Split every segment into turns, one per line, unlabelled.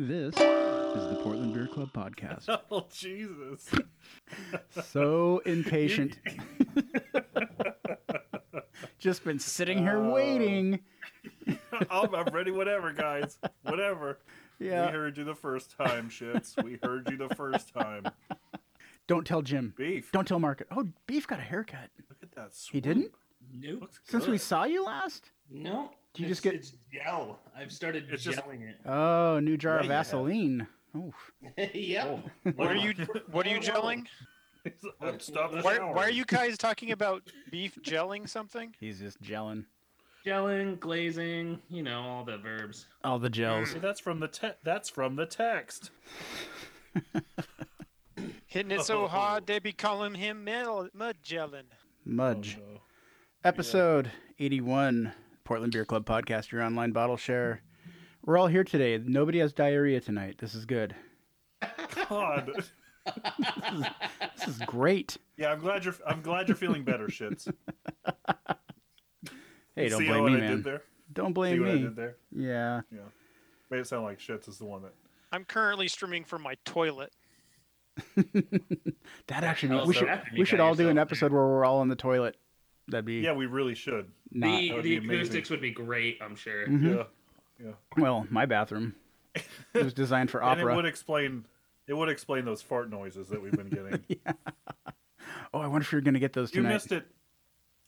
This is the Portland Beer Club podcast.
Oh Jesus!
So impatient. Just been sitting here
Oh.
waiting.
I'm, I'm ready. Whatever, guys. Whatever. We
Yeah.
heard you the first time, shits. We heard you the first time.
Don't tell Jim.
Beef.
Don't tell Market. Oh, Beef got a haircut.
Look at that. Swoop.
He didn't?
Nope.
Looks
Since we
good.
saw you last?
No.
Do you just
It's-
get-
it's gel? I've started
It's just-
gelling
Oh, new jar of
Yeah, you have.
Vaseline. Oh,
it. yep.
Oh. What are you? What are you gelling?
Uh, Stop the
Why,
shower.
why are you guys talking about beef gelling something?
he's just gelling.
Gelling, glazing, you know, all the verbs.
All the gels.
See, that's from the te- that's from the text.
Hitting it so hard they be calling him Mel- Magellan.
Mudge.
Oh,
Episode 81, Portland Beer Club podcast, your online bottle share. We're all here today. Nobody has diarrhea tonight. This is good.
God.
This is great.
Yeah, I'm glad you're. I'm glad you're feeling better, shits.
Hey, don't
See
blame
what
me,
I did
man.
there?
Don't
See
blame
what I
me.
did there?
Yeah.
Yeah. Made it sound like shits is the one that.
I'm currently streaming from my toilet.
That actually
How's
we
that
should
after you
we
got
should all do an
yourself?
episode where we're all in the toilet. That'd be
Yeah, we really should.
not
the
would
the
be amazing.
acoustics would be great, I'm sure.
Mm-hmm.
Yeah.
well, my bathroom. It was designed for
And it would
opera.
explain. It would explain those fart noises that we've been getting.
Oh, I wonder if you're gonna get those
You
tonight.
missed it.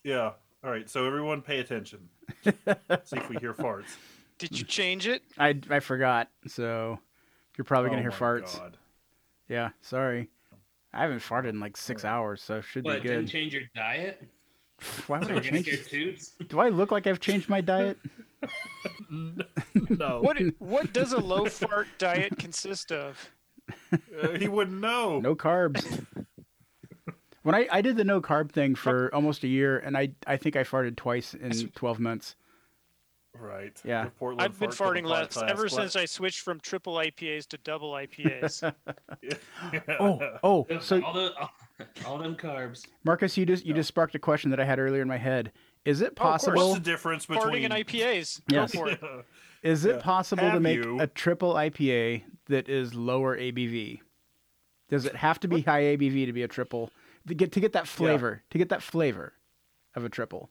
Yeah. All right. So everyone, pay attention. See if we hear farts.
Did you change it?
I I forgot, so you're probably gonna
Oh
hear
my
farts.
God.
Yeah, sorry. I haven't farted in like
Oh.
six hours, so it should
What,
be
didn't
good.
change your diet?
Why would
So
I
you're gonna
change?
hear
it?
toots?
Do I look like I've changed my diet?
No.
What What does a low fart diet consist of?
Uh, he wouldn't know.
No carbs. when I, I did the no carb thing for almost a year, and I I think I farted twice in twelve months.
Right.
Yeah.
The Portland
I've been
Fart Club
farting less
podcast.
ever
Let-
since I switched from triple IPAs to double IPAs.
Oh oh, so
all, the, all, all them carbs.
Marcus, you just you just sparked a question that I had earlier in my head. Is it
of course.
possible?
What's the difference
Farting
between
and IPAs.
Yes.
Go for it.
is it possible to
Have
make
you-
a triple IPA that is lower ABV? Does it have to be high ABV to be a triple to get to get that flavor to get that flavor of a triple?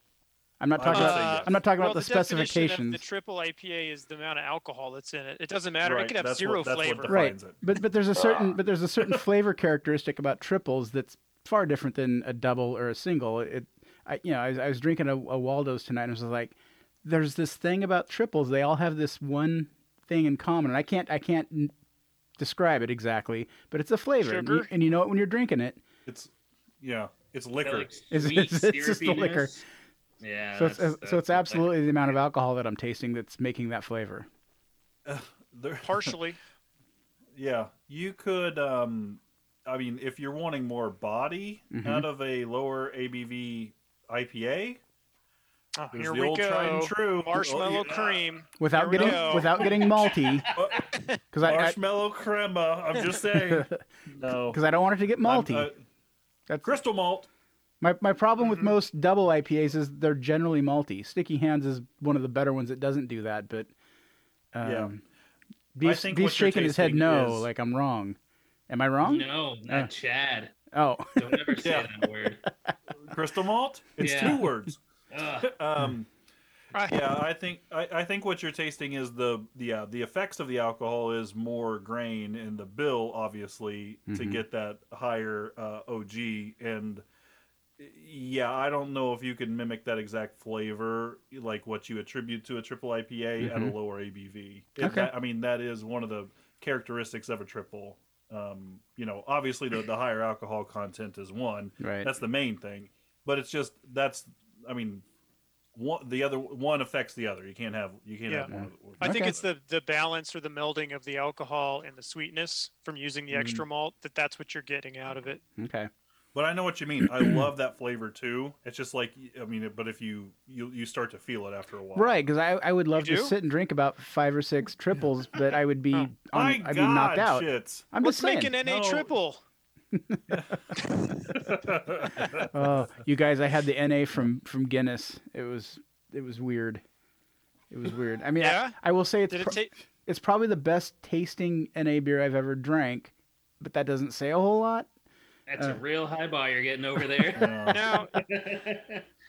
I'm not
I
talking
would
about
say yes.
I'm not talking
well,
about the,
Definition of
specifications,
the triple IPA is the amount of alcohol that's in it. It doesn't matter.
Right,
It could have
that's
zero
what- that's what
flavor.
the-
right?
defines it.
But but there's a certain but there's a certain flavor characteristic about triples that's far different than a double or a single. It I you know I was, I was drinking a, a Waldo's tonight and I was like, there's this thing about triples. They all have this one thing in common, and I can't I can't n- describe it exactly, but it's a flavor, and you,
Sugar?
and you know it when you're drinking it.
It's yeah. It's
They're
liquor.
Like
It's-
sweet,
it's- it's just the liquor.
syrupiness. Yeah.
so it's
that's-
so
that's
it's
like-
absolutely the amount of alcohol that I'm tasting that's making that flavor.
There-
Partially.
yeah. You could. Um. I mean, if you're wanting more body
Mhm.
out of a lower ABV IPA,
Oh,
there's
here
the
we
old
go.
tried and true
Marshmallow
Oh, yeah.
cream.
Without
There we
getting
go.
without getting malty,
Uh,
because I
marshmallow crema. I'm just saying. No.
because I, don't want it to get
I'm,
malty.
uh,
That's
crystal malt.
My, my problem with
Mm-hmm.
most double IPAs is they're generally malty. Sticky Hands is one of the better ones that doesn't do that, but um,
Yeah.
Beef,
think
Beef's
what you're
shaking his head
tasting
no,
is-
like I'm wrong. Am I wrong?
No, not
Yeah.
Chad.
Oh,
Don't ever say
Yeah.
that word.
Crystal malt. It's
Yeah.
two words.
Ugh.
Um.
Right.
yeah i think I, I think what you're tasting is the the uh, the effects of the alcohol is more grain in the bill obviously to
Mhm.
get that higher uh, og and yeah i don't know if you can mimic that exact flavor like what you attribute to a triple ipa at
Mhm.
a lower abv If
Okay.
that- i mean that is one of the characteristics of a triple um, you know obviously the, the higher alcohol content is one
right.
that's the main thing. But it's just that's I mean, one the other one affects the other. You can't have you can't have
Yeah.
one. Of,
I think
Okay.
it's the the balance or the melding of the alcohol and the sweetness from using the extra
Mm.
malt that that's what you're getting out of it.
Okay.
But I know what you mean. I love that flavor too. It's just like I mean, but if you you you start to feel it after a while,
Right, because I, I would love
You
to
do?
sit and drink about five or six triples, but I would be
Oh.
on,
My
I'd
God,
be knocked out.
shits.
I'm
Let's
just saying.
make an NA
No.
triple.
Oh, you guys, I had the NA from from Guinness. It was it was weird. It was weird. I mean, I-
Yeah?
I, will say it's
Did it
pro-
take?
It's probably the best tasting NA beer I've ever drank, but that doesn't say a whole lot.
That's
Uh.
a real high bar you're getting over there.
Uh,
Now,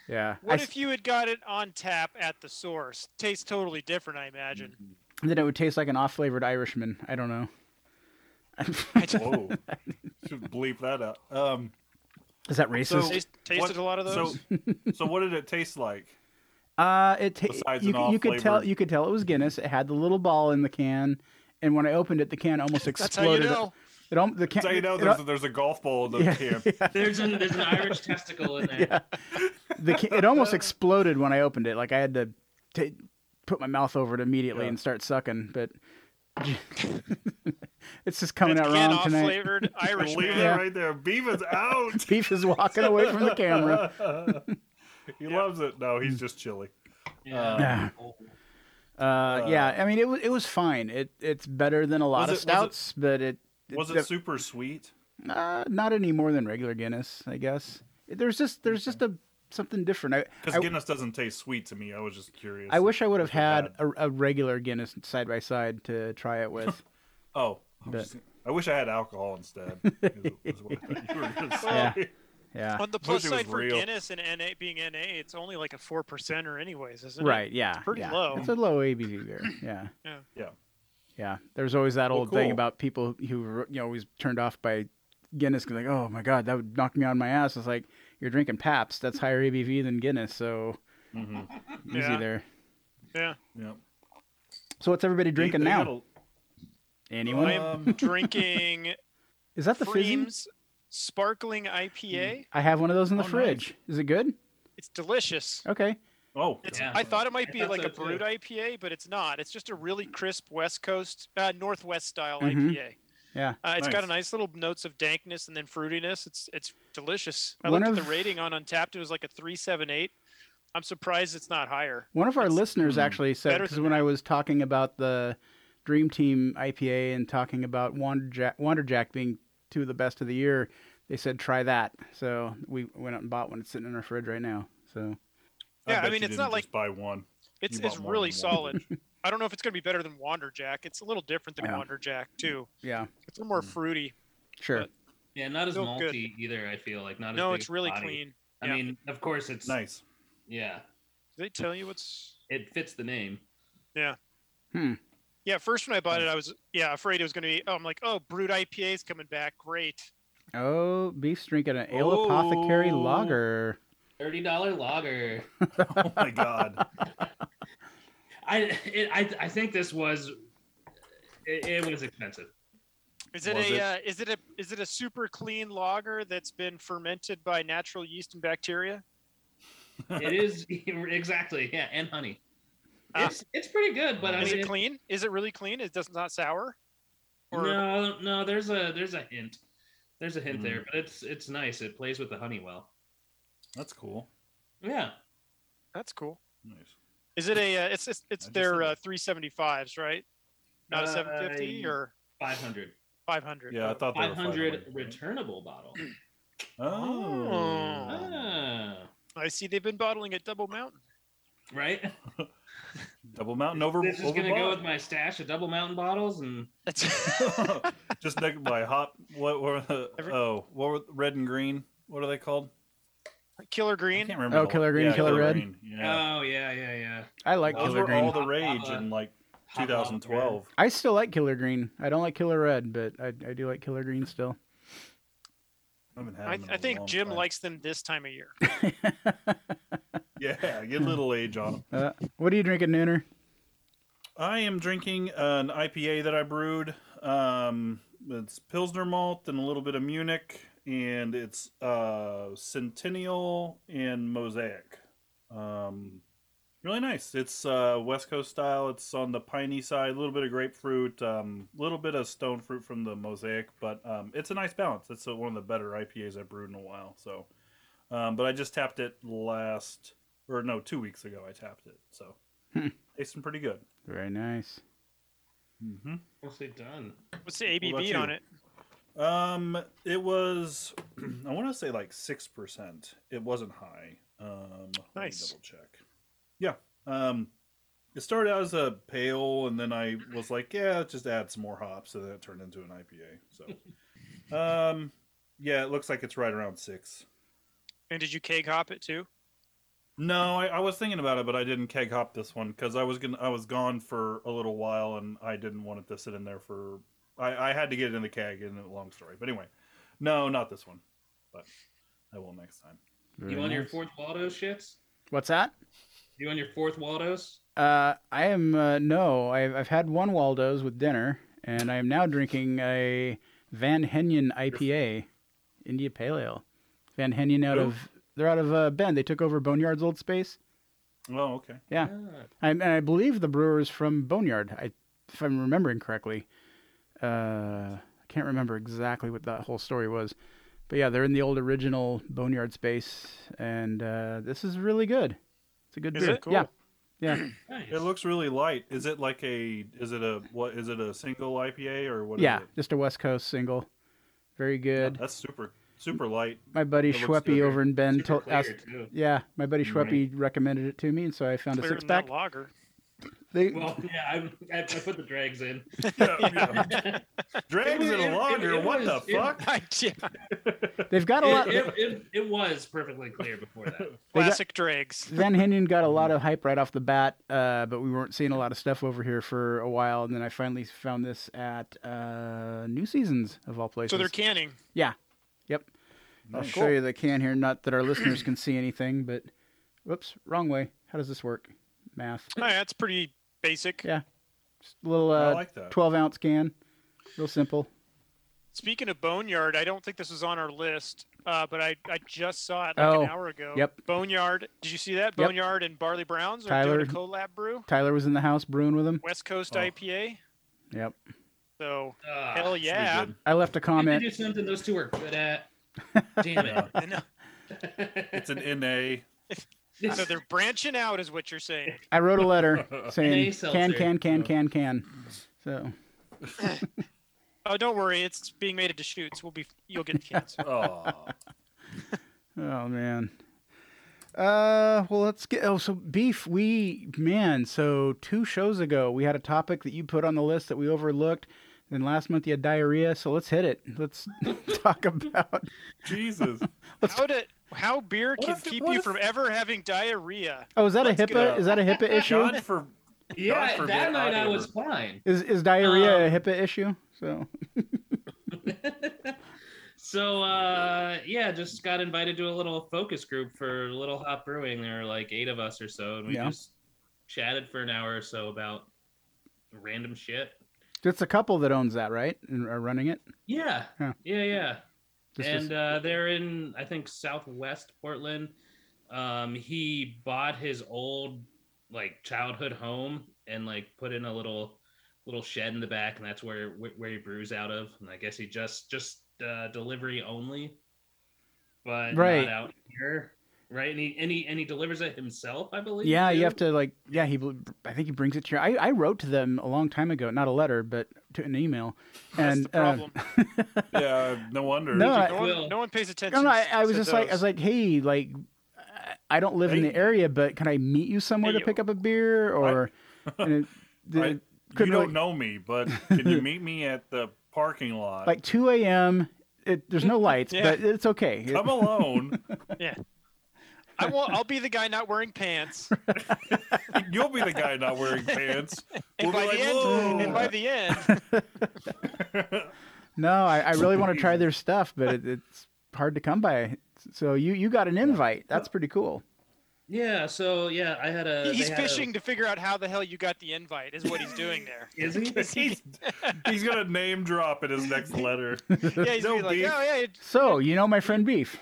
Yeah. I
what
s-
if you had got it on tap at the source? Tastes totally different, I imagine.
then it would taste like an off flavored Irishman. I don't know.
whoa, should bleep that out. Um,
Is that racist?
So-
Taste, tasted a lot of those.
so, so what did it taste like?
Uh, it ta-
Besides
you,
an
c- you could tell
off-flavored-
you could tell it was Guinness. It had the little ball in the can, and when I opened it, the can almost
That's how you
exploded.
know.
It, al- the can.
So you know,
it
there's,
al-
there's a golf ball in the
Yeah.
camp.
there's an there's an Irish testicle in there.
the can, it almost exploded when I opened it. Like I had to ta put my mouth over it immediately
Yeah.
and start sucking, but it's just coming out
Again,
wrong
off
tonight.
flavored Irish
Leave
man.
it right there. Beavis out.
Beef is walking away from the camera.
he loves it. No, he's just chilly.
Yeah.
Oh.
Uh, yeah, I mean it was it was fine. It it's better than a lot of
Was it- was it-
stouts, but it
Was it
def-
super sweet?
Uh, not any more than regular Guinness, I guess. There's just there's just a something different. I
Because
I,
Guinness doesn't taste sweet to me. I was just curious.
I wish I would have
if it had-
had a, a regular Guinness side by side to try it with.
Oh, I, was
But-
just- I wish I had alcohol instead. is- is what I thought you were gonna say.
yeah.
On the plus
it was
side for
real.
Guinness and NA being NA, it's only like a four percenter, anyways, isn't it?
Right. Yeah.
pretty
yeah.
low.
It's a low ABV beer. Yeah.
Yeah.
Yeah.
Yeah. There's always that
Well,
old thing
cool.
about people who were, you know always turned off by Guinness, 'cause like, oh my god, that would knock me on my ass. It's like you're drinking Paps. That's higher ABV than Guinness, so
Mhm.
easy
Yeah.
there.
Yeah.
Yeah.
So what's everybody drinking
They- they
now?
gotta-
Anyone?
I am
Um,
drinking
Is that the fizzy?
Freem's Sparkling IPA.
I have one of those in the
Oh, nice.
fridge. Is it good?
It's delicious.
Okay.
Oh,
It's,
Yeah.
I thought it might
I
be
thought
like
so
a
too.
brewed IPA, but it's not. It's just a really crisp West Coast, uh, Northwest style
Mhm.
IPA.
Yeah.
Uh, it's got
Nice.
a nice little notes of dankness and then fruitiness. It's it's delicious. I
One
looked
of-
at the rating on Untapped. It was like a three seven eight. I'm surprised it's not higher.
One of our
It's-
listeners
Hmm.
actually said
Better
because
than
when I was talking about the Dream Team IPA and talking about Wander Jack, Wander Jack being two of the best of the year, they said try that. So we went out and bought one. It's sitting in our fridge right now. So
Yeah, I
bet
mean,
you
it's not
didn't just buy one.
It's
You bought
it's
more
really
than one,
solid. I don't know if it's going to be better than Wander Jack. It's a little different than
Yeah.
Wander Jack too.
yeah,
It's a little more
Mm.
fruity.
sure.
But-
Yeah, not as
Still
malty
good.
either. I feel like not. as
No,
big
it's
a
really
body.
clean.
I
yeah.
mean, of course, it's
Nice.
Yeah,
Did they tell you what's?
it fits the name.
Yeah, first when I bought it, I was yeah afraid it was going to be. Oh, I'm like, oh, brewed IPA is coming back. Great.
Oh, Beef's drinking an ale apothecary
Oh.
lager.
Thirty dollar lager.
Oh my god.
I it, I I think this was. It, it was expensive.
Is it
Was
a
it?
Uh, is it a is it a super clean lager that's been fermented by natural yeast and bacteria?
It is exactly yeah, and honey.
Ah.
It's it's pretty good, but I
is
mean,
it
it-
clean? Is it really clean? It does not sour. Or
no, no. There's a there's a hint. There's a hint
Mm.
Hmm.
there, but it's it's nice. It plays with the honey well.
That's cool.
Yeah.
that's cool.
Nice.
Is it a? Uh, it's it's, it's
I just
their
said
uh,
it.
375s, right? Not a
Uh,
750 or
500.
500.
Yeah, I thought they were
500
500.
returnable bottle.
Oh.
Ah,
I see they've been bottling at Double Mountain.
right?
Double Mountain over.
this is
over
going to go with my stash of double mountain bottles and
That's
just next by hop. What were the?
Every-
Oh, what were red and green? What are they called?
Killer
I
Green. Uh,
can't remember.
Oh,
the-
Killer Green,
yeah,
Killer Red.
Green, Yeah.
oh yeah, yeah, yeah.
I like
Those
Killer
were
Green.
all the rage in like
Hot lava
2012.
I still like Killer Green. I don't like Killer Red, but I, I do like Killer Green still.
I, haven't had
I,
them in
I
a
think
long
Jim
time.
likes them this time of year.
Yeah, get a little age on 'em.
Uh, what are you drinking, Nooner?
I am drinking an IPA that I brewed. Um, it's Pilsner malt and a little bit of Munich, and it's uh, Centennial and Mosaic. Um, really nice. It's uh, West Coast style. It's on the piney side, a little bit of grapefruit, a um, little bit of stone fruit from the Mosaic, but um, it's a nice balance. It's uh, one of the better IPAs I brewed in a while. So, um, but I just tapped it last, or no, two weeks ago. I tapped it, so
Hmm.
tasting pretty good.
Very nice.
Mm-hmm.
Mostly done.
What's the ABV
you?
on it?
Um, it was, I want to say like six percent. It wasn't high. Um, let me
Nice.
double check. Yeah. Um, It started out as a pale, and then I was like, yeah, just add some more hops, and then it turned into an IPA. So, um, yeah, it looks like it's right around six.
And did you keg hop it too?
No, I, I was thinking about it, but I didn't keg hop this one because I was gonna I was gone for a little while, and I didn't want it to sit in there for. I, I had to get it in the keg, and a long story. But anyway, no, not this one, but I will next time.
Very
you on your
nice.
fourth Waldos shits?
What's that?
You on your fourth Waldos?
Uh, I am uh, no. I've, I've had one Waldo's with dinner, and I am now drinking a Van Henyen IPA, India Pale Ale. Van Henyen out of they're out of uh, Bend. They took over Boneyard's old space.
Oh, okay.
Yeah.
Ah,
I, and I believe the brewer's from Boneyard. I, if I'm remembering correctly, uh, I can't remember exactly what that whole story was, but yeah, they're in the old original Boneyard space, and uh, this is really good. It's a good
Is
beer.
it? Cool.
Yeah, yeah,
Nice.
It looks really light. Is it like a? Is it a what? Is it a single IPA or what? is
yeah.
it?
Just a West Coast single. Very good.
That's super super light.
My buddy
It looks
Schweppy
good.
over in Bend
Super
told
clear,
asked.
too.
Yeah, my buddy
Right.
Schweppy recommended it to me, and so I found a
Clearing
six pack.
that lager.
They,
Well, yeah, I, I, I put the drags in.
Yeah, yeah. Drags
It-
in
it-
a lager.
it
what
was-
the fuck?
it-
Yeah.
they've got a lot.
It, it, it, it was perfectly clear before that.
They got-
Classic dregs.
Van Henyon got a lot of hype right off the bat, uh, but we weren't seeing a lot of stuff over here for a while. And then I finally found this at uh, New Seasons, of all places.
So they're canning.
Yep. I'll
Nice.
show you the can here. Not that our listeners can see anything, but whoops, wrong way. How does this work? Math.
All right, that's pretty basic.
Yeah. Just a little
I
uh,
like that.
12 ounce can. Real simple.
Speaking of Boneyard, I don't think this was on our list, uh, but I, I just saw it like
Oh,
an hour ago.
yep.
Boneyard. Did you see that? Boneyard and Barley Browns are doing a collab brew.
Tyler was in the house brewing with him.
West Coast
Oh.
IPA.
Yep.
So
Ah,
hell
Pretty
yeah.
good.
I left a
didn't they
comment.
do something those two are good at. Damn it.
I know.
It's an NA.
so they're branching out, is what you're saying.
I wrote a letter saying
seltzer.
can, can, can, can, can. So
Oh, don't worry, it's being made into shoots. We'll be. You'll get cans.
Oh,
Oh man. Uh, well, let's get. Oh, so beef. We man. So two shows ago, we had a topic that you put on the list that we overlooked. Then last month you had diarrhea. So let's hit it. Let's talk about.
Jesus.
how did how beer
What
can
if it-
keep
what
you
if-
from ever having diarrhea?
Oh, is that
Let's
a
get
HIPAA?
it.
Is that a HIPAA issue?
God for God
yeah,
forbid
that night I
ever-
was fine.
Is is diarrhea a HIPAA issue? So
So uh, yeah, just got invited to a little focus group for Little Hop Brewing. There were like eight of us or so, and we
Yeah.
just chatted for an hour or so about random shit.
it's a couple that owns that, right? And are running it.
Yeah,
Huh.
yeah, yeah.
This
and
was-
uh, they're in, I think, Southwest Portland. Um, he bought his old like childhood home and like put in a little little shed in the back, and that's where where, where he brews out of. And I guess he just just uh, delivery only, but
Right.
not out here, right? And he and he and he delivers it himself, I believe.
Yeah, you
too.
have to like. Yeah, he. bl- I think he brings it to your. I, I wrote to them a long time ago, not a letter, but to an email.
That's
and
the
uh,
problem.
Yeah, no wonder.
No, I-
no, one,
Well-
no one pays attention.
No, no, I, I was
to
just like, I
those.
was like, hey, like, I- I don't live in the
Hey.
area, but can I meet you somewhere to
Hey,
pick up a beer? Or and it, the-
I- you
couldn't
don't
really-
know me, but can you meet me at the parking lot?
like 2 a.m. It, there's no lights,
Yeah.
but it's okay. It-
I'm alone.
I won't. I'll be the guy not wearing pants.
You'll be the guy not wearing pants. We'll
And
be
by
like,
the end, and
whoa. Uh,
by the end,
no, I, I really want to try their stuff, but it, it's hard to come by. So you you got an invite. That's pretty cool.
yeah. So yeah, I had a.
he's
they had a-
fishing to figure out how the hell you got the invite. Is what he's doing there.
is he?
he's, he's gonna name drop in his next letter.
Yeah, he's
No
gonna be
beef.
like, oh yeah, it-
So you know my friend Beef.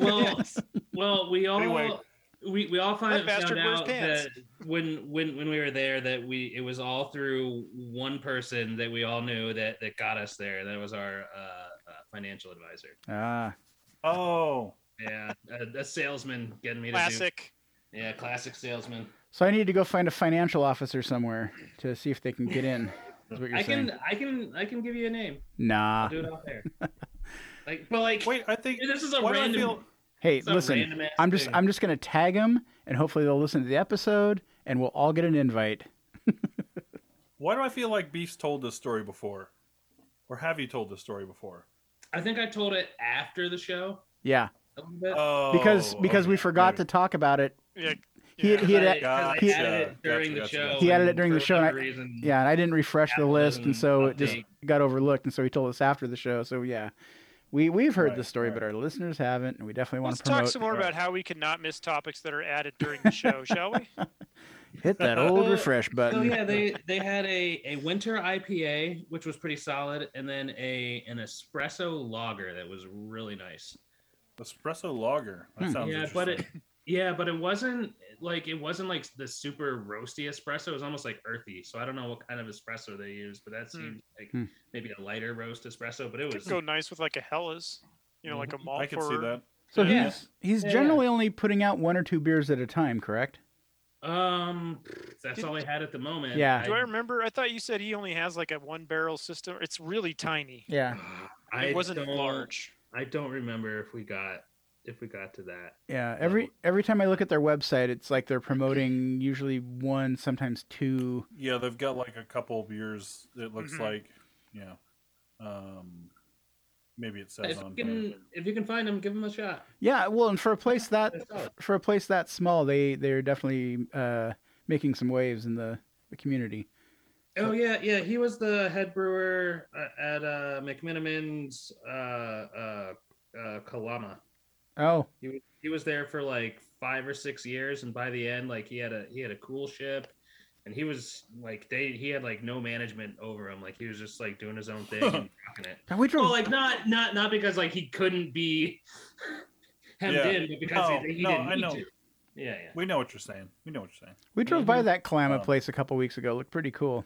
Well, well, we all
Anyway.
we, we all find,
That bastard
found
wears
out
pants.
that when when when we were there that we it was all through one person that we all knew that that got us there. That was our uh, uh, financial advisor.
Ah,
Oh,
Yeah, uh, a, a salesman getting me to
classic.
do. Yeah, classic salesman.
so I need to go find a financial officer somewhere to see if they can get in. Is what you're
I
saying?
can I can I can give you a name.
Nah.
I'll do it out there. like, but like,
wait, I think.
this is a
why do I
random.
feel-
Hey,
it's a
listen.
random ass
I'm just
thing.
I'm just gonna tag them, and hopefully they'll listen to the episode, and we'll all get an invite.
Why do I feel like Beef's told this story before? Or have you told this story before?
I think I told it after the show
Yeah,
a little bit.
Oh,
because because we
okay,
forgot
dude.
to talk about it.
Yeah.
He
yeah.
had, he had,
Because I, because I
Gotcha,
added it
gotcha,
during the
gotcha.
show.
He added it
and
during the
for
show, and
whatever
I-
Reason,
yeah, and I didn't refresh the
Apple
list, and
doesn't
so it just
update.
got overlooked, and so he told us after the show. So yeah, we we've heard
Right,
this story,
right.
but our listeners haven't, and we definitely want
Let's
to promote.
talk some more about how we can not miss topics that are added during the show, shall we?
Hit that old
So-
refresh
So
button.
yeah, they they had a a winter IPA which was pretty solid, and then a an espresso lager that was really nice.
Espresso lager. That
Hmm.
sounds
yeah, but it
interesting.
yeah, but it wasn't like it wasn't like the super roasty espresso. It was almost like earthy. So I don't know what kind of espresso they used, but that
Hmm.
seemed like
Hmm.
maybe a lighter roast espresso. But it was
Could go nice with like a Hellas, you know, like a malt
I could see
forward.
that.
So
Yeah.
he's he's
Yeah, yeah.
generally only putting out one or two beers at a time, correct?
um that's
Did-
all I had at the moment.
Yeah.
Do I remember? I thought you said he only has like a one barrel system. It's really tiny.
Yeah,
I
It wasn't
don't-
large.
I don't remember if we got if we got to that.
yeah. Every every time I look at their website, it's like they're promoting usually one, sometimes two.
Yeah, they've got like a couple beers. It looks
Mm-hmm.
Mhm.
like, yeah. Um, maybe it says
If
on here.
you can if you can find them, give them a shot.
Yeah, well, and for a place that
That's all.
for a place that small, they they're definitely uh, making some waves in the, the community.
Oh yeah, yeah. He was the head brewer uh, at uh, McMenamin's uh, uh, uh, Kalama.
Oh,
He was, he was there for like five or six years, and by the end, like he had a he had a cool ship, and he was like they he had like no management over him. Like he was just like doing his own thing and rocking it.
God, we drove.
Well, like not not not because like he couldn't be hemmed
Yeah.
in, but because
No,
he, he
no,
didn't
I
need
know.
to. Yeah, yeah.
We know what you're saying. We know what you're saying.
we drove by
Mhm.
that Kalama
Oh.
place a couple weeks ago. Looked pretty cool.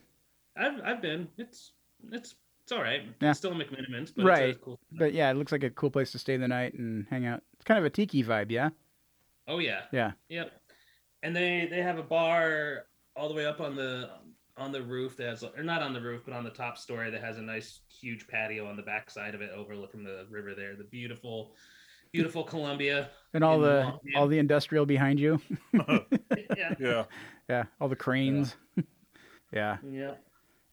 I've I've been. It's it's it's all right.
Yeah.
It's still McMenamin's, but
Right.
it's a cool.
But yeah, it looks like a cool place to stay the night and hang out. It's kind of a tiki vibe, yeah.
Oh yeah.
Yeah.
Yep. And they they have a bar all the way up on the on the roof that has or not on the roof but on the top story that has a nice huge patio on the back side of it overlooking the river there the beautiful beautiful Columbia
And all
In the
the
long view.
all the industrial behind you.
yeah
Yeah.
Yeah, all the cranes. yeah.
yeah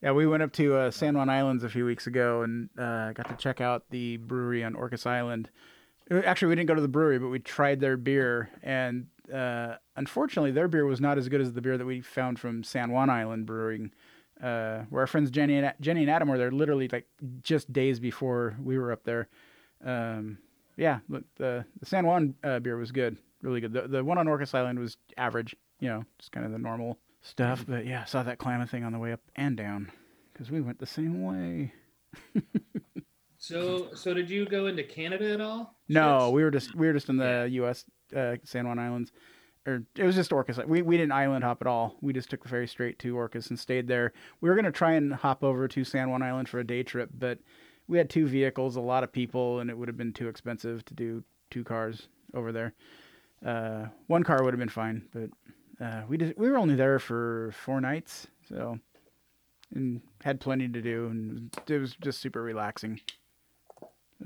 Yeah, we went up to uh, San Juan Islands a few weeks ago and uh, got to check out the brewery on Orcas Island. Uh, Actually, we didn't go to the brewery, but we tried their beer, and uh, unfortunately, their beer was not as good as the beer that we found from San Juan Island Brewing, uh, where our friends Jenny and Jenny and Adam were there literally like just days before we were up there. Um, yeah, look, the the San Juan uh, beer was good, really good. The the one on Orcas Island was average, you know, just kind of the normal stuff. But yeah, saw that Klamath thing on the way up and down because we went the same way.
so so did you go into Canada at all
No,
Yes.
we were just we were just in the
Yeah.
U.S. Uh, San Juan Islands, or it was just Orcas. We we didn't island hop at all. We just took the ferry straight to Orcas and stayed there. We were gonna try and hop over to San Juan Island for a day trip, but we had two vehicles, a lot of people, and it would have been too expensive to do two cars over there. Uh, one car would have been fine, but uh, we just we were only there for four nights, so and had plenty to do, and it was just super relaxing.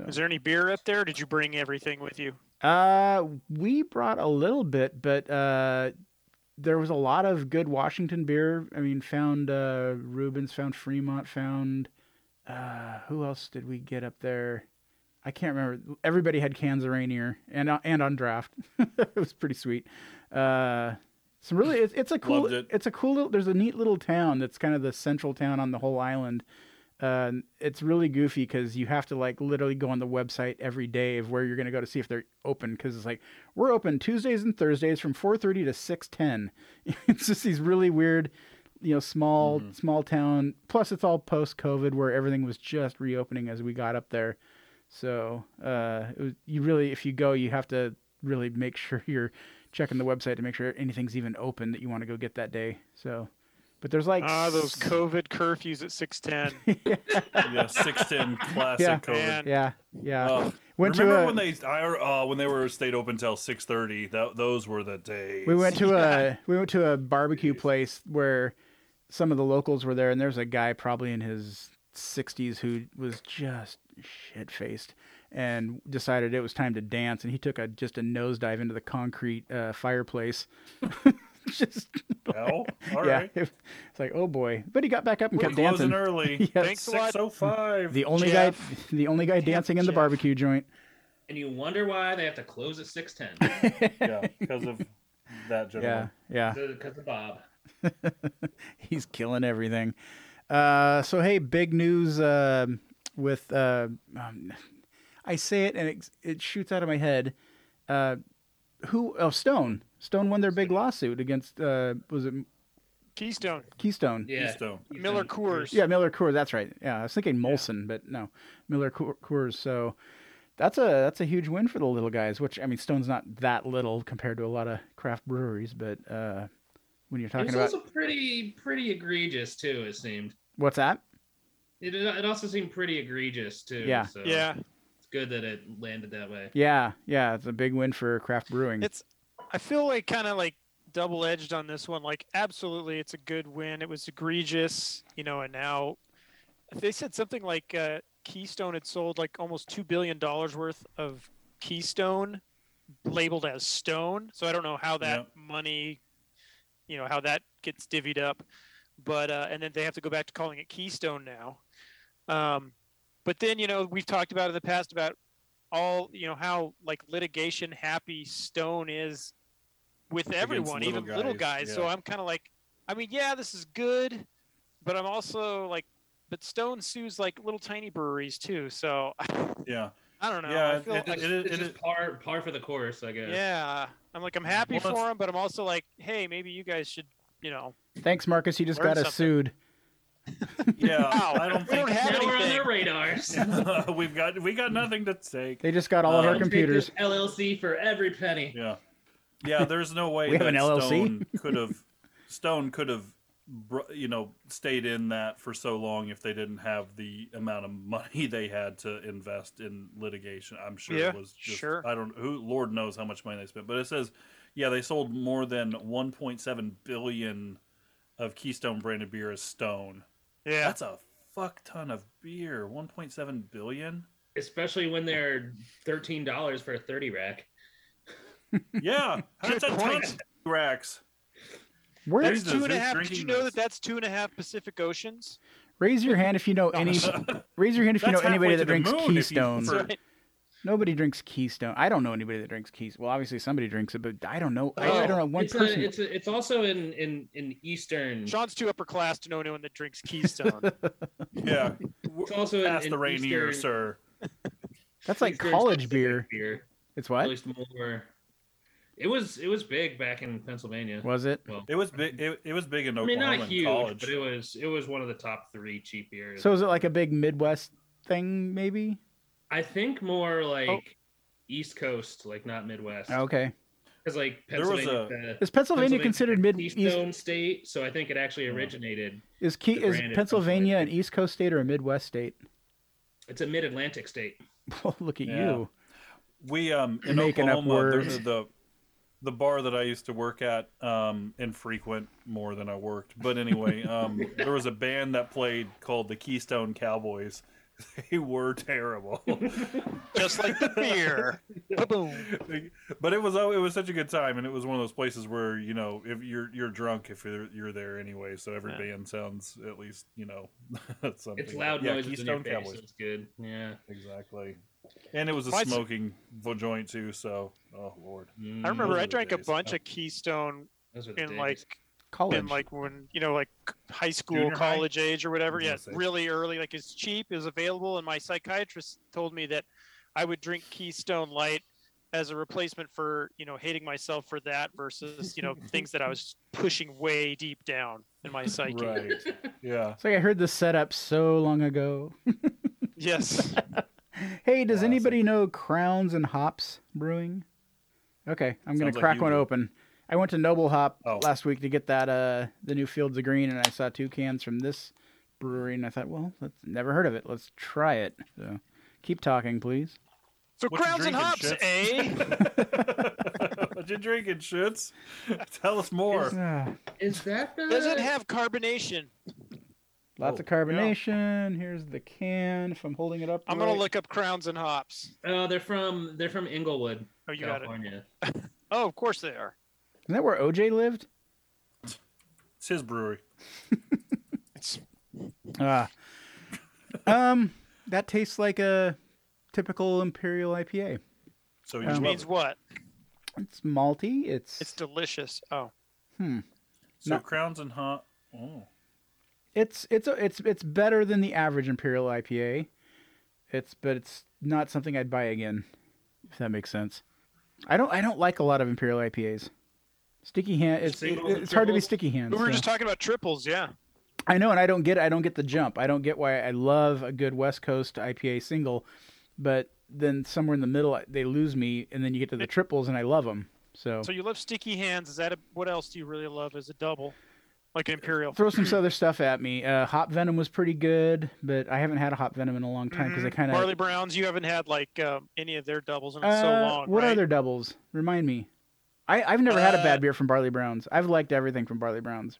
Is there any beer up there? Or did you bring everything with you?
Uh, we brought a little bit, but uh, there was a lot of good Washington beer. I mean, found uh, Rubens, found Fremont, found uh, who else did we get up there? I can't remember. Everybody had cans of Rainier and uh, and on draft. it was pretty sweet. Uh, some really, it's, it's a cool.
Loved it.
It's a cool. Little, there's a neat little town that's kind of the central town on the whole island. Uh, it's really goofy because you have to like literally go on the website every day of where you're going to go to see if they're open because it's like we're open Tuesdays and Thursdays from 4:30 to 6:10. it's just these really weird, you know, small
Mhm.
small town. Plus, it's all post COVID where everything was just reopening as we got up there. So uh, it was, you really, if you go, you have to really make sure you're checking the website to make sure anything's even open that you want to go get that day. So, but there's like
Ah, those
s-
COVID curfews at six ten.
Yeah. Six ten classic
Yeah.
COVID.
Man.
yeah yeah.
Oh,
went
remember
to a,
when they I, uh, when they were stayed open till six thirty? That those were the days.
We went to a we went to a barbecue place where some of the locals were there, and there's a guy probably in his 60s who was just shit faced and decided it was time to dance, and he took a just a nosedive into the concrete uh, fireplace. just
Hell, all
yeah.
right.
It's like, oh boy. But he got back up and
We're
kept
closing
dancing.
early.
Yes.
Thanks a lot.
Six oh five.
The only
Jeff.
guy, the only guy dancing in the
Jeff.
barbecue joint.
and you wonder why they have to close at six ten
Yeah, because of that
Yeah,
gentleman.
yeah.
because of Bob.
He's killing everything. Uh, so hey, big news uh, with uh, um, I say it and it, it shoots out of my head. Uh, who? Oh, Stone. Stone won their big lawsuit against uh, was it
Keystone.
Keystone?
Yeah,
Keystone.
Miller Coors.
Yeah, Miller Coors. That's right. Yeah, I was thinking Molson, but no, Miller Co- Coors. So that's a that's a huge win for the little guys. Which I mean, Stone's not that little compared to a lot of craft breweries, but uh, when you're
It
talking
was
about
also pretty pretty egregious too. It seemed.
what's that?
It, it also seemed pretty egregious too.
Yeah.
So
Yeah.
It's good that it landed that way.
Yeah, yeah, it's a big win for craft brewing.
It's I feel like kind of like double edged on this one. Like absolutely it's a good win. It was egregious, you know, and now they said something like uh, Keystone had sold like almost two billion dollars worth of Keystone labeled as stone. So I don't know how that money you know, how that gets divvied up. But uh, and then they have to go back to calling it Keystone now. Um, but then you know we've talked about in the past about all you know how like litigation happy Stone is with everyone,
little
even little
guys,
guys. So
yeah.
I'm kind of like, I mean, yeah, this is good, but I'm also like, but Stone sues like little tiny breweries too. So I,
Yeah.
don't know.
Yeah,
I feel
it-
like,
it-
It's just par par for the course, I guess.
yeah, I'm like I'm happy
Well,
for 'em,
that's-
for him, but I'm also like, hey, maybe you guys should, you know,
Thanks, Marcus. You just
Learn
got us
something.
sued.
Yeah.
Wow.
I don't
we don't
think
have
Now we're on
anything.
their radars.
we've got we got nothing to take.
They just got all of
Uh,
our
I'll take
computers.
this LLC for every penny.
Yeah. Yeah, there's no way
We have
that
an LLC?
Stone could have Stone could have br- you know stayed in that for so long if they didn't have the amount of money they had to invest in litigation. I'm sure
Yeah,
it was just,
sure.
I don't who Lord knows how much money they spent, but it says yeah, they sold more than 1.7 billion of Keystone branded beer as Stone.
yeah,
That's a fuck ton of beer. 1.7 billion?
Especially when they're thirteen dollars for a thirty rack.
Yeah. That's a
Good
ton
point.
of racks.
Where,
that's
Jesus,
two and a
who's
half. Did
drinking
you know
this?
that that's two and a half Pacific Oceans?
raise your hand if you know any. raise your hand if you know
That's
anybody that
halfway to the
drinks
moon if you-
Keystone.
for-
Right.
Nobody drinks Keystone. I don't know anybody that drinks Keystone. Well, obviously somebody drinks it, but I don't know. I, I don't know one
Oh, it's
person.
A, it's, a, it's also in in in Eastern.
Sean's too upper class to know anyone that drinks Keystone.
Yeah.
It's also in,
Past
in
the Rainier,
Eastern-
sir.
That's like
Eastern
college
Pacific
beer.
beer.
It's
At
what
least more. It was it was big back in Pennsylvania.
was it?
Well,
It was big. It, it was big in
I
Oklahoma
mean, not
in
huge,
college.
but it was it was one of the top three cheap beers.
So is it like a big Midwest thing, maybe?
I think more like East Coast, like not Midwest, because
Oh, Okay.
like
There was
Pennsylvania
Is Pennsylvania
Pennsylvania
considered mid
East
East?
Zone state, so I think it actually originated.
Is Key
the
is
brand is
Pennsylvania an
Pennsylvania.
East Coast state or a Midwest state?
It's a mid-Atlantic state.
Well, look at
Yeah.
you.
we um in
Making up
Oklahoma there-
words.
the the bar that I used to work at um and frequent more than I worked. But anyway, um there was a band that played called the Keystone Cowboys. They were terrible.
just like the beer. Boom.
Like, but it was oh, it was such a good time, and it was one of those places where you know if you're you're drunk if you're you're there anyway, so every
Yeah.
band sounds at least you know something.
It's loud
yeah,
noises in your
Keystone
face.
Cowboys,
so It's good. Yeah.
exactly. And it was a
Why-
smoking vo- joint too, so oh lord.
Mm,
I remember
Those
I
are the
drank a
days.
bunch of Keystone
those were the
in
days.
like
College.
in like when you know like high school,
Junior high?
college age or whatever.
I
Yeah,
was gonna say.
really early. Like it's cheap, is available, and my psychiatrist told me that I would drink Keystone Light as a replacement for you know hating myself for that versus you know things that I was pushing way deep down in my psyche.
Right. yeah.
it's like I heard this setup so long ago.
Yes.
Hey, does
Classic.
anybody know Crowns and Hops Brewing? Okay, I'm gonna
Sounds like
crack
you
one
do.
open. I went to Noble Hop
Oh.
last week to get that uh the new Fields of Green, and I saw two cans from this brewery, and I thought, well, that's never heard of it. Let's try it. So, keep talking, please.
So
What you
crowns and
drinking,
hops,
Chef?
eh?
eh?
what you drinking, shits? Tell us more.
Ah,
Is that the?
Does it have carbonation?
lots
Oh,
of carbonation. Here's the can. If I'm holding it up,
I'm gonna
right.
look up crowns and hops.
Oh, they're from they're from Inglewood,
Oh, you got it.
California.
Oh, of course they are.
Isn't that where OJ lived?
It's his brewery.
It's
Ah. um, that tastes like a typical imperial IPA.
So you
Which
love
Well-
means
it.
what?
It's malty. It's
It's delicious. Oh,
hmm.
So
no.
crowns and hot. Oh,
It's it's a- it's it's better than the average imperial IPA. It's but it's not something I'd buy again, if that makes sense. I don't I don't like a lot of imperial IPAs. Sticky hand. It's
Singles and
it's hard to be
triples?
sticky hands.
we were
so.
just talking about triples. Yeah.
I know, and I don't get it. I don't get the jump. I don't get why I love a good West Coast IPA single, but then somewhere in the middle I- they lose me, and then you get to the triples, and I love them. So,
So you love sticky hands. Is that a, what else do you really love? Is a double, like an imperial?
throw some other stuff at me. Uh, hop Venom was pretty good, but I haven't had a Hop Venom in a long time because I kind of
Mm-hmm. Barley Browns. You haven't had like um, any of their doubles in so long.
Uh, What
right?
other doubles? Remind me. I, I've never had a
Uh,
bad beer from Barley Browns. I've liked everything from Barley Browns.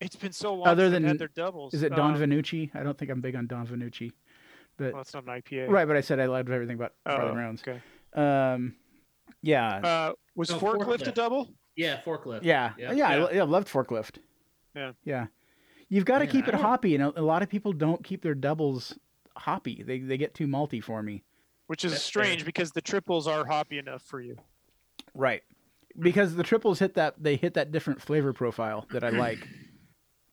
It's been so long.
Other
since I've
than-
had their doubles.
Is it Don
Um,
Venucci? I don't think I'm big on Don Venucci, but
Well, it's not an IPA.
right. But I said I loved everything about
Oh,
Barley Browns.
okay.
Um, yeah,
Uh, was
No,
forklift, a
forklift.
double?
Yeah, forklift.
Yeah.
Yeah.
Yeah. I
Yeah.
lo- yeah. I loved forklift.
Yeah.
Yeah. You've got to
Man,
keep
I
it
don't-
hoppy, and a, a lot of people don't keep their doubles hoppy. They they get too malty for me.
Which is
That's fair.
strange because the triples are hoppy enough for you.
Right. Because the triples hit that they hit that different flavor profile that I like.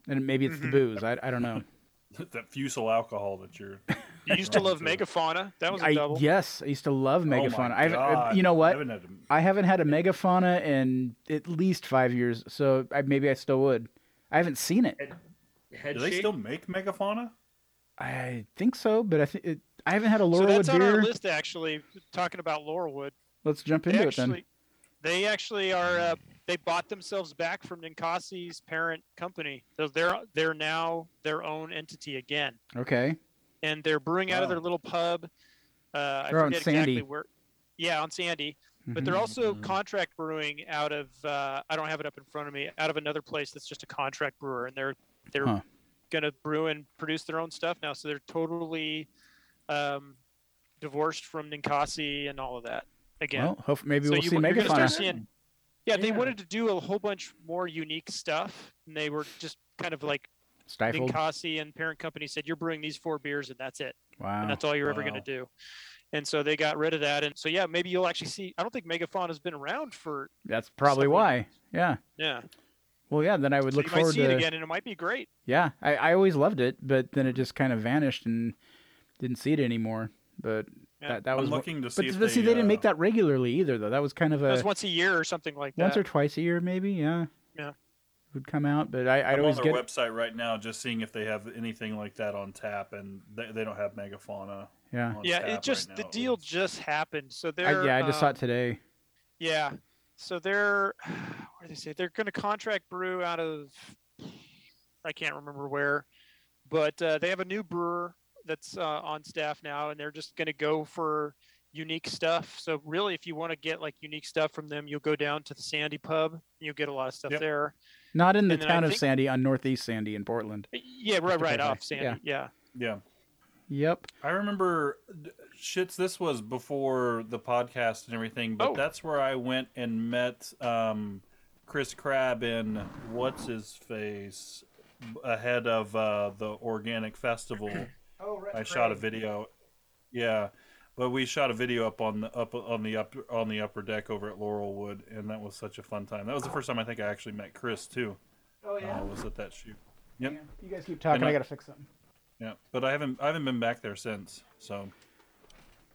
And maybe it's the
Mhm.
booze. I, I don't know.
that fusel alcohol that you're.
You used to
Right,
love
so-
megafauna. That was a
I
double.
yes, I used to love
Oh my
megafauna. I've uh,
God.
you know
I
what?
haven't had a-
I haven't had a megafauna in at least five years, so I, maybe I still would. I haven't seen it.
Head
Do they
shake?
still make megafauna?
I think so, but I think I haven't had a
so
Laurelwood
that's on
beer.
our list actually. Talking about Laurelwood,
Let's jump
they
into it then.
actually, they actually are. Uh, they bought themselves back from Ninkasi's parent company. So they're they're now their own entity again,
Okay.
and they're brewing out of
Wow.
their little pub. Uh,
They're
I
on
forget
Sandy.
exactly where. Yeah, on Sandy, but
Mhm.
they're also
Mhm.
contract brewing out of. Uh, I don't have it up in front of me. Out of another place that's just a contract brewer, and they're they're
Huh.
gonna brew and produce their own stuff now. So they're totally um, divorced from Ninkasi and all of that again.
Well, hope, maybe
So
we'll
you-
see
you're gonna start
megafauna.
seeing- yeah, they
yeah.
wanted to do a whole bunch more unique stuff, and they were just kind of like
Stifled.
Ninkasi and parent company said, "You're brewing these four beers, and that's it, and
Wow.
that's all you're ever gonna
Wow.
do." And so they got rid of that, and so yeah, maybe you'll actually see. I don't think Megafauna has been around for
That's probably
Something-
why. Yeah.
yeah.
Well, yeah. Then I would
So
look
you might
forward
see it
to.
again, and it might be great.
Yeah, I, I always loved it, but then it just kind of vanished and didn't see it anymore. But
Yeah.
that that
I'm
was. what-
looking to see.
But
if
but see, they didn't make
uh,
that regularly either, though. That was kind of a
That's once a year or something like that.
once or twice a year, maybe. Yeah.
Yeah.
It Would come out, but I, I'd
I'm
always
on
get.
their website right now, just seeing if they have anything like that on tap, and they, they don't have megafauna.
Yeah.
on
yeah,
tap
it
right
just the
now, at
deal
least.
just happened. So they're
I, yeah, I just saw
um,
it today.
Yeah. So they're what do they say? They're going to contract brew out of I can't remember where, but uh, they have a new brewer that's uh, on staff now, and they're just going to go for unique stuff. So really, if you want to get like unique stuff from them, you'll go down to the Sandy Pub. and You'll get a lot of stuff
Yep.
there.
Not in the
and then I
town of
think-
Sandy, on Northeast Sandy in Portland.
Yeah, right, right
Okay,
off Sandy.
yeah.
Yeah.
Yeah,
Yep.
I remember. d- Shits, this was before the podcast and everything, but
Oh.
that's where I went and met um, Chris Crab in what's his face b- ahead of uh, the organic festival.
Oh, right.
I shot a video. Yeah, but we shot a video up on the up on the up on the upper deck over at Laurelwood, and that was such a fun time. That was the first time I think I actually met Chris too.
Oh
Uh, was at that shoot. Yep.
You guys keep talking.
And I-
I gotta fix something.
Yeah, but I haven't I haven't been back there since. So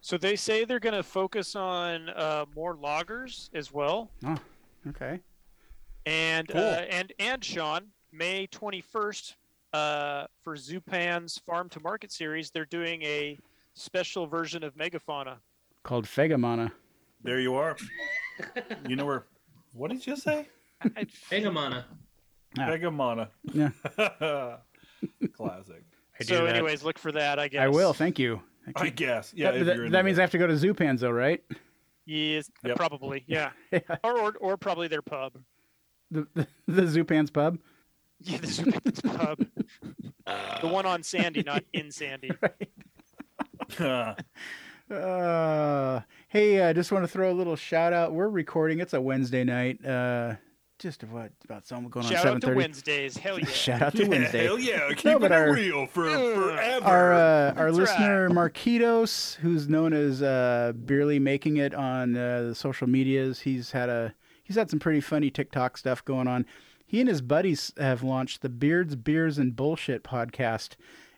So they say they're going to focus on uh, more loggers as well.
Okay.
And
Cool.
uh, and and Sean, May twenty first, uh, for Zupan's Farm to Market series, they're doing a special version of Megafauna.
Called Fegamana.
there you are. you know where? What did you say?
Egamana.
Ah.
Megamana.
Yeah.
Classic.
so, anyways, look for that. I guess
I will. Thank you.
I guess. Yeah.
that
if
that-
you're
that
into
means I have to go to Zupan's, though, right?
Yes,
Yep.
probably. Yeah.
Yeah.
Or, or or probably their pub.
The, the, the Zupan's pub.
Yeah, the Zupan's pub. the one on Sandy, not in Sandy.
that.
Uh, hey, I just want to throw a little shout out. We're recording. It's a Wednesday night. Uh, just what about someone going
Shout
on
out to
7:30?
Wednesdays. Hell yeah.
Shout out to
yeah,
Wednesday.
Hell yeah, keeping
but
it
our-
real for
Yeah.
forever.
Our uh, our
That's
listener Marquitos, who's known as uh, barely making it on uh, the social medias, he's had a he's had some pretty funny TikTok stuff going on. He and his buddies have launched the Beards, Beers, and Bullshit podcast,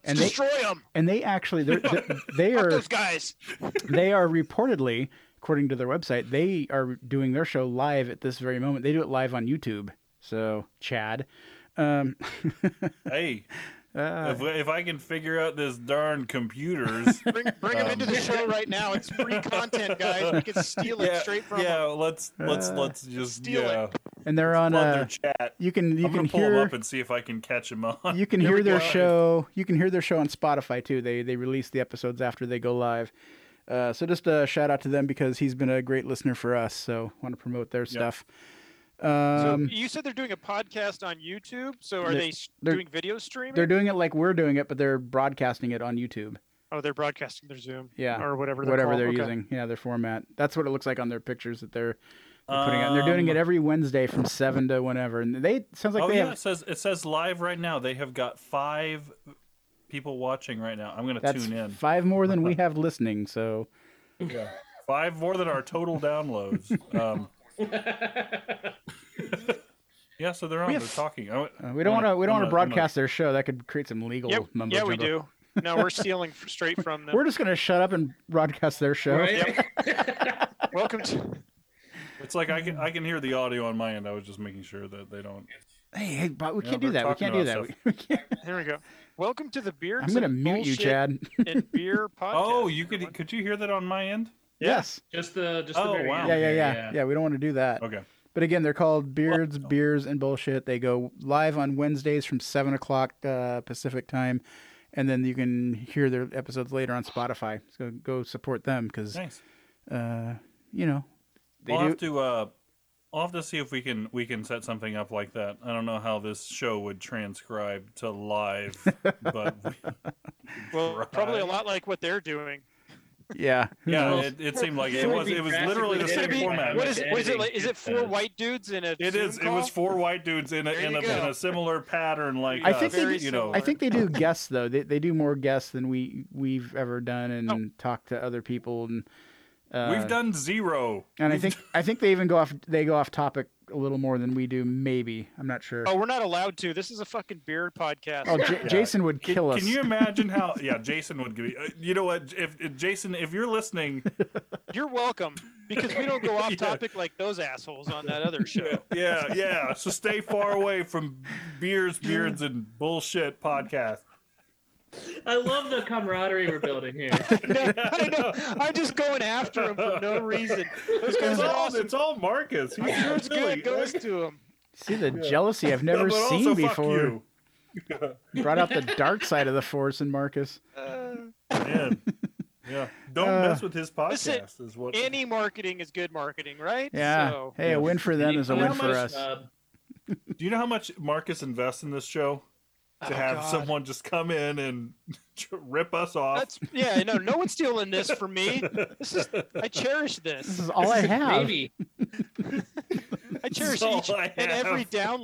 and they
Destroy them.
and they actually they're, they're, they
Fuck
are
those guys.
they are reportedly, according to their website, they are doing their show live at this very moment. They do it live on YouTube. So, Chad. Um,
hey,
uh,
if, if I can figure out this darn computers,
Bring, bring them into the
Um,
show right now. It's free content, guys. We can steal it
yeah,
straight from
yeah,
'em.
let's let's
Uh,
let's just
steal
yeah,
and they're on.
flood their
Uh,
chat.
you can you
I'm
can
gonna pull them
hear
up and see if I can catch them on.
you can
Here
hear
we
their
go.
show. You can hear their show on Spotify too. They they release the episodes after they go live. Uh, so just a shout out to them because he's been a great listener for us. So want to promote their stuff.
So
Um,
you said they're doing a podcast on YouTube. So are
They're-
they s-
they're-
doing video streaming?
they're doing it like we're doing it, but they're broadcasting it on YouTube.
oh, they're broadcasting their Zoom.
Yeah.
Or whatever. They're
whatever
called.
they're
Okay.
using. Yeah, their format. That's what it looks like on their pictures that they're, they're putting out. And they're doing it
Um,
every Wednesday from seven to whenever. And they sounds like
oh
they
yeah,
have
it says it says live right now. They have got five people watching right now. I'm gonna
that's
tune in.
five more than we have listening. So
Yeah. Five more than our total downloads. Um, yeah, so they're on.
We
They're
have-
talking. I,
uh, we don't want to we don't want to
I'm gonna- I'm gonna-
broadcast their show. That could create some legal
Yep.
mumbo
Yeah, we
jumbo.
do. No, we're stealing f- straight from them.
We're just gonna shut up and broadcast their show.
Right?
Welcome to.
It's like I can I can hear the audio on my end. I was just making sure that they don't.
Hey, hey, but we
Yeah,
can't do
they're
that. We can't
talking
do
about
that.
stuff.
We- we can't-
Here we go. Welcome to the beer.
I'm gonna mute you, Chad.
And beer podcast.
Oh, you could
everyone.
could you hear that on my end?
Yes.
Just the just
Oh,
the very
wow.
end
Yeah, yeah,
there,
yeah, yeah. We don't want to do that.
Okay.
But again, they're called Beards, Beers, and Bullshit. They go live on Wednesdays from 7 o'clock uh, Pacific time. And then you can hear their episodes later on Spotify. So go support them because,
Nice.
uh, you know, they
I'll
do.
have to uh, I'll have to see if we can we can set something up like that. I don't know how this show would transcribe to live, but
Well, probably a
Right.
lot like what they're doing.
Yeah. who
yeah,
knows?
it, it seemed like it
It would
was
be
it was literally the
drastically
same
It'd
different.
be-
format.
What is it? What is it
Editing
like? Is it four
better.
white dudes in a?
It
Zoom
is. It
Call?
was four white dudes in a
There
in
you
a, in
go.
a similar pattern. Like
I
uh,
think they
you
do-
know.
I think they do guests, though. They, they do more guests than we, we've ever done and
Oh.
talked to other people. And, uh,
We've done zero.
And I think I think they even go off they go off topic a little more than we do. Maybe I'm not sure.
Oh, we're not allowed to. This is a fucking beard podcast.
Oh, J-
Yeah.
Jason would
Can,
kill us.
can you imagine how? Yeah, Jason would give. you- Uh, you know what? If, if Jason, if you're listening,
You're welcome. Because we don't go off
Yeah.
topic like those assholes on that other show.
yeah, yeah. So stay far away from beers, beards, and bullshit podcast.
I love the camaraderie we're building here.
No, I know. I'm just going after him for no reason. Those guys
It's
are
all,
awesome.
it's all Marcus. He's
I'm sure it's
really-
good. Goes to him.
See the jealousy I've never
but also
seen
fuck
before.
you.
Brought out the dark side of the force in Marcus.
Uh,
Man. Yeah. Don't
Uh,
mess with his
listen,
podcast. Is what
any marketing is good marketing, right?
Yeah.
So,
hey,
yeah.
a win for them
You
is a
know
win
how
for
much,
us.
uh,
Do you know how much Marcus invests in this show? To
Oh,
have
God.
someone just come in and rip us off.
That's yeah. No, no one's stealing this from me. This is. I cherish
this
this.
is all I have.
Maybe.
I cherish
all
each
I
and every
have.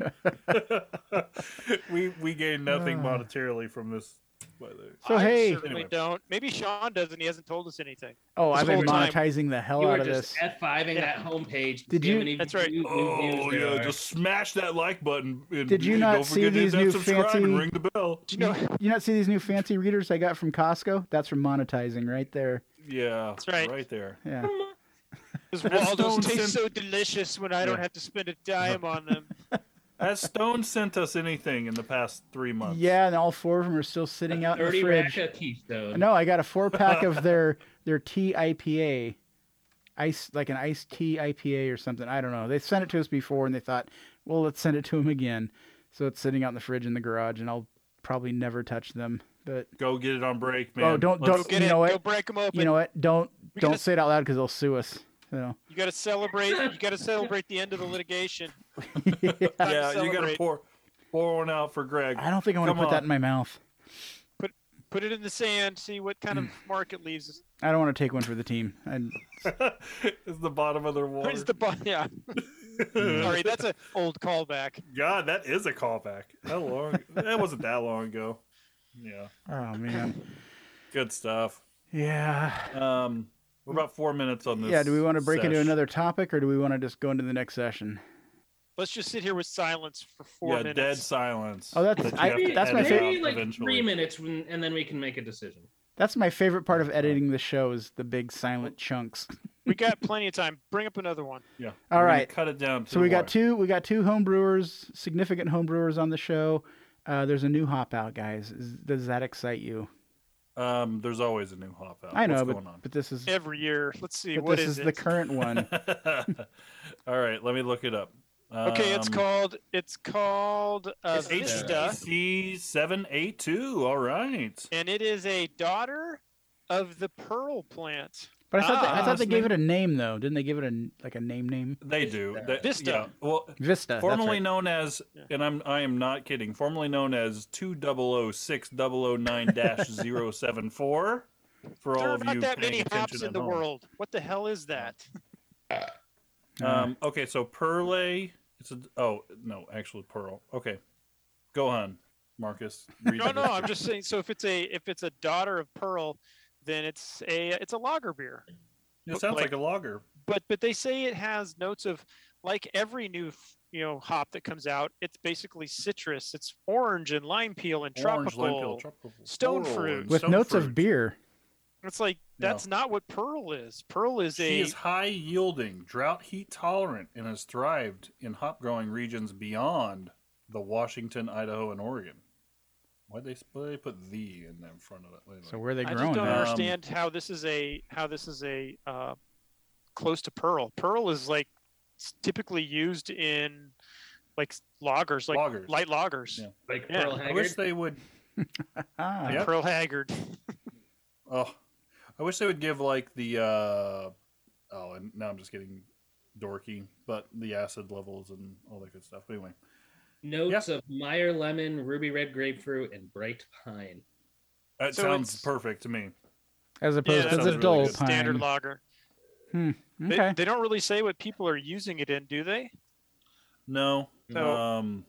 download.
we we gain nothing
Ah.
monetarily from this. by the way.
So,
I
hey-
certainly
Anyway.
don't. Maybe Sean doesn't. He hasn't told us anything.
Oh,
This
I've been
whole time,
monetizing the hell
You
out
were
of
just
this.
F5ing that homepage.
Did you-
That's right.
Oh yeah, just smash that like button. And
Did you not
don't
see
forget to
these
hit that
new
subscribe
fancy-
and ring the bell?
Do you know?
You not see these new fancy readers I got from Costco? That's from monetizing right there.
Yeah,
That's right.
right there.
Yeah.
Because
That's
Waldo's
Stone
taste
Sim-
so delicious when I don't
Yeah.
have to spend a dime on them.
Has Stone sent us anything in the past three months?
Yeah, and all four of them are still sitting out in the
30
fridge.
rack of Keystone.
No, I got a four pack of their their tea IPA, ice like an iced tea IPA or something. I don't know. They sent it to us before, and they thought, well, let's send it to them again. So it's sitting out in the fridge in the garage, and I'll probably never touch them. But
Go get it on break, man.
Oh, don't-
Let's-
Go get
You
it.
know what?
Go break them open.
you know what? Don't
We
don't
gotta-
say it out loud because they'll sue us. So
You got to celebrate. You got to celebrate the end of the litigation. Time to
Yeah, you gotta
celebrate.
pour pour one out for Greg.
I don't think I want to
Come
put that
on.
in my mouth.
Put it in the sand. See what kind of mark it leaves.
I don't want to take one for the team. I,
it's the bottom of their water.
Where's the bu- Yeah. Sorry, that's an old callback.
God, that is a callback. How long? that wasn't that long ago. Yeah,
Oh man.
good stuff.
Yeah.
Um, we're about four minutes on this.
Yeah. Do we want to break into
sesh.
another topic, or do we want to just go into the next session?
Let's just sit here with silence for four
yeah,
minutes.
dead silence.
Oh, that's-
you
I-
have to
that's my
edit
favorite-
out
Maybe like
eventually.
three minutes, when, and then we can make a decision.
That's my favorite part of editing the show is the big silent chunks.
We got plenty of time. Bring up another one.
Yeah.
All
We're gonna
right.
Cut it down. To
So we got
one.
two. We got two homebrewers, significant homebrewers on the show. Uh, there's a new hop out, guys. Is, does that excite you?
Um, there's always a new hop out.
I know,
What's
but,
going on?
but this is
Every year. Let's see.
but
what
this is,
is, it?
the current one.
All right, let me look it up.
Okay, it's
Um,
called it's called uh,
It's
Vista,
HTC7A2. All right.
and it is a daughter of the Pearl plant.
But I thought they, I
Ah,
thought they
that's
gave
neat.
it a name though. Didn't they give it a like a name name?
They do.
Vista.
They-
Vista.
yeah, Well,
Vista. that's
formerly
right.
known as,
Yeah.
and I'm I am not kidding. Formerly known as 2006-009-074. For all
there are
of
not
you
that
paying
many
attention
hops in
at
the
home.
world. What the hell is that?
Uh,
Um, okay, so Perle. It's a. Oh no, actually Pearl. Okay, go on, Marcus. read
No,
the
no,
description.
I'm just saying. So if it's a if it's a daughter of Pearl, then it's a it's a lager beer.
It sounds like,
like-
a logger.
But but they say it has notes of like every new f- you know hop that comes out. It's basically citrus. It's orange and lime peel and
Orange,
tropical.
lime peel, tropical.
stone
floral,
fruit.
and
with
stone
notes
fruit.
of beer.
It's like
No.
that's not what Pearl is. Pearl is
She
a
is high yielding, drought heat tolerant, and has thrived in hop growing regions beyond the Washington, Idaho, and Oregon. Why'd they, why'd they put the in there in front of it? Anyway.
So where are they
I
growing?
just don't
that?
huh?
understand how this is a how this is a uh, close to pearl. Pearl is like s- typically used in like s- loggers, like
Loggers.
light loggers.
Yeah.
Like
Yeah,
Pearl
I
Haggard.
wish they would.
Ah,
Yep.
Pearl Haggard.
Oh, I wish they would give like the. Uh, oh, and now I'm just getting dorky, but the acid levels and all that good stuff. Anyway,
Notes of Meyer lemon, ruby red grapefruit, and bright pine.
that
So
sounds
it's-
perfect to me.
as
Yeah,
opposed
that
to
sounds
the
really
dull
good.
pine.
Standard lager. They,
Okay.
they don't really say what people are using it in, do they?
No.
So-
um,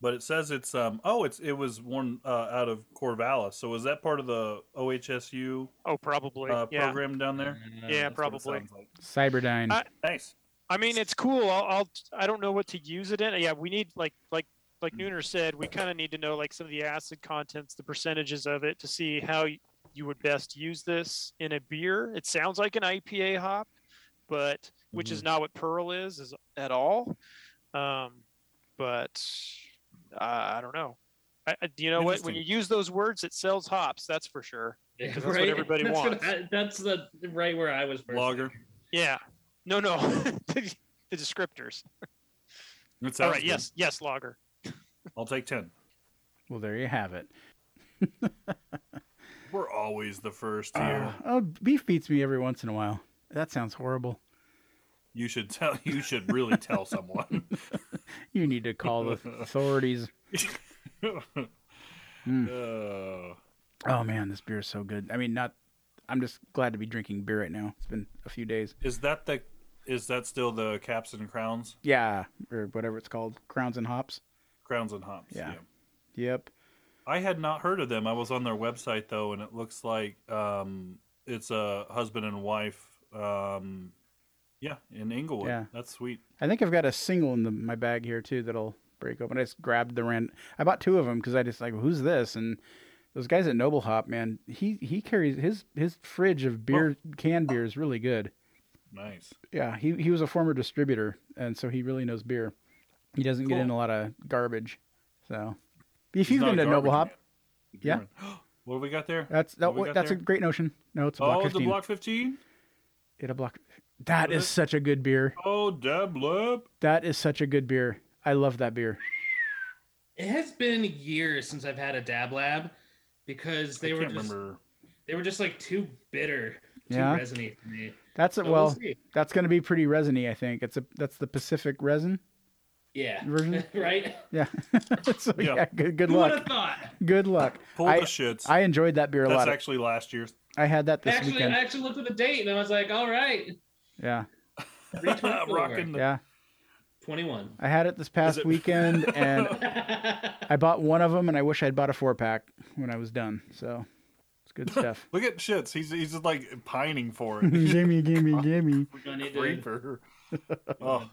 but it says it's um. Oh, it's it was one uh, out of Corvallis. So was that part of the OHSU
Oh, probably.
uh,
yeah.
program down there?
Uh,
Yeah,
That's what it
probably.
sounds like.
Cyberdyne.
I-
Nice.
I mean, it's cool. I'll, I'll I don't know what to use it in. Yeah, we need like like like Nooner said, we kind of need to know like some of the acid contents, the percentages of it, to see how y- you would best use this in a beer. It sounds like an IPA hop, but which is not what Pearl is is at all. Um, but uh, I don't know. I, I- do you know what? When you
Interesting.
use those words, it sells hops. That's for sure.
yeah,
that's what everybody
That's
wants.
I- that's the right where I was. personally.
Lager.
Yeah. No, no. the, the descriptors.
It sounds
All right.
good.
Yes. Yes. Lager.
I'll take ten.
well, there you have it.
We're always the first
Uh,
here.
oh, beef beats me every once in a while. That sounds horrible.
You should tell. You should really tell someone.
You need to call the authorities. Mm.
Oh.
Oh man, this beer is so good. I mean, not. I'm just glad to be drinking beer right now. It's been a few days.
is that the? Is that still the caps and crowns?
Yeah, or whatever it's called, crowns and hops.
Crowns and hops.
Yeah. Yep.
I had not heard of them. I was on their website though, and it looks like um, it's a husband and wife. Um, yeah, in Inglewood.
Yeah.
That's sweet.
I think I've got a single in the, my bag here too that'll break open. I just grabbed the rand. I bought two of them because I just like, who's this? And those guys at Noble Hop, man, he he carries his his fridge of beer canned beer is really good.
Nice.
Yeah, he he was a former distributor, and so he really knows beer. He doesn't get
Cool.
in a lot of garbage. So, if
He's
you've
not
been
a
to Noble Hop,
garbage
yeah.
man. What have we got there?
that's
What
that,
we got
that's a
there?
great notion. No, it's a block
Oh, the
fifteen.
block fifteen.
It'll block. That
What
is
is it?
such a good beer.
Oh, Deblab.
That is such a good beer. I love that beer.
It has been years since I've had a dab lab because they
I
were
can't
just
remember.
they were just like too bitter, too
Yeah.
resiny for me.
That's
So
it.
we'll
Well,
see.
That's going to be pretty resiny, I think. It's a that's the Pacific resin
yeah,
version.
right.
Yeah. so yeah,
Yeah.
good good
Who would
luck.
have thought?
Good luck.
Pull
I-
the shits.
I enjoyed that beer a
that's
lot.
actually last year's.
I had that this
actually,
weekend.
I actually looked at the date and I was like, all right,
Yeah.
324.
Rocking the
Yeah.
21.
I had it this past
it-
weekend, and I bought one of them, and I wish I'd bought a four pack when I was done. So it's good stuff.
Look at shits. He's he's just like pining for it.
gimme, gimme, gimme.
We're gonna need to
Creeper. oh,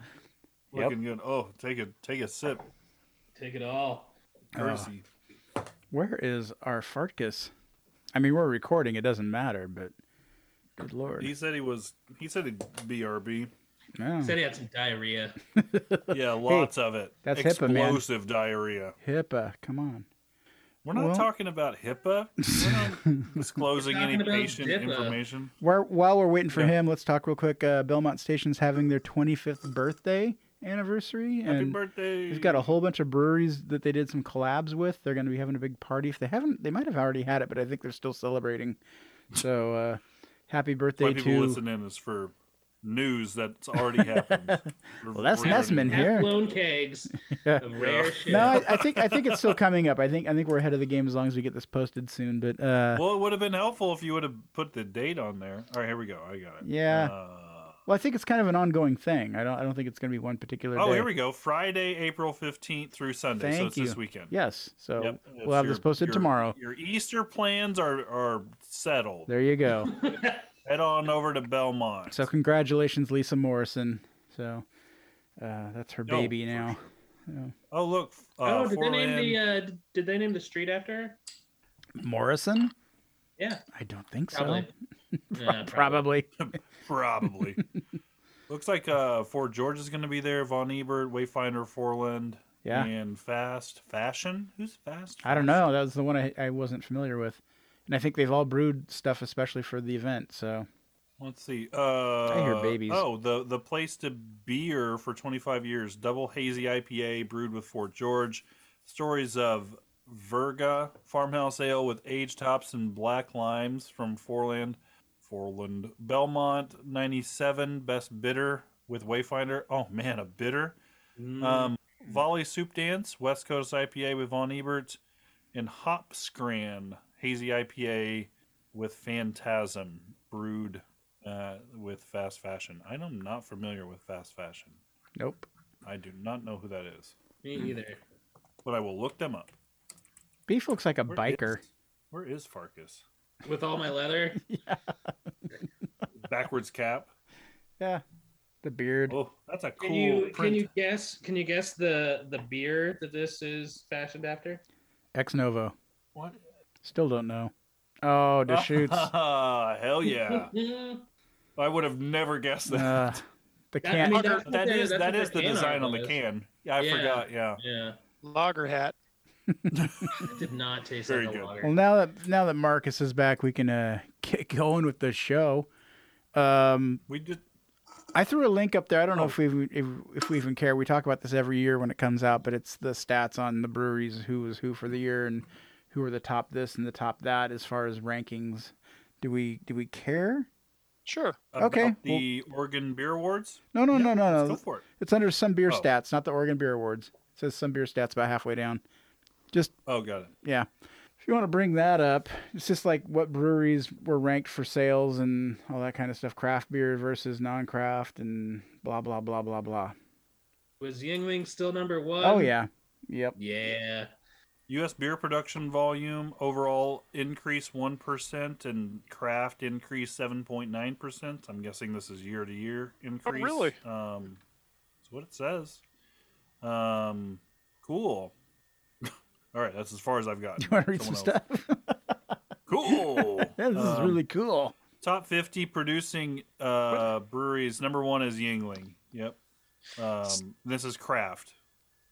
Yep.
looking good. Oh, take a take a sip.
take it all.
Percy.
Where is our fartkus? I mean, we're recording. It doesn't matter, but good lord.
He said he was. He said he'd BRB.
Yeah.
Said he had some diarrhea.
Yeah, lots of it.
that's HIPAA,
explosive
man.
diarrhea.
HIPAA, come on.
We're not
Well-
talking about HIPAA. We're not disclosing
We're
any
talking about
patient
DIPA.
information.
While, while we're waiting for
Yeah.
him, let's talk real quick. Uh, Belmont Station's having their 25th birthday anniversary,
Happy
and
birthday!
they've got a whole bunch of breweries that they did some collabs with. They're going to be having a big party. If they haven't, they might have already had it, but I think they're still celebrating. So, uh, happy
Why
birthday
people
to
listen in is for news that's already happened.
Well, that's Nesman here.
Half blown kegs of rare shit.
No, I, I think I think it's still coming up. I think I think we're ahead of the game as long as we get this posted soon. But uh,
Well, it would have been helpful if you would have put the date on there. All right, here we go. I got it.
Yeah.
Uh,
well, I think it's kind of an ongoing thing. I don't I don't think it's going to be one particular.
oh,
day.
here we go. Friday, April fifteenth through Sunday. so
Thank
it's this
you.
weekend.
Yes, so
Yep, it's
we'll have
your-
this posted
your-
tomorrow.
Your Easter plans are are settled.
There you go.
Head on over to Belmont.
so congratulations, Lisa Morrison. So uh, that's her
Oh,
baby
for
now.
sure. Oh look, uh,
oh, did they name
Forlan-
the uh, d- did they name the street after? her?
Morrison?
Yeah,
I don't think
probably.
so.
Yeah,
Probably.
probably. Looks like uh, Fort George is going to be there. Von Ebert, Wayfinder, Forland,
Yeah.
and Fast Fashion. Who's Fast?
I don't
Fashion?
know. That was the one I, I wasn't familiar with, and I think they've all brewed stuff especially for the event. So
Let's see. Uh,
I hear babies.
Oh, the the place to beer for 25 years. Double hazy IPA brewed with Fort George. Stories of Verga farmhouse ale with aged hops and black limes from Foreland, Foreland Belmont 97 best bitter with Wayfinder. Oh man, a bitter.
Mm,
Um,
Mm-hmm.
Volley Soup Dance, West Coast IPA with Von Ebert, and Hop Scran, Hazy IPA with Phantasm, brewed uh, with Fast Fashion. I am not familiar with Fast Fashion.
nope.
I do not know who that is,
me either.
but I will look them up.
Beef looks like a
Where
biker.
is- where is Farkas?
With all my leather,
Backwards cap.
Yeah, the beard.
Oh, that's a cool
can you can
print.
you guess? Can you guess the the beer that this is fashioned after?
Ex novo.
What?
Still don't know. Oh, Deschutes.
Hell yeah!
Mm,
I would have never guessed that.
uh, the
That- I
can.
mean,
That
that's
is
what
that
they-
is
that's what
the
their can
design
art
on the
was.
can. Yeah, I
Yeah.
forgot. Yeah.
yeah,
Lager hat.
it did not taste
Very
like
good.
a lager.
well, now that now that Marcus is back, we can uh, get going with the show. Um,
We did.
I threw a link up there. I don't know
Oh.
if we if, if we even care. We talk about this every year when it comes out, but it's the stats on the breweries who was who for the year and who were the top this and the top that as far as rankings. Do we do we care?
Sure.
about
Okay,
The Oregon Beer Awards.
No, no, no, no,
Let's
no.
Go for it.
It's under some beer
Oh.
stats, not the Oregon Beer Awards. It says some beer stats about halfway down. Just
Oh, got it.
yeah. If you want to bring that up, it's just like what breweries were ranked for sales and all that kind of stuff. Craft beer versus non-craft and blah blah blah blah blah.
Was Yingling still number one?
Oh yeah, yep.
yeah.
U.S. beer production volume overall increase one percent, and craft increase seven point nine percent. I'm guessing this is year to year increase.
really?
Um, that's what it says. Um, cool. All right, that's as far as I've got.
You want to read some stuff?
Cool.
Yeah, this is
Um,
really cool.
Top 50 producing uh, breweries. Number one is Yingling. Yep. Um, this is Craft,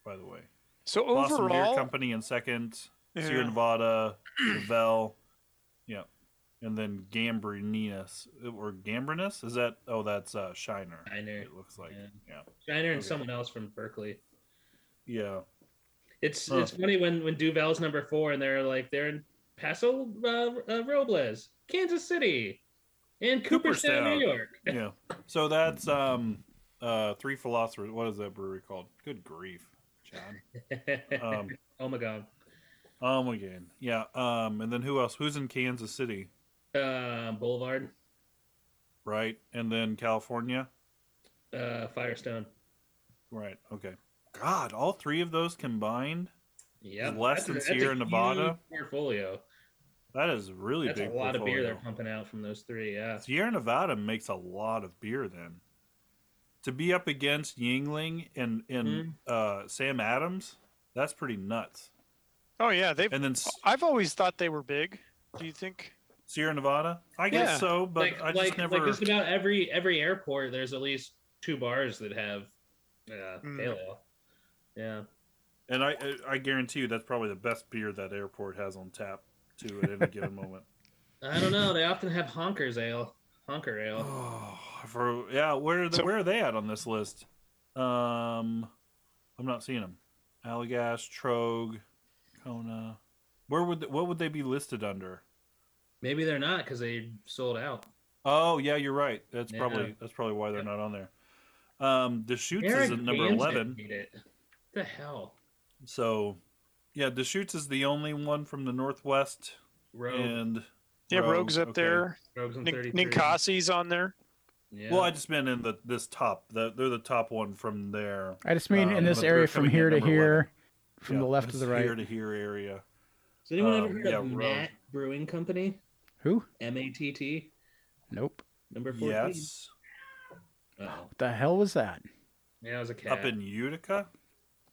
by the way.
So
Boston Beer
overall,
Company in second. Sierra
yeah,
Nevada, Lavelle. Yep. And then Gambrinus. Or Gambrinus? Is that? Oh, that's uh, Shiner.
Shiner,
It looks like.
yeah.
Yeah.
Shiner and
Okay.
someone else from Berkeley.
Yeah.
It's
Huh.
it's funny when when Duval's number four and they're like they're in Paso uh, uh, Robles, Kansas City, and Cooperstown,
Cooperstown.
New York.
Yeah. So that's um, uh, Three Philosophers. What is that brewery called? Good grief, John. Um,
oh my God.
um again. Yeah. Um, and then who else? Who's in Kansas City?
Uh, Boulevard,
right? And then California.
uh, Firestone.
Right. Okay. God, all three of those combined.
Yeah,
Less than Sierra Nevada?
portfolio.
That is a really
That's a
big.
lot of beer
portfolio.
they're pumping out from those three. Yeah,
Sierra Nevada makes a lot of beer then. To be up against Yingling and and
Hmm.
uh, Sam Adams, that's pretty nuts.
Oh yeah, they've.
And then S-
I've always thought they were big. Do you think?
Sierra Nevada, I guess
Yeah.
so, but
like
I just
like,
never.
like just about every every airport, there's at least two bars that have uh,
Hmm.
Mm.
pale ale. Yeah,
and I I- I guarantee you that's probably the best beer that airport has on tap too at any given moment.
I don't know. They often have honkers ale, honker ale.
Oh, for yeah, where are the,
So-
where are they at on this list? Um, I'm not seeing them. Allagash, Trogue, Kona. Where would th- what would they be listed under?
Maybe they're not because they sold out.
Oh yeah, you're right. That's
Yeah.
probably that's probably why they're
Yep.
not on there. Um, Deschutes is at number
Danzig
eleven.
made it. the hell,
So, yeah, Deschutes is the only one from the northwest,
Rogue,
and
Yeah, Rogue's up
okay.
there.
Rogues in
Nin-
33.
Ninkasi's on there.
Yeah.
Well, I just meant in the this top. The, they're the top one from there.
I just mean
Um,
in this
but they're
area from
coming in
here to
number
here, from
Yeah,
the left to
this
the right.
here to here area.
Has anyone
um,
ever heard
yeah,
of
Rogue.
Matt Brewing Company?
Who?
M A T T
Nope.
number fourteen.
Yes,
Oh,
What the hell was that?
yeah, it was a cat.
up in Utica.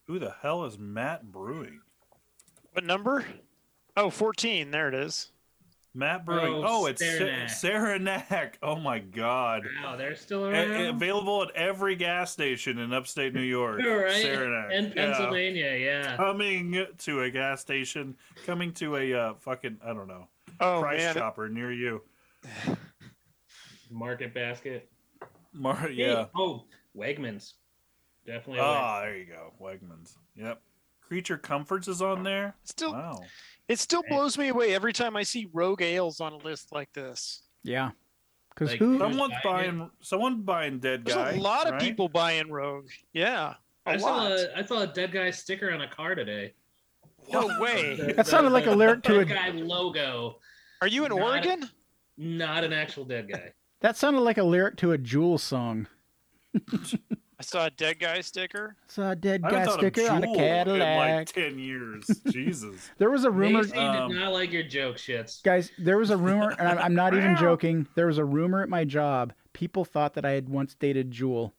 Who the hell is Matt Brewing?
What number? Oh, 14. There it is.
Matt Brewing.
Oh,
Oh, it's
Saranac.
Sa- Saranac. Oh my God.
Wow, they're still around.
A- available at every gas station in upstate New York.
right?
Saranac.
And
Yeah.
Pennsylvania, yeah.
Coming to a gas station, coming to a uh, fucking, I don't know,
Oh
price
man,
chopper near you.
Market basket.
Mar-
Hey,
yeah.
oh, Wegmans. Definitely. a Wegmans.
Ah, there you go. Wegmans. Yep. Creature Comforts is on there.
it still
Wow.
it still
Man.
blows me away every time I see Rogue ales on a list like this.
Yeah. Because
Like-
who?
Some-
Someone's
buying it?
buying. Someone buying dead
There's
guy.
a lot of
right?
people buying Rogue. Yeah, a
I saw
lot.
a, I saw a dead guy sticker on a car today.
No way.
That sounded like a lyric to a.
dead guy logo,
Are you in
Not-
Oregon?
not an actual dead guy.
That sounded like a lyric to a Jewel song.
I saw a dead guy sticker.
Saw a dead
I haven't
guy
thought
sticker
of
on
Juul
a
in
Cadillac.
like ten years. Jesus.
There was a rumor.
Macy
um,
did not like your joke shits.
Guys, there was a rumor, and I'm, I'm not even
Wow.
joking. There was a rumor at my job. People thought that I had once dated Jewel.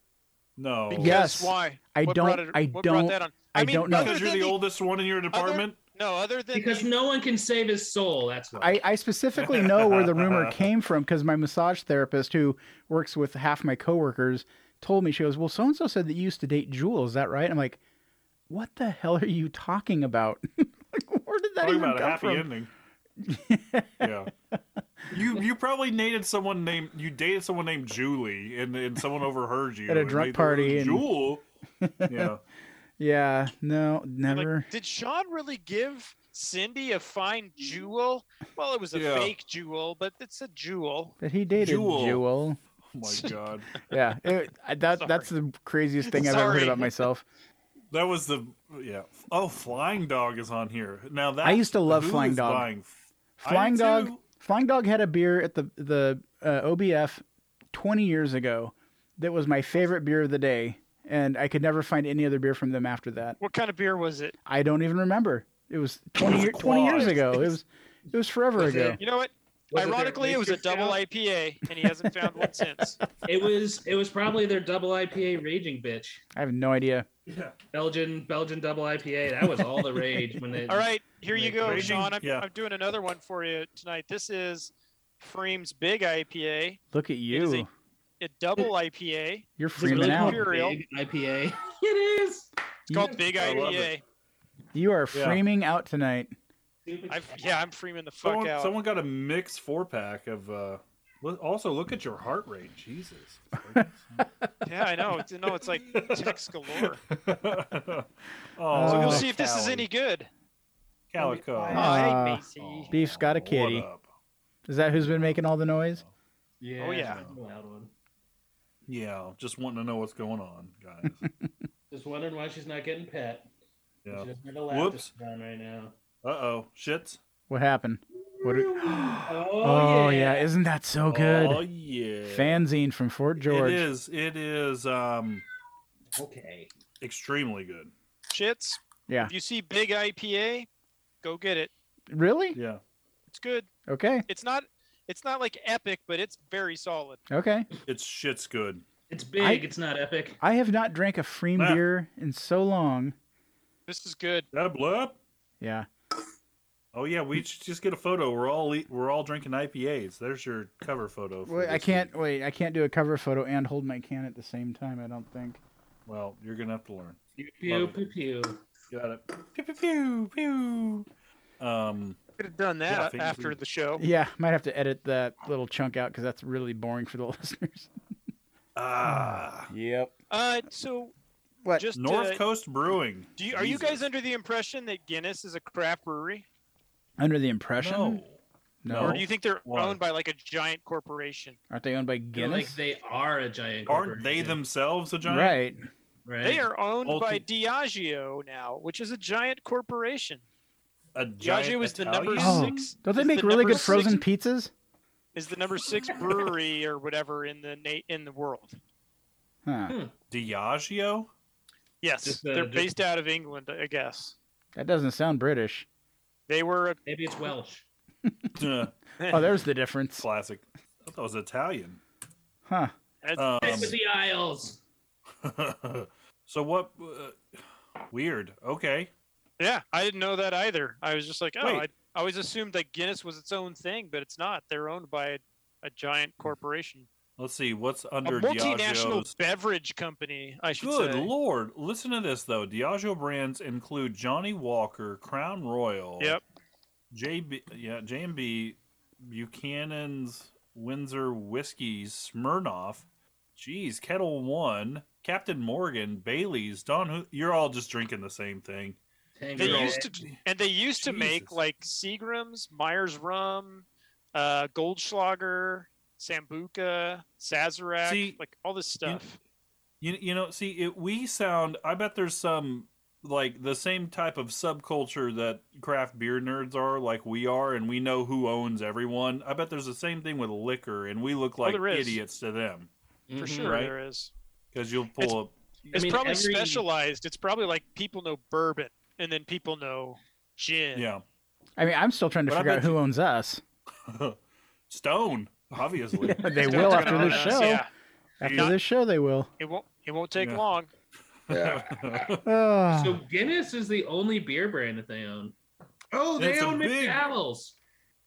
No.
Because
Yes.
Why?
I
What
don't.
brought it-
I
what brought
don't.
that on?
I
mean,
don't know.
other
Because you're
than
the oldest one in your department.
No, other than
Because
the-
no one can save his soul. That's why.
I, I specifically know where the rumor came from because my massage therapist, who works with half my coworkers, told me she goes, "Well, so and so said that you used to date Jewel. Is that right?" I'm like, "What the hell are you talking about? like, where did that
Talking
even
about a
come
happy
from?"
ending. yeah. You you probably dated someone named you dated someone named Julie and and someone overheard you
At a
and
drunk
they- they
party and-
Jewel. Yeah. Oh
Yeah, no, never.
Like, did Sean really give Cindy a fine jewel? Well, it was a
Yeah.
fake jewel, but it's a jewel.
But he dated
Jewel.
Jewel.
Oh my god.
Yeah, it, I- that
Sorry.
that's the craziest thing I've ever
Sorry.
heard about myself.
That was the yeah. Oh, Flying Dog is on here now. That
I used to love
who
Flying
is
Dog.
buying f- I
Flying
do
Dog.
too.
Flying Dog had a beer at the the uh, OBF 20 years ago that was my favorite beer of the day, and I could never find any other beer from them after that.
What kind of beer was it?
I don't even remember. It was 20 year, 20 years ago. It was it was forever
Was
ago.
You know what?
Was it their
Ironically, it, was a
Racers
double
Scout?
IPA, and he hasn't found one since.
It was it was probably their double IPA raging bitch.
I have no idea.
Yeah.
Belgian Belgian double IPA. That was all the rage when they.
All right, here you
Like
go,
raging-
Sean. I'm,
yeah.
I'm doing another one for you tonight. This is Freem's Big IPA,
Look at
is
you.
a- a double IPA.
You're
Is it really
freaking out.
called- Imperial.
Big IPA. It is.
It's called Big
I love
IPA.
You are
Yeah.
framing out tonight.
I've, yeah, I'm freeming the fuck
Someone,
out.
someone got a mixed four pack of. uh look- Also, look at your heart rate, Jesus.
Yeah, I know. It's- No, it's like text galore.
oh,
So
Oh,
we'll see if this is any good.
Calico.
Oh,
Uh,
hey, Macy.
Beef's got a
Oh, what
kitty.
up?
Is that who's been making all the noise?
Yeah.
Oh, yeah.
that's a Loud one.
Yeah, just wanting to know what's going on, guys.
Just wondering why she's not getting pet.
Yeah.
She doesn't have a laptop
Whoops.
on right now.
Uh oh, shits.
What happened? What? Are,
Oh,
oh yeah. isn't that so good?
Oh yeah.
Fanzine from Fort George.
It is. It is. Um.
Okay.
extremely good.
Shits.
Yeah.
If you see big IPA, go get it.
Really?
Yeah.
It's good.
Okay.
It's not. It's not like epic, but it's very solid.
Okay.
It's shit's good.
It's big.
I-
it's not epic.
I have not drank a Freem
Ah.
beer in so long.
This is good.
That a blurb?
Yeah.
Oh yeah, we should just get a photo. We're all e- we're all drinking IPAs. There's your cover photo. for
Wait, I
this
can't
week.
wait. I can't do a cover photo and hold my can at the same time. I don't think.
Well, you're gonna have to learn.
Pew pew
Love
pew. pew.
Got it. Pew pew pew. pew. Um,
Could have done
Yeah, I
that
think
after
we-
the show.
Yeah, might have to edit that little chunk out because that's really boring for the listeners.
ah,
Yep.
Uh, so
What?
Just
North
uh,
Coast Brewing.
do you, are you guys
Jesus.
under the impression that Guinness is a craft brewery,
Under the impression?
No.
No.
or do you think they're
Why?
owned by like a giant corporation?
Aren't they owned by
They're
Guinness?
Like they are a giant.
Aren't they
corporation,
themselves a giant?
Right.
Right.
They are owned
Ulti-
by Diageo now, which is a giant corporation.
A giant
Diageo is the number
Italian?
Oh,
six.
Don't they
is
make
the
really
number
good frozen pizzas?
Is the number six brewery or whatever in the na- in the world?
Huh.
Hmm.
Oh.
Diageo.
Yes,
Just, uh,
they're
just-
based out of England, I guess.
That doesn't sound British.
They were a
Maybe it's Welsh.
Uh,
Oh, there's the difference.
Classic. I thought it was Italian.
Huh.
Um,
Stick with the Isles.
so what? Uh, weird. Okay.
Yeah, I didn't know that either. I was just like, oh, I,
Wait.
I always assumed that Guinness was its own thing, but it's not. They're owned by a, a giant corporation,
Let's see. What's
a
under
multinational
Diageo's?
beverage company, I should
Good
say.
lord! Listen to this though. Diageo brands include Johnny Walker, Crown Royal.
Yep.
JB. Yeah. JB. Buchanan's Windsor Whiskies, Smirnoff. Jeez, Kettle One, Captain Morgan, Bailey's, Don. Ho- You're all just drinking the same thing.
They
Tango.
You're all-
used to, and they used to make
Jesus.
like Seagram's, Myers Rum, uh, Goldschlager, Sambuca, Sazerac,
See,
like all this
you-
stuff.
You, you know, see, it, we sound. I bet there's some like the same type of subculture that craft beer nerds are, like we are, and we know who owns everyone. I bet there's the same thing with liquor, and we look like
Oh, there is.
idiots to them
for
Mhm.
sure,
Mm-hmm, right?
there is.
because you'll
It's-
pull up.
It's
mean,
probably
every-
specialized. It's probably like people know bourbon, and then people know gin.
Yeah,
I mean, I'm still trying to
But I
figure out
bet
who owns us.
stone, obviously.
They
They're
will
gonna
after
own
this
us,
show.
Yeah,
After
Yeah.
this show, they will.
it won't. It won't take
Yeah.
long.
Ah.
So Guinness is the only beer brand that they own. Oh, they
It's a
own
big-
McDowell's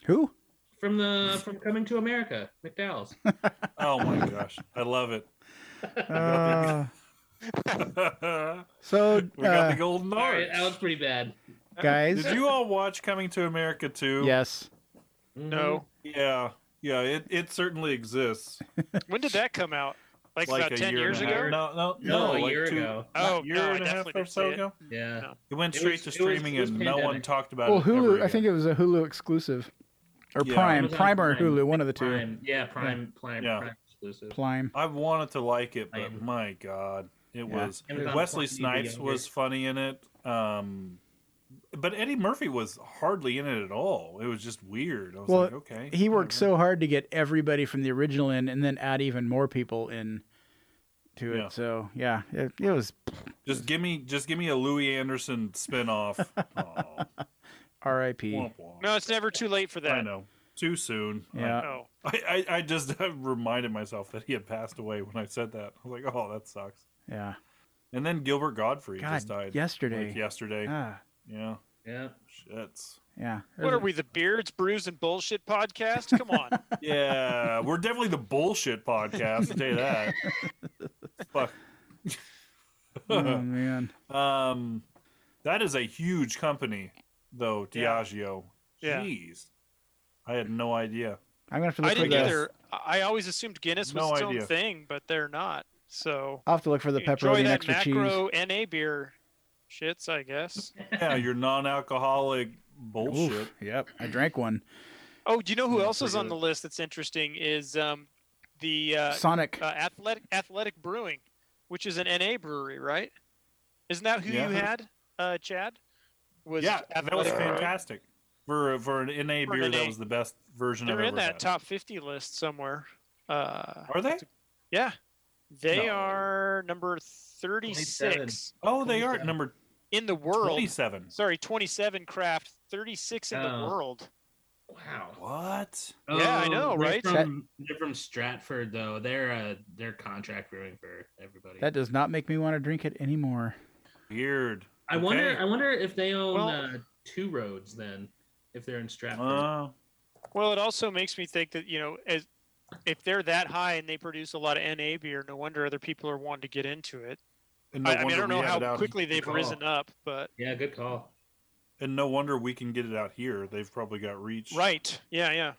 who?
from the from Coming to America. McDowell's.
oh my gosh, I love it.
Ah.
we got
so, uh,
the golden
Sorry,
arch.
that was pretty bad.
guys.
Did you all watch Coming to America too?
Yes.
Mm-hmm.
No.
Yeah. Yeah, it, it certainly exists.
Mm-hmm.
when did that come out? Like,
like
about
a
uh, ten
year
years
and a half-
ago.
No, no,
No,
no,
a
like
year
two,
ago.
Oh,
year
no, I
and a half
definitely
or
didn't
so
see it.
ago.
Yeah.
It went
It
straight
was-
to
it was-
streaming,
it was
and no one
pandemic.
talked about
Well,
it. ever
Hulu. I
again.
think it was a Hulu exclusive, or
Yeah.
Prime,
Amazon
Prime or
Prime.
Hulu, one of the two.
Prime. Yeah, Prime, Prime,
Yeah.
Prime exclusive.
Prime.
I wanted to like it, but
Prime.
my god, it was.
Amazon
Wesley
Prime,
Snipes
younger.
was funny in it, um, but Eddie Murphy was hardly in it at all. It was just weird. I was
Well,
like, okay,
He worked
whatever.
so hard to get everybody from the original in, and then add even more people in to it.
Yeah.
So yeah, it, it was
Just give me, just give me a Louis Anderson spinoff. Aw,
R.I.P.
womp womp.
No, it's never too late for
I
that.
know. Too soon. I
Yeah.
Oh,
I, I, I just reminded myself that he had passed away when I said that. I was like, oh, that sucks.
yeah.
And then Gilbert Godfrey
God,
just died
yesterday.
like yesterday.
Ah,
Yeah,
Yeah.
shits.
yeah.
what are we? The Beards, Brews, and Bullshit podcast? Come on.
Yeah, we're definitely the bullshit podcast. I'll tell you that. Fuck.
Oh man.
um, that is a huge company, though.
Yeah.
Diageo.
Yeah.
Jeez, I had no idea.
I'm gonna have to
I
look for
didn't
the.
either. I I always assumed Guinness was
No
its
idea.
own thing, but they're not. So
I'll have to look for the pepperoni
enjoy
and
that
extra cheese.
macro NA beer shits, I guess.
Yeah, your non-alcoholic bullshit.
Oof, yep, I drank one.
Oh, do you know who
Yeah,
else is
pretty
on
good.
the list that's interesting? Is um, the uh,
Sonic.
uh, athletic athletic brewing, which is an NA brewery, right? Isn't that who
Yeah.
you had, uh, Chad? Was
Yeah, that was
Athletic Brewing?
fantastic. For for an NA
For an
beer, that
NA.
was the best version
They're
I've
in
ever
that
had.
top fifty list somewhere. Uh,
Are they?
yeah, they
No.
are number 36
Oh, they are at number
in the world.
27.
Sorry, 27 craft, 36 in the
Oh.
world.
Wow. Oh,
What?
Yeah, I know,
they're
right?
From, they're from Stratford, though. They're uh, they're contract brewing for everybody.
That does not make me want to drink it anymore.
Weird.
I wonder.
Okay.
I wonder if they own
Well-
uh, two roads then, if they're in Stratford.
Uh,
Well, it also makes me think that, you know, as if they're that high and they produce a lot of NA beer, no wonder other people are wanting to get into it.
and no
I, I mean, I
wonder
don't
we
know
have it
how
out-
quickly they've
call.
risen up, but
yeah, good call.
And no wonder we can get it out here. They've probably got reach.
right. Yeah, yeah.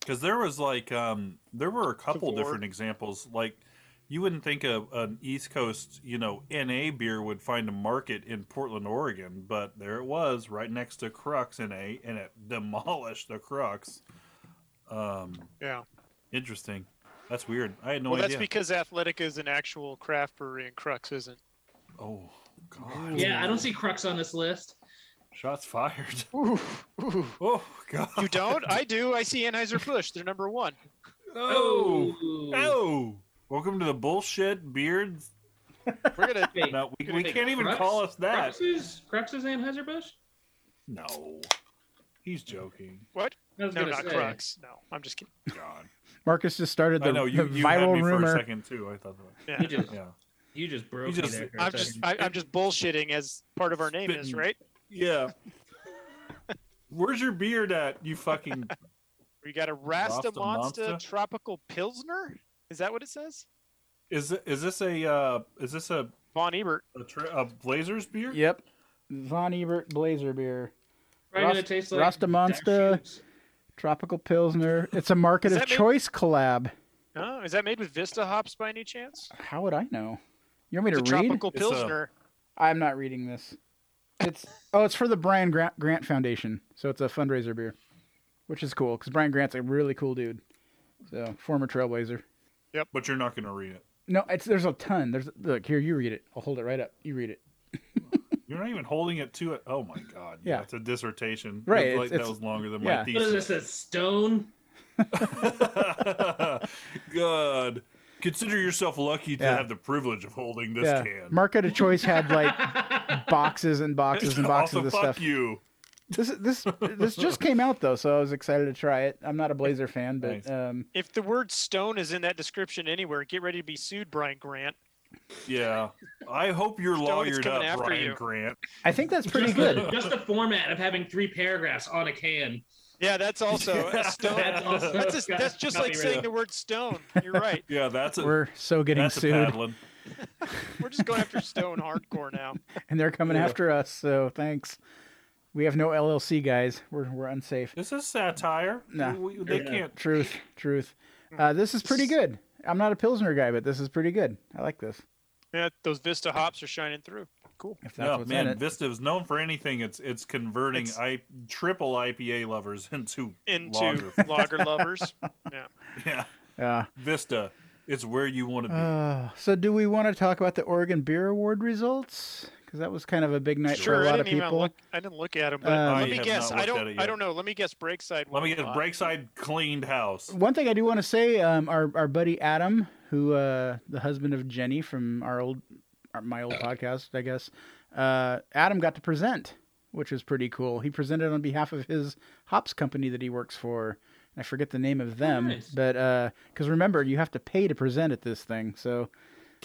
because there was like um there were a couple
Before.
different examples like you wouldn't think a, an east coast you know na beer would find a market in portland oregon but there it was right next to crux na and it demolished the crux um
Yeah.
interesting that's weird i had no
well, that's
idea
because Athletic is an actual craft brewery and Crux isn't.
oh god
Yeah, I don't see Crux on this list.
shots fired
Ooh, ooh.
oh god
You don't? I do. I see Anheuser-Busch. They're number one.
oh oh welcome to the bullshit beard
We're going to.
Wait,
no we,
you're
we
gonna
can't
say
even
Crux?
call us that
Crux is Crux is Anheuser Busch.
No. He's joking.
What?
I was
No,
gonna
not
say.
Crux. No, I'm just kidding.
God.
Marcus just started the,
I know you,
the
you had
viral
me for a
rumor.
second too. I thought that.
Yeah.
You just
Yeah.
you just broke
You just-
me there. for a
I'm just,
second.
I, I'm just bullshitting as part of our name is,
Spitting.
right?
Yeah. Where's your beard at? You fucking
We got a Rasta
Rasta
Monster
Monster?
Tropical Pilsner. Is that what it says?
is it- is this a uh, is this a
Von Ebert.
a, tra- a Blazers beer?
Yep. Von Ebert Blazer beer.
Probably gonna
Rast-
taste like
Rasta Monster.
Dashoots.
Tropical Pilsner. It's a market
Does
of
that mean-
choice collab.
Oh, is that made with Vista hops by any chance?
How would I know? You want me
It's a
to read?
tropical
It's a-
pilsner.
I'm not reading this. It's oh, it's for the Brian Grant, Grant Foundation, so it's a fundraiser beer, which is cool because Brian Grant's a really cool dude, so former trailblazer.
But you're not gonna read it.
No, it's there's a ton. There's look here. You read it. I'll hold it right up. You read it.
You're not even holding it to it. Oh my god.
Yeah.
It's a dissertation.
Right,
It's
it's-
like that
it's-
was longer than my
yeah.
What is
thesis.
this? A stone?
god. Consider yourself lucky to
Yeah.
have the privilege of holding this
yeah,
can.
Market of Choice had like boxes and boxes and boxes
also,
of
fuck
stuff.
you.
This this this just came out though, so I was excited to try it. I'm not a Blazer fan, but
Nice.
um,
If the word stone is in that description anywhere, get ready to be sued, Brian Grant.
Yeah. I hope you're
Stone is
lawyered
coming
up,
after
Brian
you.
Grant.
I think that's pretty
just the-
good.
just the format of having three paragraphs on a can.
Yeah, that's also a stone.
That's also-
That's, a, that's just like
Copyright.
saying the word stone. You're right.
Yeah, that's a
We're so getting
that's a
sued,
paddling.
We're just going after stone hardcore now.
and they're coming
Yeah.
after us. So thanks. We have no LLC, guys. We're we're unsafe.
This is satire.
Nah.
We- they
Yeah.
can't.
Truth, truth. Uh, this is pretty good. I'm not a pilsner guy, but this is pretty good. I like this.
Yeah, those Vista hops are shining through. Cool.
If that's
No,
what's
Oh, man,
in it.
Vista is known for anything. It's it's converting
It's-
I triple IPA lovers into
Into
lager.
lager, lovers. Yeah.
yeah,
Yeah.
Vista. It's where you want to be.
Uh, so, do we want to talk about the Oregon Beer Award results? Because that was kind of a big night
Sure.
for a
I
lot
didn't
of
even
people.
look. I didn't look at them, but
Um,
let
I
me
have
guess.
not
I
looked at
don't.
it
I
yet.
don't know. Let me guess. Breakside.
Let me
won
get
a
a
lot.
breakside cleaned house.
One thing I do want to say, um, our our buddy Adam, who uh, the husband of Jenny from our old, our, my old podcast, I guess, uh, Adam got to present, which was pretty cool. He presented on behalf of his hops company that he works for. I forget the name of them,
nice.
but because remember, you have to pay to present at this thing. So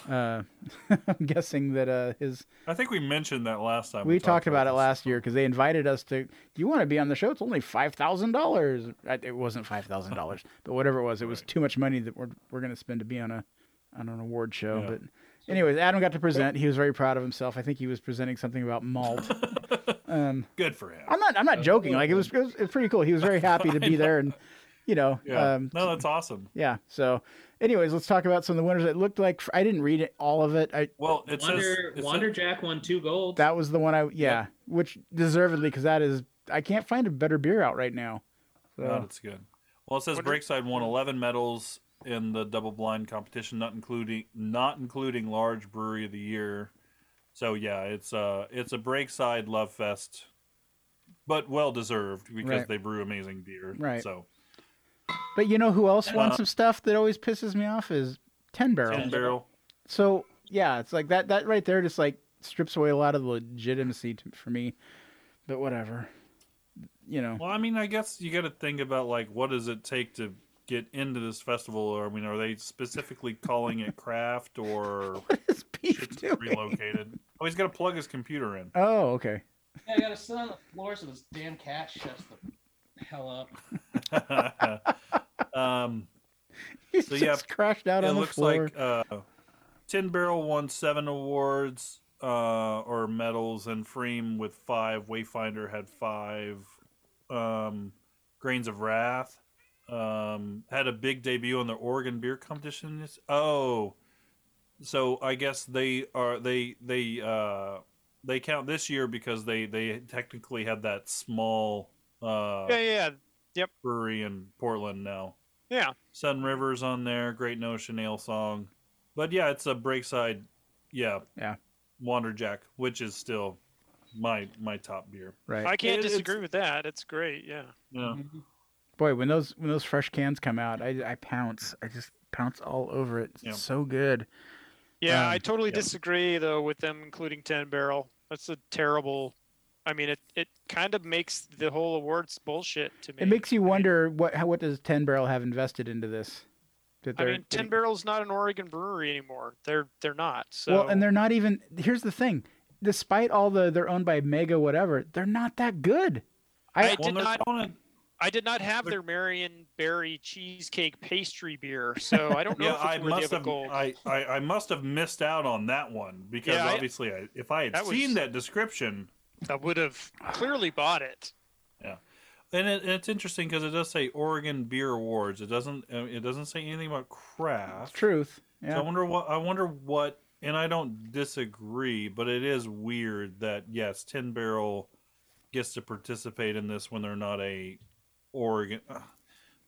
uh, I'm guessing that uh, his
I think we mentioned that last time.
we talked about it
this.
last year because they invited us to. You want to be on the show? It's only five thousand dollars. It wasn't five thousand dollars, but whatever it was, it was too much money that we're we're going to spend to be on a on an award show.
Yeah.
But anyways, Adam got to present. He was very proud of himself. I think he was presenting something about malt. um,
Good for him.
I'm not I'm not joking. Like it was it was, it was pretty cool. He was very happy to be there, and you know,
Yeah.
um,
no, that's awesome.
yeah. So, anyways, let's talk about some of the winners. It looked like I didn't read it, all of it. I
Well, it says
Wander,
it says-
Wander Jack won two gold.
That was the one I yeah, which deservedly because that is I can't find a better beer out right now. So
God, it's good. Well, it says
Wonder-
Breakside won 11 medals in the double blind competition, not including not including large brewery of the year. So yeah, it's a it's a Breakside love fest, but well deserved because
Right.
they brew amazing beer.
Right.
So
but you know who else won
Uh,
some stuff that always pisses me off is Ten Barrel.
ten barrel.
So yeah, it's like that that right there just like strips away a lot of the legitimacy to, for me. But whatever, you know.
Well, I mean, I guess you got to think about like what does it take to get into this festival, or I mean, are they specifically calling it craft or
What is beef
shit's
doing?
relocated? Oh, he's got to plug his computer in.
Oh, okay.
Yeah, I gotta sit on the floor so this damn cat shuts the hell up.
um,
He's
So,
just
yeah,
crashed out
it
on the
looks
floor.
like uh, Tin Barrel won seven awards uh, or medals, and Freem with five. Wayfinder had five. Um, Grains of Wrath um, had a big debut on the Oregon Beer Competition. It's- Oh, so I guess they are they they uh, they count this year because they they technically had that small uh,
Yeah, yeah,
brewery in Portland now.
yeah.
Sun Rivers on there, Great No Chanel song. But yeah, it's a Breakside, yeah,
Yeah.
Wander Jack, which is still my my top beer.
right.
I can't
It- it's-
disagree with that. It's great. Yeah.
Yeah,
Mm-hmm.
Boy, when those when those fresh cans come out, I, I pounce. I just pounce all over it. It's
Yeah.
so good.
Yeah,
Um,
I totally
yeah.
disagree though with them including Ten Barrel. That's a terrible. I mean, it it kind of makes the whole awards bullshit to me.
It makes you
I mean-
wonder what how, what does Ten Barrel have invested into this? That
I
they're-
mean, Ten Barrel's not an Oregon brewery anymore. They're they're not. So
Well, and they're not even. Here's the thing. Despite all the they're owned by Mega whatever, they're not that good. I,
I- did
they're
not-
calling it-
I did not have their Marion Berry cheesecake pastry beer, so I don't know
yeah,
if it's
I
worthy
must
of a
have
gold.
I, I I must have missed out on that one because
Yeah, I-
obviously, I, if I had
that was-
seen that description,
I would have clearly bought it.
and it, it's interesting because it does say Oregon Beer Awards. It doesn't uh, it doesn't say anything about
it's
craft.
truth. Yeah.
So I wonder what I wonder what, and I don't disagree, but it is weird that yes, Ten Barrel gets to participate in this when they're not a Oregon. Uh,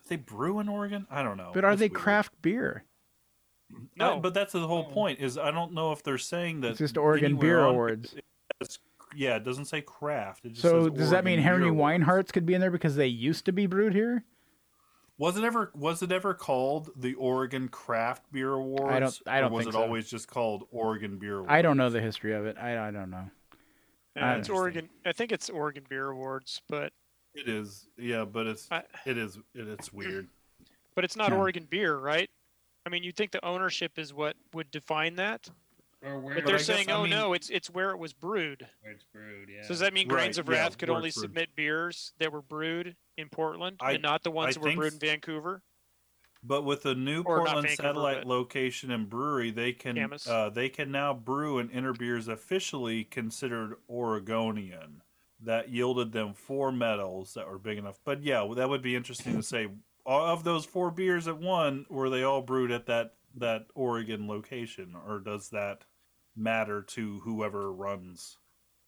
they brew in Oregon. I don't know.
but are
It's
they
weird.
craft beer?
Uh,
No.
but that's the whole point. Is I don't know if they're saying that
It's just Oregon
anywhere
Beer
on-
Awards.
Yeah, it doesn't say craft. It just
So
says
does that mean
Oregon Beer
Henry
Awards.
Weinhardt's could be in there because they used to be brewed here?
Was it ever was it ever called the Oregon Craft Beer Awards?
I don't
Or was
think
it
so.
always just called Oregon Beer Awards?
I don't know the history of it. I, I don't know.
Yeah, it's
Interesting.
Oregon. I think it's Oregon Beer Awards, but
It is, yeah, but it's
I-
it is it, it's weird.
but it's not
Yeah.
Oregon beer, right? I mean, you'd think the ownership is what would define that,
Or where
but
But I
they're
guess,
saying,
I
"Oh
mean-
no, it's it's where it was brewed."
where it's brewed. Yeah.
So does that mean
Right,
Grains of
yeah,
Wrath could
where
only
it's brewed.
submit beers that were brewed in Portland
I-
and not the
I
ones that were
think
brewed in
s-
Vancouver?
But with the new
Or not
Portland
Vancouver,
satellite
but-
location and brewery, they can
Camas.
uh, they can now brew and enter beers officially considered Oregonian. That yielded them four medals that were big enough. But yeah, that would be interesting to say. Of those four beers at one, were they all brewed at that that Oregon location, or does that matter to whoever runs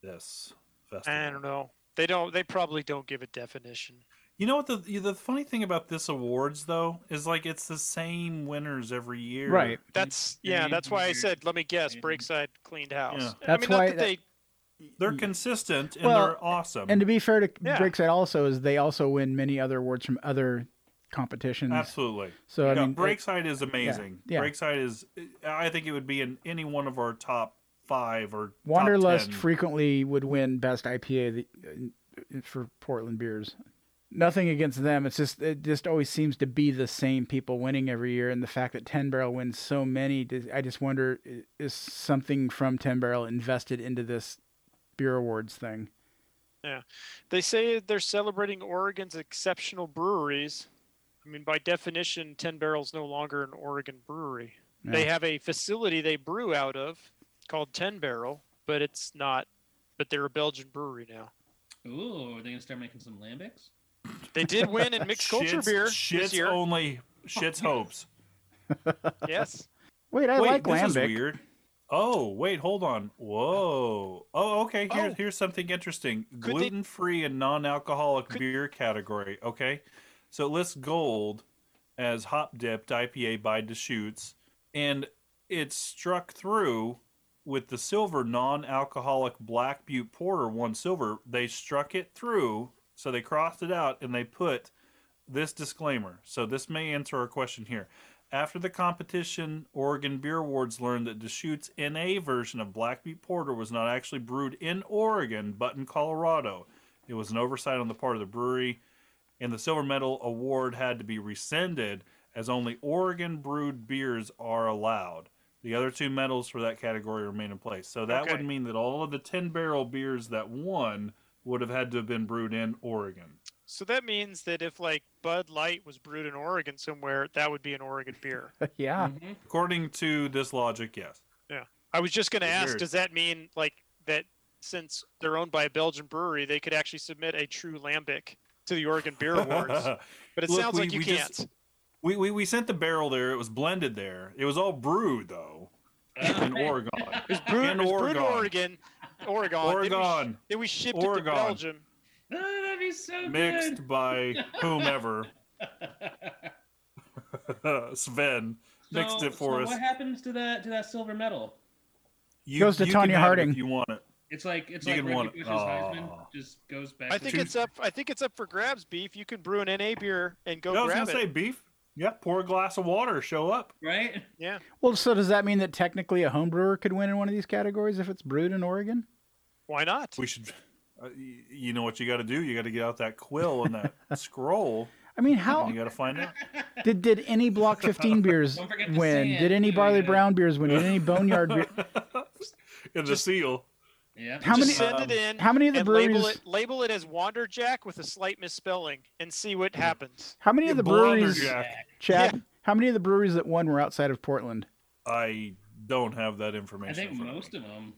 this festival?
I don't know. They don't. They probably don't give a definition.
You know what the the funny thing about this awards though is like it's the same winners every year.
Right.
That's
you
yeah.
need
That's why I
weird-
said, let me guess.
Mhm.
Breakside cleaned house. I
That's
mean, not
why
that
that-
they.
They're consistent and
Well,
they're awesome.
And to be fair to
Yeah.
Breakside, also is they also win many other awards from other competitions.
Absolutely.
So I
no,
mean, it-
Breakside is amazing.
yeah.
Breakside is I think it would be in any one of our top 5 or top
Wanderlust
10.
frequently would win best IPA the, uh, for Portland beers. Nothing against them. It's just it just always seems to be the same people winning every year, and the fact that Ten Barrel wins so many, does- I just wonder i- is something from Ten Barrel invested into this beer awards thing.
They say they're celebrating Oregon's exceptional breweries. I mean, by definition, Ten Barrel's no longer an Oregon brewery. They
Yeah.
have a facility they brew out of called Ten Barrel, but it's not. But they're a Belgian brewery now.
Ooh, are they gonna start making some lambics?
They did win in mixed culture
Shit's-
beer this
Shit's
year.
only shit's hopes.
Yes.
Wait, I
wait,
like
this is
Lambic.
weird. Oh, wait, hold on. Whoa. Oh, okay. Here,
Oh.
Here's something interesting
they-
gluten free and non alcoholic
Could-
beer category. Okay. So it lists gold as hop dipped IPA by Deschutes, and it's struck through with the silver non alcoholic Black Butte Porter, one silver. They struck it through, so they crossed it out and they put this disclaimer. So this may answer our question here. After the competition, Oregon Beer Awards learned that Deschutes NA version of Black Beet Porter was not actually brewed in Oregon, but in Colorado. It was an oversight on the part of the brewery, and the silver medal award had to be rescinded as only Oregon brewed beers are allowed. The other two medals for that category remain in place. So that
Okay.
would mean that all of the 10 barrel beers that won would have had to have been brewed in Oregon.
So that means that if like Bud Light was brewed in Oregon somewhere, that would be an Oregon beer.
yeah.
Mm.
Mhm.
According to this logic, yes.
I was just going to ask,
Weird.
does that mean like that since they're owned by a Belgian brewery, they could actually submit a true lambic to the Oregon Beer Awards? But it
Look,
sounds
we-
like you
we
can't.
just- we, we, we sent the barrel there. It was blended there. It was all brewed, though, in
Mm-hmm. Oh,
Oregon.
It was brewed
In
it was brewed in Oregon.
Oregon.
Oregon. Then we, sh-
Oregon,
then we shipped it to
Oregon.
Belgium.
Oh, that'd be so good.
mixed by whomever. Sven mixed
So-
it for
so
us.
What happens to that to that silver medal?
You,
Goes to
you can
Tonya
have it
Harding.
If you want it.
It's like it's
You
like
can Oh. want
Reggie
it.
Bush's
Aw.
Heisman just goes back.
I
to-
think it's up. I think it's up for grabs. Beef. You can brew an NA beer and go
I was
grab
going
it.
to say, beef. Yeah, pour a glass of water, show up.
right.
yeah.
Well, so does that mean that technically a home brewer could win in one of these categories if it's brewed in Oregon?
Why not?
We should. Uh, y- you know what you got to do? You got to get out that quill and that scroll.
I mean,
and
how
you got to find out.
did did any Block 15 beers
Don't forget the
win?
sand,
Did any
too,
Barley
yeah.
Brown beers win? Did any Boneyard beer?
And the
Just-
seal.
Yeah.
How
Just
many-
send
Um,
it in.
How many of the
and label
breweries?
it label it as Wander Jack with a slight misspelling and see
Hmm.
what happens.
How many of the breweries?
Blunderjack.
Chad, how many of the breweries that won were outside of Portland?
I don't have that
I
information.
think
in front of
most
me.
of them.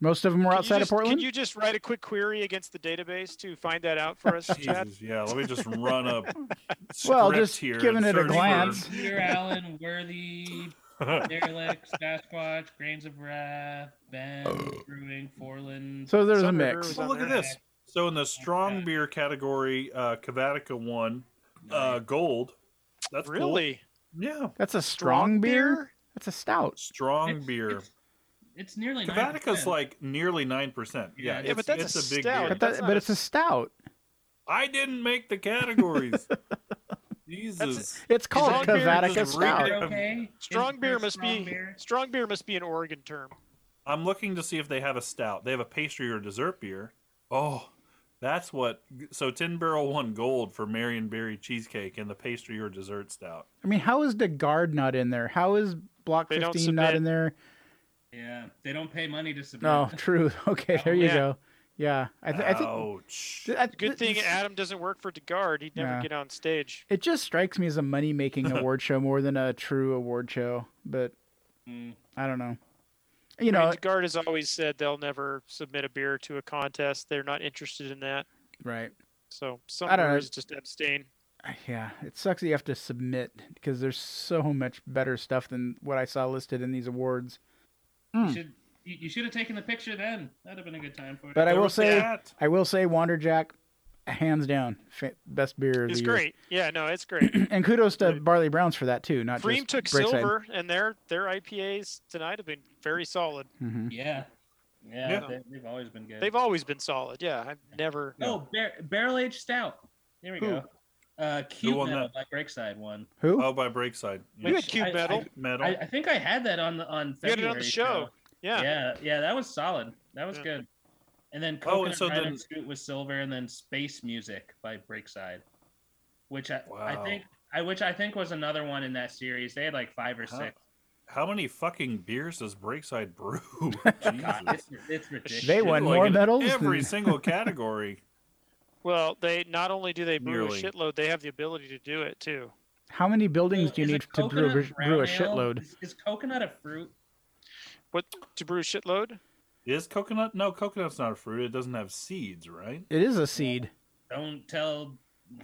Most of them were
Can you
outside
just-
of Portland.
Can you just write a quick query against the database to find that out for us, Chad?
Jesus, yeah, let me just run up.
Well,
script
just
here
giving
and
it a
search for-
glance.
Peter Allen, Worthy, Derelict, Sasquatch, Grains of Wrath, Ben,
Oh.
Brewing, Forland.
so there's a mix.
Summer Brewers
Well,
on
look at
there.
this. So in the strong beer category, uh, Cavatica won uh, gold. That's cool.
Really?
yeah,
That's a strong beer. That's a stout.
strong
It's-
beer.
It's, it's nearly.
Cavatica's
9%.
like nearly nine percent.
Yeah,
Yeah,
yeah,
it's,
but
it's
that's
a
a
big
stout.
beer.
But,
that's
that,
not
but
a
it's a stout.
I didn't make the categories. Jesus,
It's called
Strong beer is
Cavatica
just
Stout.
really-
okay.
Strong
Is
beer
there
must be
strong beer?
strong beer must be an Oregon term.
I'm looking to see if they have a stout. They have a pastry or dessert beer. Oh, that's what. So Tin Barrel won gold for Marion Berry cheesecake and the pastry or dessert stout.
I mean, how is DeGard not in there? How is Block
They don't
15 not
submit.
in there?
Yeah, they don't pay money to submit.
No, true. Okay, there you
Yeah. Oh.
go. Yeah, I, th- I think.
Ouch.
th- I-
Good thing
th-
Adam doesn't work for Degard. He'd never
Yeah.
get on stage.
It just strikes me as a money making award show more than a true award show, but
Mm.
I don't know. You
I mean,
know,
Degard has always said they'll never submit a beer to a contest. They're not interested in that.
right.
So some
I don't know.
brewers just abstain.
Yeah, it sucks that you have to submit because there's so much better stuff than what I saw listed in these awards.
You should you, you should have taken the picture then. That'd have been a good time for it.
But I
There
will
was
say,
that.
I will say, Wander Jack, hands down, fa- best beer of
It's
the uh, year.
great. Yeah, no, it's great.
And kudos to Barley Browns for that too. Not
Bream
just
took
Breakside.
silver, and their their IPAs tonight have been very solid.
Mhm.
yeah, yeah,
Yeah.
They, they've always been good.
They've always been solid. Yeah, I've never.
oh bar- barrel aged stout. There we go. Uh, cute
won
metal
that?
like Breakside one.
Who?
Oh, by Breakside.
You
Yeah.
had cube
I-
metal.
Metal.
I, I think I had that on the on
you had
February
it on the show.
Yeah.
Yeah.
yeah, that was solid. That was
Yeah.
good. And then
Oh,
Coconut
and so
Rhino
then-
Scoot was silver, and then Space Music by Breakside, which I, I
Wow.
think I which I think was another one in that series. They had like five or
How-
six.
How many fucking beers does Breakside brew?
God,
Jesus.
it's, it's ridiculous.
They won
Like
more
in
medals.
Every
than-
single category.
Well, they not only do they brew
Nearly.
a shitload, they have the ability to do it too.
How many buildings do you
Is a
need to brew a,
coconut
br- brew a
brown ale-
shitload?
Is, is coconut a fruit?
What to brew a shitload?
Is coconut? No, coconut's not a fruit. It doesn't have seeds, right?
It is a seed.
Don't tell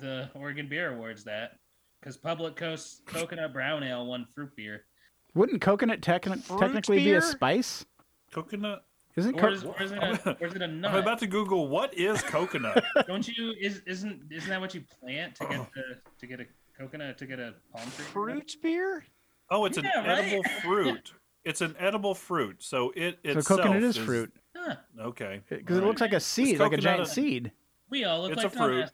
the Oregon Beer Awards that, because Public Coast Coconut Brown Ale won fruit beer.
Wouldn't coconut techni-
Fruit
technically be
beer?
a spice?
Coconut.
Isn't
Or
co-
is, or is it a, or is it a
I'm
nut?
about to Google what is coconut.
Don't you is isn't isn't that what you plant to get the to get a coconut to get a palm tree?
Fruit beer?
Oh, it's
Yeah,
an
right?
edible fruit. It's an edible fruit. So it
so
itself
coconut is fruit
Huh.
Okay.
because it
All
looks
right.
like a seed, like a
coconut
giant
a-
seed.
We all look
It's
like
a fruit.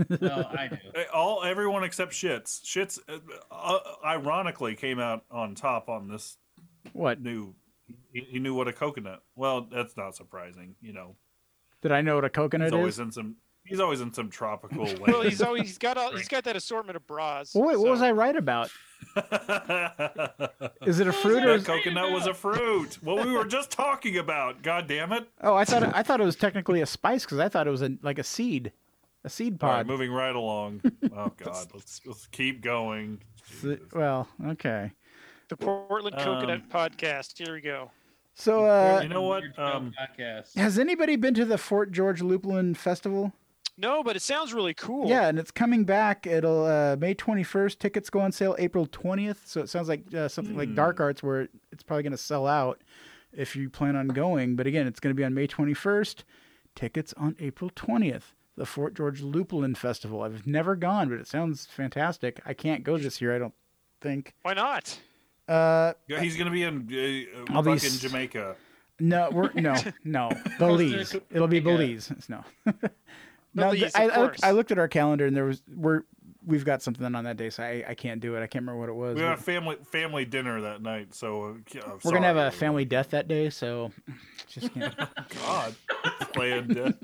dumbasses. Well, I do.
Eh, All everyone except Shits. Shits, uh, uh, ironically, came out on top on this
What
new. He he knew what a coconut. Well, that's not surprising. You know,
did I know what a
he's
coconut
always
is?
in some. He's always in some tropical land.
Well, he's always he's got all he's got that assortment of bras.
Well, wait, what was
so-
I right about? Is it a
What was
fruit
I
or?
that
Is,
right
coconut was a fruit. What we were just talking about. God damn it!
oh, I thought it, I thought it was technically a spice because I thought it was a, like a seed, a seed
All right,
pod.
moving right along. Oh God, let's let's keep going.
S-
Jesus.
well, okay.
The Portland
Um,
Coconut Podcast. Here we go.
So uh,
You know what?
Weird
Um,
podcast.
has anybody been to the Fort George Lupulin Festival?
No, but it sounds really cool.
Yeah, and it's coming back. It'll uh, May twenty first. Tickets go on sale April twentieth. So it sounds like uh, something like Dark Arts, where it's probably going to sell out if you plan on going. But again, it's going to be on May twenty first. Tickets on April twentieth. The Fort George Lupulin Festival. I've never gone, but it sounds fantastic. I can't go this year. I don't think.
Why not?
Uh,
yeah, he's gonna be in uh,
I'll
fucking
be s-
Jamaica.
no, we're no, no. Belize. It'll be Belize. It's no. no, th-
Belize,
I,
of
I, looked, I
course.
looked at our calendar and there was we're we've got something on that day, so I, I can't do it. I can't remember what it was.
We have
but-
a family family dinner that night, so uh, yeah, I'm
We're gonna have
sorry.
a family death that day, so just can't.
God planned.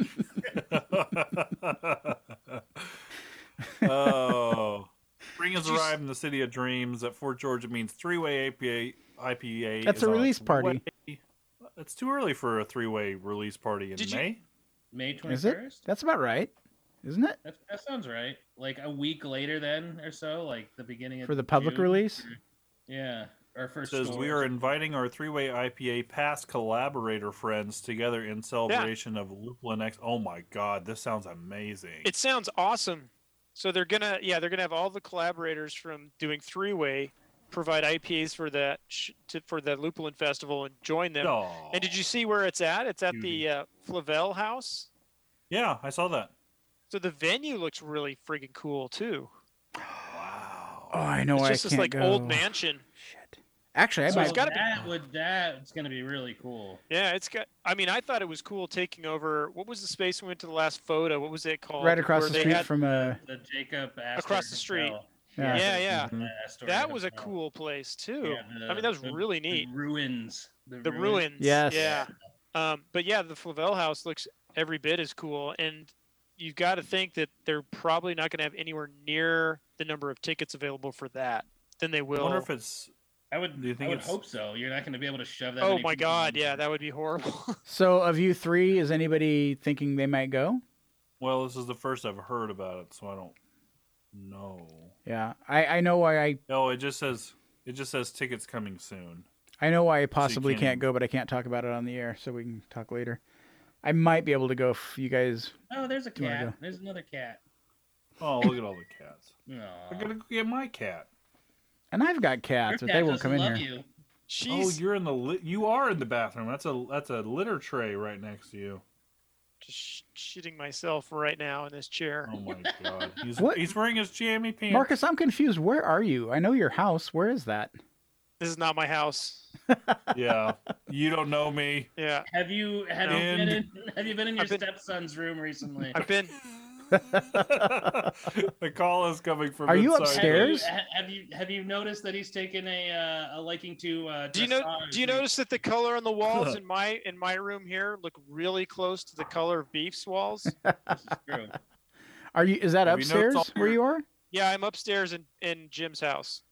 death. oh, spring has arrived in the city of dreams at Fort George. It means three way IPA. IPA.
That's
is
a
on
release
its
party.
way. It's too early for a three way release party in
Did you-
May.
May twenty
Is it?
first.
That's about right, isn't it?
That, that sounds right. Like a week later, then or so, like the beginning of
For the public
June.
release?
Yeah, or first.
says we are inviting our three-way IPA past collaborator friends together in celebration of Lupulin X. Oh my God, this sounds amazing!
It sounds awesome. So they're gonna yeah they're gonna have all the collaborators from doing three way provide IPAs for that sh- to, for the Lupulin Festival and join them.
Aw.
And did you see where it's at? It's at
Beauty.
the uh, Flavel House.
Yeah, I saw that.
So the venue looks really freaking cool too.
Oh,
Wow.
I know.
It's
I
just this
can't
like
go.
old mansion.
Shit. Actually, I
So
might.
it's gotta be-
that would that it's gonna be really cool.
Yeah, it's got. I mean, I thought it was cool taking over. What was the space we went to the last photo? What was it called?
right across
Where
the
they
street
had-
from a.
The Jacob Astor
Across the street.
Hotel.
Yeah.
Yeah, yeah.
Mm.
Mhm.
Astor
That was a
Hotel.
cool place too.
Yeah,
I mean, that was
the-
really
the
neat.
ruins. The,
The ruins.
Yes.
Yeah. Um, but yeah, the Flavel House looks every bit as cool, and you've got to think that they're probably not going to have anywhere near the number of tickets available for that than they
I
will.
wonder if it's
I would.
Do you think
I would
it's-
hope so. You're not going to be able to shove that.
oh
many
my
people
God!
in.
Yeah, that would be horrible.
So of you three, is anybody thinking they might go?
well. This is the first I've heard about it, so I don't know.
Yeah, I, I know why I
No, it just says it just says tickets coming soon.
I know why I possibly
can-
can't go, but I can't talk about it on the air, so we can talk later. I might be able to go if you guys.
Oh, there's a
Do you wanna
cat.
go?
There's another cat.
Oh, look at all the cats. I
Aww.
gotta go get my cat.
And I've got cats, but they won't come in here.
You.
Oh,
She's
you're in the li- you are in the bathroom. That's a that's a litter tray right next to you.
just sh- shitting myself right now in this chair.
Oh my god. He's,
What?
he's wearing his jammy pants.
Marcus, I'm confused. Where are you? I know your house. Where is that?
This is not my house.
Yeah. You don't know me.
Yeah,
Have you have you been
And-
in have you been in your
I've been-
stepson's room recently?
I've been.
the call is coming from
Are you
inside.
Have
upstairs?
you- ha- Have you have you noticed that he's taken a uh, a liking to? Uh,
Do you know?
dressage
Do you
and-
notice that the color on the walls in my in my room here look really close to the color of Beef's walls?
This is true.
Are you? Is that
Have you
upstairs
noticed all
where you are?
yeah, I'm upstairs in in Jim's house.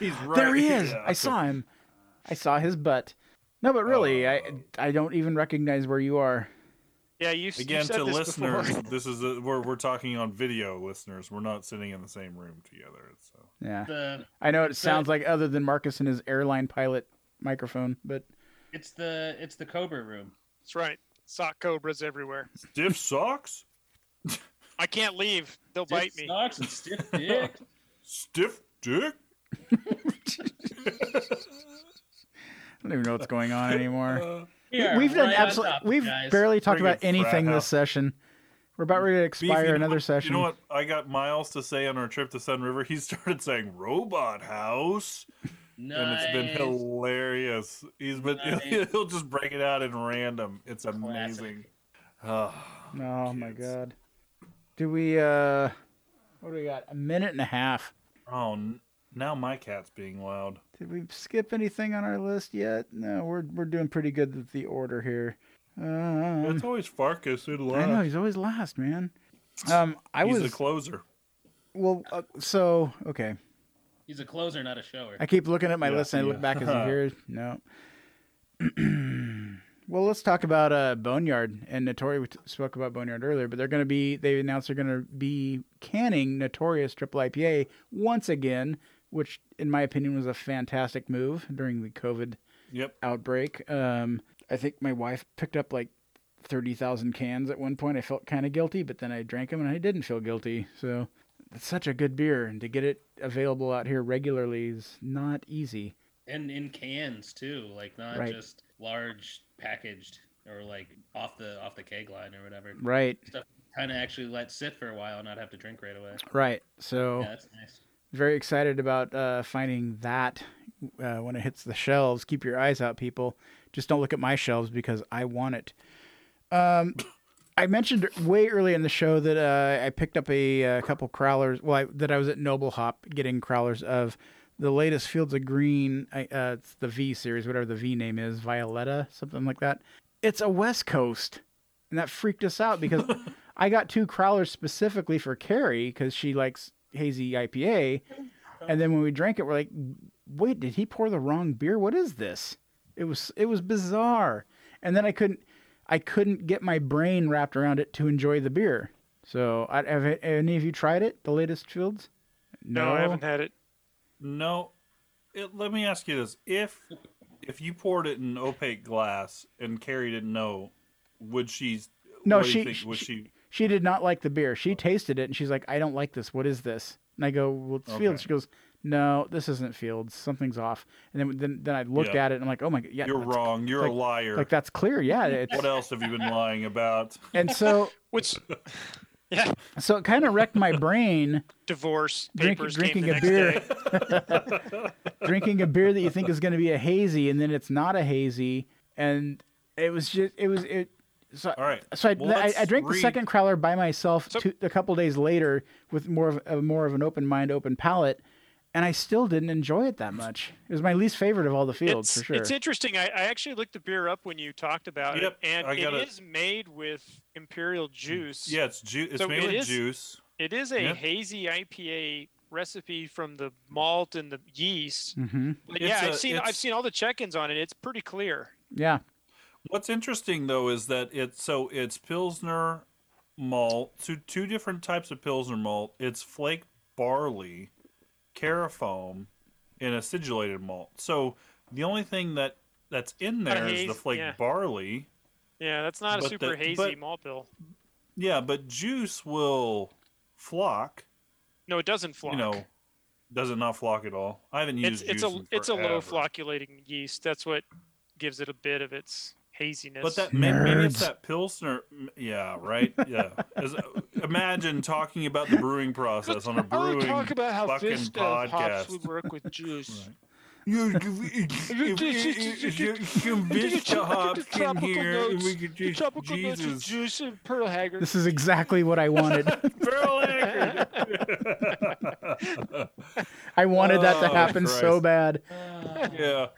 He's right
There he is.
Yeah.
I saw him. I saw his butt. No, but really, I
Oh.
I don't even recognize where you are.
Yeah, you s- you
Again,
said
to
this
listeners,
before.
this is a, we're we're talking on video. Listeners, we're not sitting in the same room together. So
Yeah,
The
I know it sounds like other than Marcus and his airline pilot microphone, but
it's the it's the Cobra room.
That's right. Sock cobras everywhere.
stiff socks,
I can't leave. They'll bite
Stiff
me.
socks and stiff dick.
stiff dick.
I don't even know what's going on anymore.
Uh,
We-
Yeah,
we've done
right on
absolutely.
top,
We've
guys.
barely talked
Bring
about
it,
anything
Brad.
this session. We're about ready to
Beef, you
expire
know
another
what-
session.
You know what I got Miles to say on our trip to Sun River? He started saying "Robot House," and
nice.
it's been hilarious. He's been
Nice.
he'll just break it out in random. It's
Classic.
amazing. Ah,
Oh my
kids.
god. Do we? uh What do we got? A minute and a half.
Oh, n- now my cat's being loud.
Did we skip anything on our list yet? No, we're we're doing pretty good with the order here. Um,
it's always Farkas who
I know
loud.
he's always last, man. Um, I
He's
was
the closer.
well. Uh, so okay,
He's a closer, not a shower.
I keep looking at my
Yeah,
list and I look
yeah.
back as a year. No. well, let's talk about uh, Boneyard and Notori. We t- spoke about Boneyard earlier, but they're going to be, they announced they're going to be canning Notorious Triple IPA once again, which in my opinion was a fantastic move during the COVID
Yep.
outbreak. Um, I think my wife picked up like 30,000 cans at one point. I felt kind of guilty, but then I drank them and I didn't feel guilty. So it's such a good beer, and to get it available out here regularly is not easy.
and in cans too, like not
Right.
just large packaged or like off the off the keg line or whatever.
Right,
Kind of actually let sit for a while and not have to drink right away.
right. So
Yeah, that's nice.
very excited about uh, finding that uh, when it hits the shelves. Keep your eyes out, people. Just don't look at my shelves because I want it. Um, I mentioned way early in the show that uh, I picked up a, uh couple crowlers. Well, I, that I was at Noble Hop getting crowlers of the latest Fields of Green. I, uh, it's the V series, whatever the V name is, Violetta, something like that. It's a West Coast, and that freaked us out because I got two crowlers specifically for Carrie because she likes hazy IPA, and then when we drank it, we're like, "Wait, did he pour the wrong beer? What is this?" It was it was bizarre, and then I couldn't I couldn't get my brain wrapped around it to enjoy the beer. So, I, have it- any of you tried it? The latest Fields?
No, I haven't had it.
No. It, let me ask you this: if if you poured it in opaque glass and Carrie didn't know, would she?
No,
what do you
she-
think? would
she-
she.
She did not like the beer.
Oh.
She tasted it and she's like, "I don't like this. What is this?" And I go, "Well, it's
Okay.
Fields." She goes, "No, this isn't Fields. Something's off." And then then, then I looked
Yeah.
at it and I'm like, "Oh my god, yeah,
You're
that's-
wrong. You're a liar.
Like that's clear, yeah. It's,
what else have you been lying about?
and so
Which, yeah,
so it kind of wrecked my brain
divorce
Drink-
papers
drinking
came
a
the next
beer.
day.
drinking a beer that you think is going to be a hazy and then it's not a hazy and it was just it was it so
All right.
so I,
Well,
I, I
let's
drank the
read-
second crowler by myself
So-
two, a couple days later with more of a, more of an open mind, open palate, and I still didn't enjoy it that much. It was my least favorite of all the fields
it's,
for sure.
It's interesting. I, I actually looked the beer up when you talked about
Yep,
it, and
I
it
got it.
is made with imperial juice.
Yeah, it's ju- It's
So
made
it
with
is-
juice.
It is a
Yeah. Mm.
hazy IPA recipe from the malt and the yeast.
hmm
But
It's
yeah, i
a-
I've seen I've
it's-
seen all the check-ins on it. It's pretty clear.
Yeah,
What's interesting though is that it's so it's pilsner malt, two two different types of pilsner malt. It's flaked barley, carafoam, and acidulated malt. So the only thing that that's in
Kinda
there is the
haze,
flaked
yeah.
barley.
Yeah, that's not
But
a
the-
super hazy
but-
malt bill.
Yeah, but juice will flock.
No, it doesn't flock.
You know, does it not flock at all? I haven't
it's
used
it's
juice
a
in
it's a
forever.
low flocculating yeast. That's what gives it a bit of its haziness.
But that maybe, maybe it's
Nerds.
that pilsner. m- Yeah, right. Yeah. As- uh, imagine talking about the brewing process on a brewing.
Oh, about how
fucking Vista hops podcast. would
work with juice.
You- you- if- if- if you can bitch the hops in here, and we could just- Jesus.
juice and Pearl Haggard.
this is exactly what I wanted.
Pearl Haggard.
I wanted that to
Oh,
happen so
Christ.
bad.
yeah.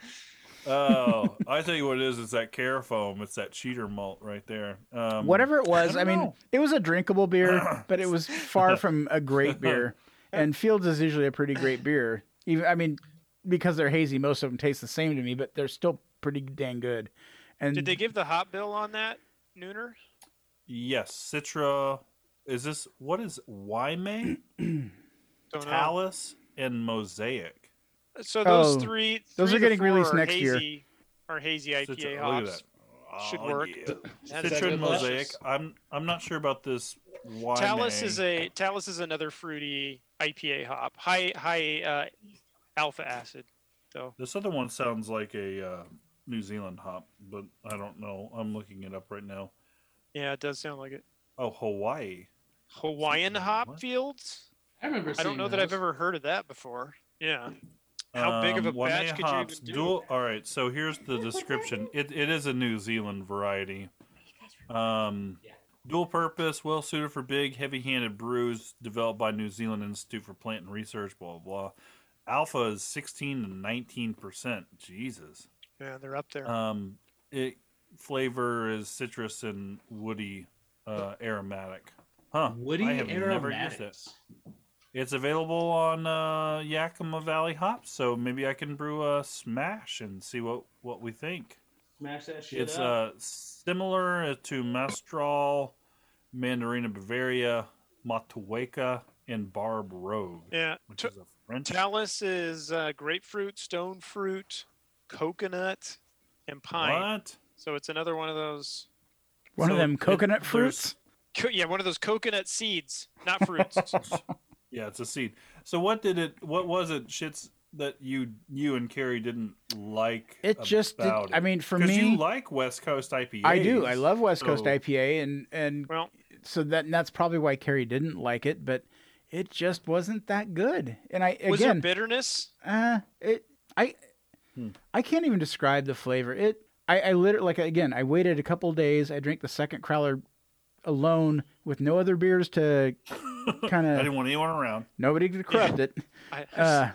Oh, I tell you what it is. It's that carafoam. It's that cheater malt right there. Um,
Whatever it was,
don't
I, mean,
know.
it was a drinkable beer, but it was far from a great beer. And Fields is usually a pretty great beer. Even I mean, because they're hazy, most of them taste the same to me, but they're still pretty dang good. And
Did they give the hop bill on that nooner?
Yes, Citra. Is this what is Wyme,
Don't know.
Talus, and Mosaic?
So those
Oh,
three,
those
three
are
to
getting released
four are
next year.
hazy- Are hazy IPA
Citra- look at
hops.
that.
Should
Oh,
work.
yeah.
That's
Citra
good
and Mosaic.
luscious.
I'm I'm not sure about this. Wyme.
Talus is a Talus is another fruity IPA hop, high high uh, alpha acid. So
This other one sounds like a uh, New Zealand hop, but I don't know. I'm looking it up right now.
yeah, it does sound like it.
Oh, Hawaii.
Hawaiian
Something
hop
what?
fields.
I remember.
I don't know that I've ever heard of that before. Yeah. How big of a
Wyme
batch could you
hops,
even do?
Dual, all right, so here's the description. It, it is a New Zealand variety. Um,
Yeah.
Dual purpose, well suited for big, heavy handed brews, developed by New Zealand Institute for Plant and Research, blah, blah, blah. Alpha is 16 to 19%. Jesus.
Yeah, they're up there.
Um, it flavor is citrus and woody uh, aromatic. Huh.
Woody
I have never used it.
aromatics.
It's available on uh, Yakima Valley hops, so maybe I can brew a smash and see what, what we think.
Smash that shit
It's
up.
uh, similar to Mastral, Mandarina Bavaria, Matueka, and Barb Rogue,
yeah.
which
T-
is a French.
Talus is uh, grapefruit, stone fruit, coconut, and pine.
What?
So it's another one of those.
One of
So
them
it-
coconut
there's-
fruits.
Co- yeah, one of those coconut seeds, not fruits.
Yeah, it's a seed. So what did it? What was it? Shits that you you and Carrie didn't like.
It just, did,
about
I
it?
mean, for
'Cause
me,
you like West Coast IPAs.
I do. I love West Coast
so-
IPA, and and
well,
so that and that's probably why Carrie didn't like it, but it just wasn't that good. And I
was there
again,
bitterness?
uh, it I
Hmm.
I can't even describe the flavor. It I, I literally like again. I waited a couple days. I drank the second crowler alone with no other beers to kind
I
of
didn't want anyone around.
nobody to corrupt it.
I,
Uh,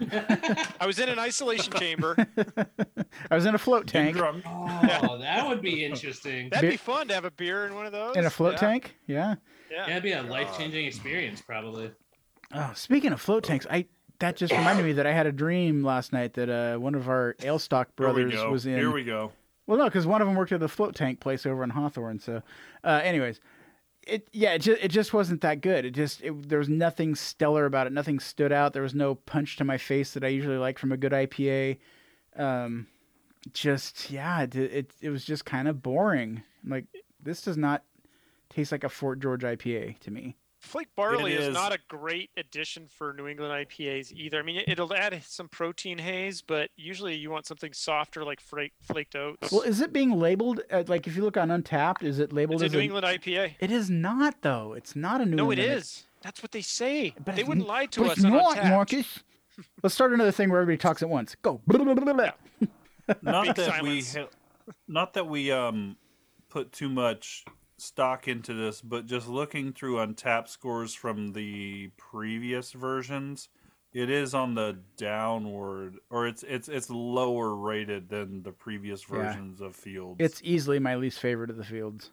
I was in an isolation chamber.
I was in a float
Too
tank.
drunk.
oh, that would be interesting.
That'd
Beer-
be fun to have a beer in one of those.
In a float
Yeah,
tank, yeah.
Yeah.
That'd be a life changing experience, probably.
Oh, speaking of float tanks, I that just reminded me that I had a dream last night that uh, one of our Alestock
Here we
brothers
go.
was in.
Here we go.
Well, no, because one of them worked at the float tank place over in Hawthorne. So, uh, anyways, it yeah, it just it just wasn't that good. It just it, there was nothing stellar about it. Nothing stood out. There was no punch to my face that I usually like from a good IPA. Um, just yeah, it it, it was just kind of boring. I'm like this does not taste like a Fort George IPA to me.
Flake barley
It
is.
is.
not a great addition for New England IPAs either. I mean, it- it'll add some protein haze, but usually you want something softer like flake, flaked oats.
Well, is it being labeled uh, like if you look on Untapped, is it labeled
it's a
as
New
a?
England IPA.
It is not though. It's not a New
No, it
England.
is. That's what they say.
But
they
it's
wouldn't
n-
lie to
But
us
it's
on
not,
Untappd.
Marcus. Let's start another thing where everybody talks at once. Go. Blah, blah, blah, blah.
not
Big
that
silence.
we ha- not that we um put too much stock into this but just looking through on tap scores from the previous versions it is on the downward or it's it's it's lower rated than the previous
Yeah.
versions of fields
It's easily my least favorite of the fields.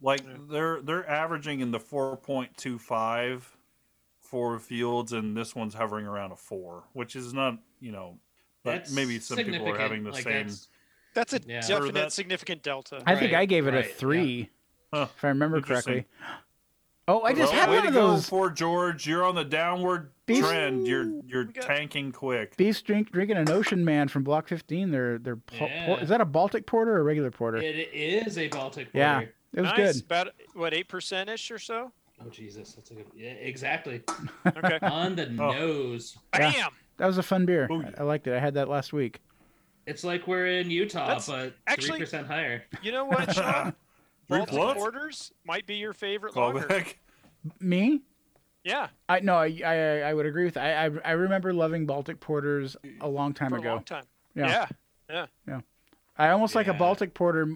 like
Yeah.
they're they're averaging in the 4.25 for fields and this one's hovering around a 4 which is not you know but
That's
maybe some people are
significant,
having the
like,
same
that's-
That's a
Yeah.
definite
Or that-
significant delta.
I think
Right,
I gave it
right,
a
yeah.
three,
Huh,
if I remember
interesting.
correctly. Oh, I just
Well,
had
way
one
to
of
go
those.
for George. You're on the downward
Beef-
trend. You're you're
We got-
tanking quick.
Beef's drink, drinking an Ocean Man from Block 15. They're they're po- por-
Yeah.
is that a Baltic porter or a regular porter? It,
It is a Baltic
Yeah.
porter.
was
nice.
good.
About what eight percent ish or so.
Oh Jesus, that's a good. Yeah, exactly.
Okay.
On the nose.
Yeah.
Bam.
That was a fun beer.
Oh,
I-
yeah.
I liked it. I had that last week.
It's like we're in Utah,
That's-
but three
actually-
percent higher.
You know what, Sean?
Drink
Baltic
what?
quarters might be your favorite
Call
lager.
back.
Me?
Yeah,
I no, I I, I would agree with. That. I, I I remember loving Baltic porters a long time
for a
ago.
long time.
Yeah.
yeah.
I almost like a
Yeah.
Baltic porter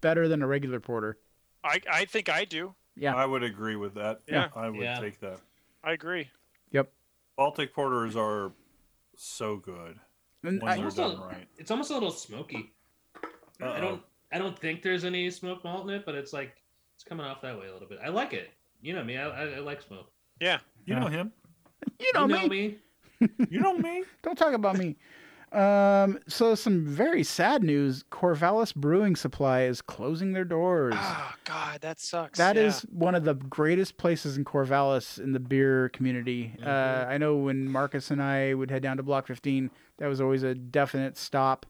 better than a regular porter.
I, I think I do.
Yeah.
I would agree with that.
Yeah.
I would
Yeah.
take that.
I agree.
Baltic porters are so good
And
when
I-
they're
Almost
done
a-
right.
It's almost a little smoky. I don't. I don't think there's any smoke malt in it, but it's like it's coming off that way a little bit. I like it. You know me. I, I, I like smoke.
Yeah.
You know him.
you know me.
You know me.
Don't talk about me. Um, so some very sad news. Corvallis Brewing Supply is closing their doors.
Oh God, that sucks.
That
Yeah.
is one of the greatest places in Corvallis in the beer community. Uh,
Mhm.
I know when Marcus and I would head down to Block 15, that was always a definite stop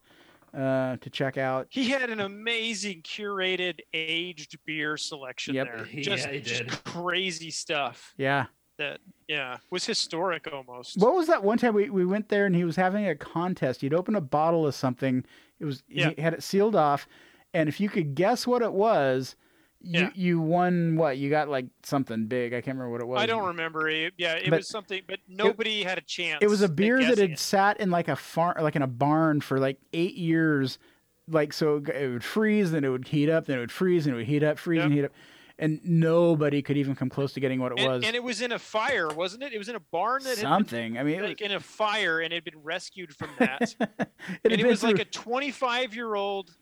uh, to check out.
He had an amazing curated aged beer selection
Yep.
there.
Yeah,
Just,
he
just
did.
crazy stuff.
Yeah.
Yeah, was historic almost.
What was that one time we, we went there and he was having a contest? He'd open a bottle of something. It was
Yeah.
he had it sealed off, and if you could guess what it was, you
Yeah.
you won what? You got like something big. I can't remember what it was.
I don't remember. It, yeah, it
But-
was something, but nobody had a chance.
It was a
at
beer that
guessing
had
it.
sat in like a farm, like in a barn for like eight years. Like so, it g- it would freeze, then it would heat up, then it would freeze, and it would heat up, freeze and heat up. and nobody could even come close to getting what it
And,
was.
and it was in a fire, wasn't it? It was in a barn that had
Something. I mean,
been,
it,
like in a fire and had been rescued from that.
was-
and it
been
was like
through-
a 25 year old,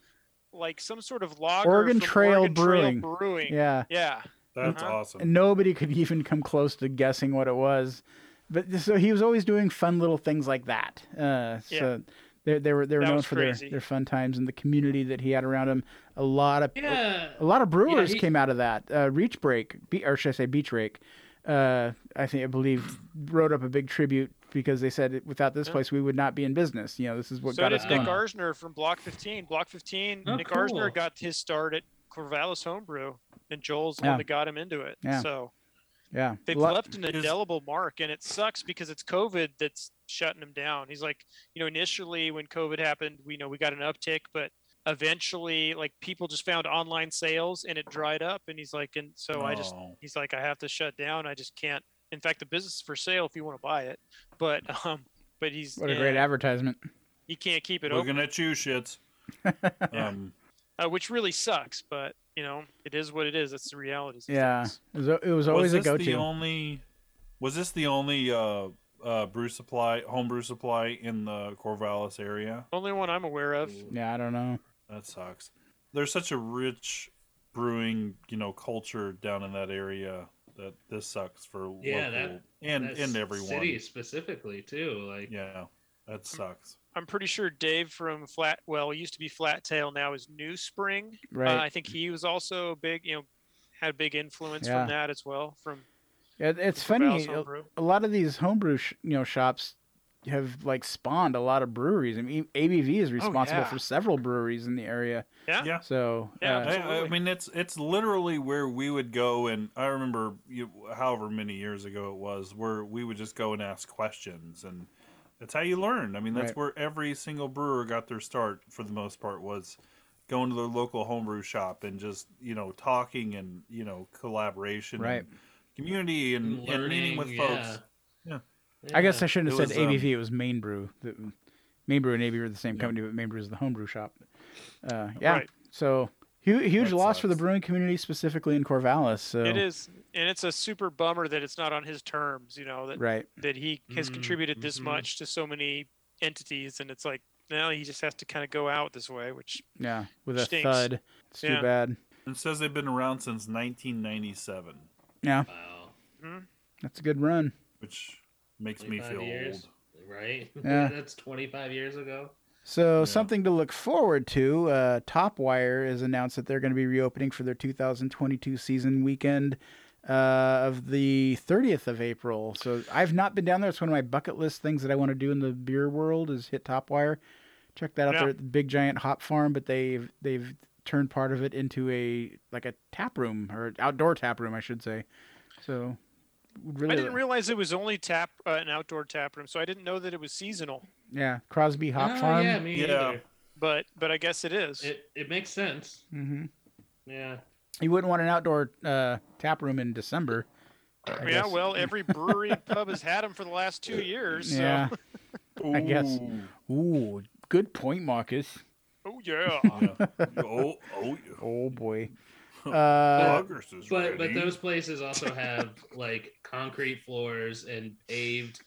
like some sort of logger
Oregon
from
Trail
Oregon
Brewing.
Trail Brewing.
yeah.
yeah.
That's
Uh-huh.
awesome.
And nobody could even come close to guessing what it was. But so he was always doing fun little things like that. Uh, so they, they were they were
That
known
was
for their,
crazy.
their fun times and the community that he had around him. A lot of
Yeah.
a lot of brewers
he-
came out of that. Uh, Reach Break, be, or should I say Beach Rake? Uh, I think I believe wrote up a big tribute because they said without this
Yeah.
place we would not be in business. You know, this is what
so
got
did
us
it's
going.
Nick Arzner from Block 15. Block 15,
Oh,
Nick Arzner
cool.
got his start at Corvallis Homebrew, and Joel's the
Yeah.
one that got him into it.
Yeah.
So
Yeah,
they've
Lo-
left an
Is-
indelible mark, and it sucks because it's COVID that's shutting him down. He's like, you know, initially when COVID happened, we know we got an uptick, but eventually, like, people just found online sales and it dried up. And he's like, and so I just
Oh.
he's like i have to shut down i just can't in fact the business is for sale if you want to buy it but um but he's
what a
eh,
great advertisement.
he can't keep it
We're
open
gonna chew shits. um,
uh, which really sucks but you know it is what it is that's the reality of
Yeah,
things.
it was, a- it was
was
always a
this
go-to.
the only? Was this the only uh, uh, brew supply, home brew supply in the Corvallis area?
only one i'm aware of
yeah, I don't know.
That sucks. There's such a rich brewing, you know, culture down in that area that this sucks for
Yeah,
local
that-
and
That
and everyone.
City specifically too. Like
Yeah, that sucks.
i'm pretty sure dave from flat well it used to be flat tail now is new spring
Right.
uh, i think he was also a big you know had a big influence
Yeah.
from that as well from
It, it's
Corvallis
funny. A,
Homebrew.
a lot of these homebrew, sh- you know, shops have like spawned a lot of breweries. I mean, E, ABV is responsible
yeah.
for several breweries in the area.
yeah
Yeah.
So
Yeah,
uh,
I- I,
Absolutely.
mean, it's it's literally where we would go, and I remember, you, however many years ago it was, where we would just go and ask questions, and that's how you learn. I mean, that's
Right.
where every single brewer got their start for the most part was going to their local homebrew shop and just you know talking and you know collaboration,
Right.
and community, and,
and
and meeting
learning,
with
yeah.
folks. Yeah.
I guess
Yeah.
I shouldn't have
It
said
was, um,
ABV. It was Main Brew. The, Main Brew and ABV are the same
Yeah.
company, but Main Brew is the homebrew shop. Uh, yeah.
Right.
So hu- huge
That
loss for the
sucks.
brewing community, specifically in Corvallis. So
it is and it's a super bummer that it's not on his terms you know that
right.
that he has
Mm,
contributed this
mhm.
much to so many entities and it's like now he just has to kind of go out this way which
Yeah. With a
Stinks.
thud. It's
Yeah.
too bad.
It says they've been around since 1997,
Yeah.
Wow.
That's a good run.
which makes me
25
feel
years,
old.
Right?
Yeah.
That's 25 years ago.
So
Yeah.
something to look forward to. Uh, Topwire has announced that they're going to be reopening for their 2022 season weekend uh, of the 30th of April. So I've not been down there. It's one of my bucket list things that I want to do in the beer world is hit Topwire. Check that out
Yeah.
there at the Big Giant Hop Farm. But they've they've turned part of it into a like a tap room or outdoor tap room, I should say. So really,
i didn't realize it was only tap uh, an outdoor tap room so i didn't know that it was seasonal
yeah, Crosby Hop
Ah,
Oh,
Farm.
Yeah, me
Yeah.
either.
but but i guess it is
It, it makes sense.
hmm
Yeah.
You wouldn't want an outdoor uh, tap room in December. I
yeah
guess.
oh, well every brewery and pub has had them for the last two years so
Yeah. I guess.
Ooh.
Ooh, good point, Marcus.
oh yeah
Yeah. oh, oh, yeah.
Oh boy. Uh,
August is
But but
ready.
those places also have like concrete floors and paved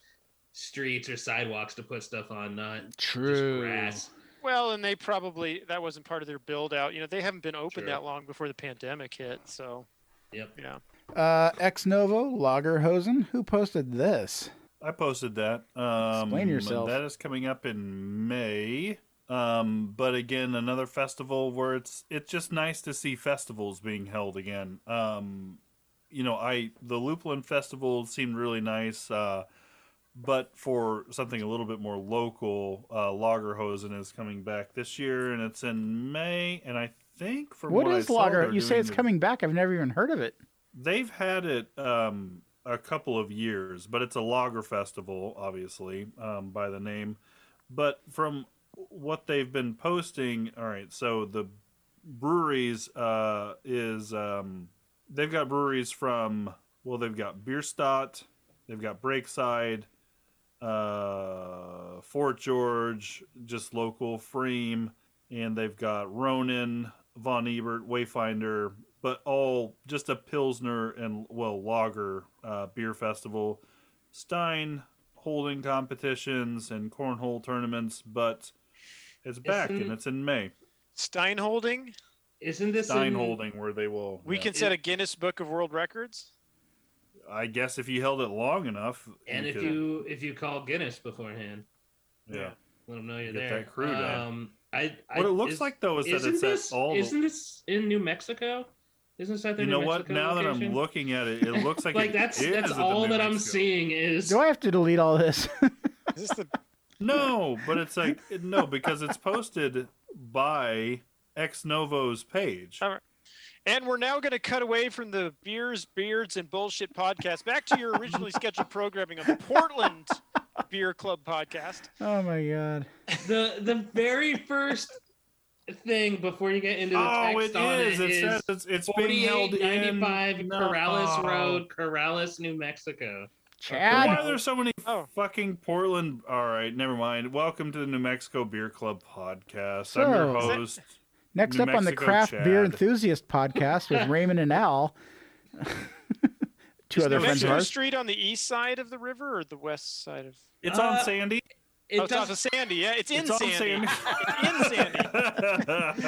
streets or sidewalks to put stuff on, not just
true.
grass.
well and they probably that wasn't part of their build out you know they haven't been open
Sure.
that long before the pandemic hit so
Yep.
yeah
Uh, Ex Novo Lagerhosen. Who posted this?
I posted that. Um,
Explain yourself.
That is coming up in May. Um, but again, another festival where it's it's just nice to see festivals being held again. Um, you know, I the Lupulin Festival seemed really nice, uh, but for something a little bit more local, uh, Lagerhosen is coming back this year, and it's in May. And I think from what,
what is
I saw,
Lager?
they're
You say
doing
it's
the-
coming back. I've never even heard of it.
They've had it um, a couple of years, but it's a lager festival, obviously, um, by the name. But from what they've been posting, all right, so the breweries uh, is um, they've got breweries from well, they've got Bierstadt, they've got Breakside, uh, Fort George, just local Freem, and they've got Ronin, Von Ebert, Wayfinder, but all just a Pilsner and, well, lager uh, beer festival. Stein holding competitions and cornhole tournaments, but it's back
Isn't-
and it's in May.
Stein holding.
Isn't this
Stein
in-
holding where they will.
We
yeah.
can set a Guinness Book of World Records.
I guess if you held it long enough.
And if
could-
you if you call Guinness beforehand,
Yeah.
let them know you're
Get
there.
that crew down.
um, I, I
What it looks
is-
like though is that
isn't
it's
this
at all. the-
isn't this in New Mexico? Isn't this at the
you
New
know what?
Mexico
Now that I'm
location?
looking at it, it looks like,
like
it
that's
is
that's
at the
all
New
that I'm
Mexico.
seeing is
Do I have to delete all this?
Is this the
No, but it's like no because it's posted by Ex Novo's page.
Oh. And we're now going to cut away from the beers, beards, and bullshit podcast back to your originally scheduled programming of the Portland Beer Club podcast.
oh my god.
the the very first thing before you get into the
Oh,
text
it
on
is.
it
It
is
says it's, it's being held in
4895 Corrales
No.
Road, Corrales, New Mexico.
Chad.
Why are there so many
Oh.
fucking Portland? All right, never mind. Welcome to the New Mexico Beer Club podcast. I'm
So-
your
Is
that-
host.
Next
New
up on the
Mexico
Craft Beer
Chad.
Enthusiast podcast with Raymond and Al. Two
Is
other
New
friends of
Mexico
ours.
Street on the east side of the river or the west side of?
It's
Uh,
on Sandy.
It
oh, it's off
does
of Sandy. Yeah, it's in
It's on Sandy.
Sandy. it's in Sandy.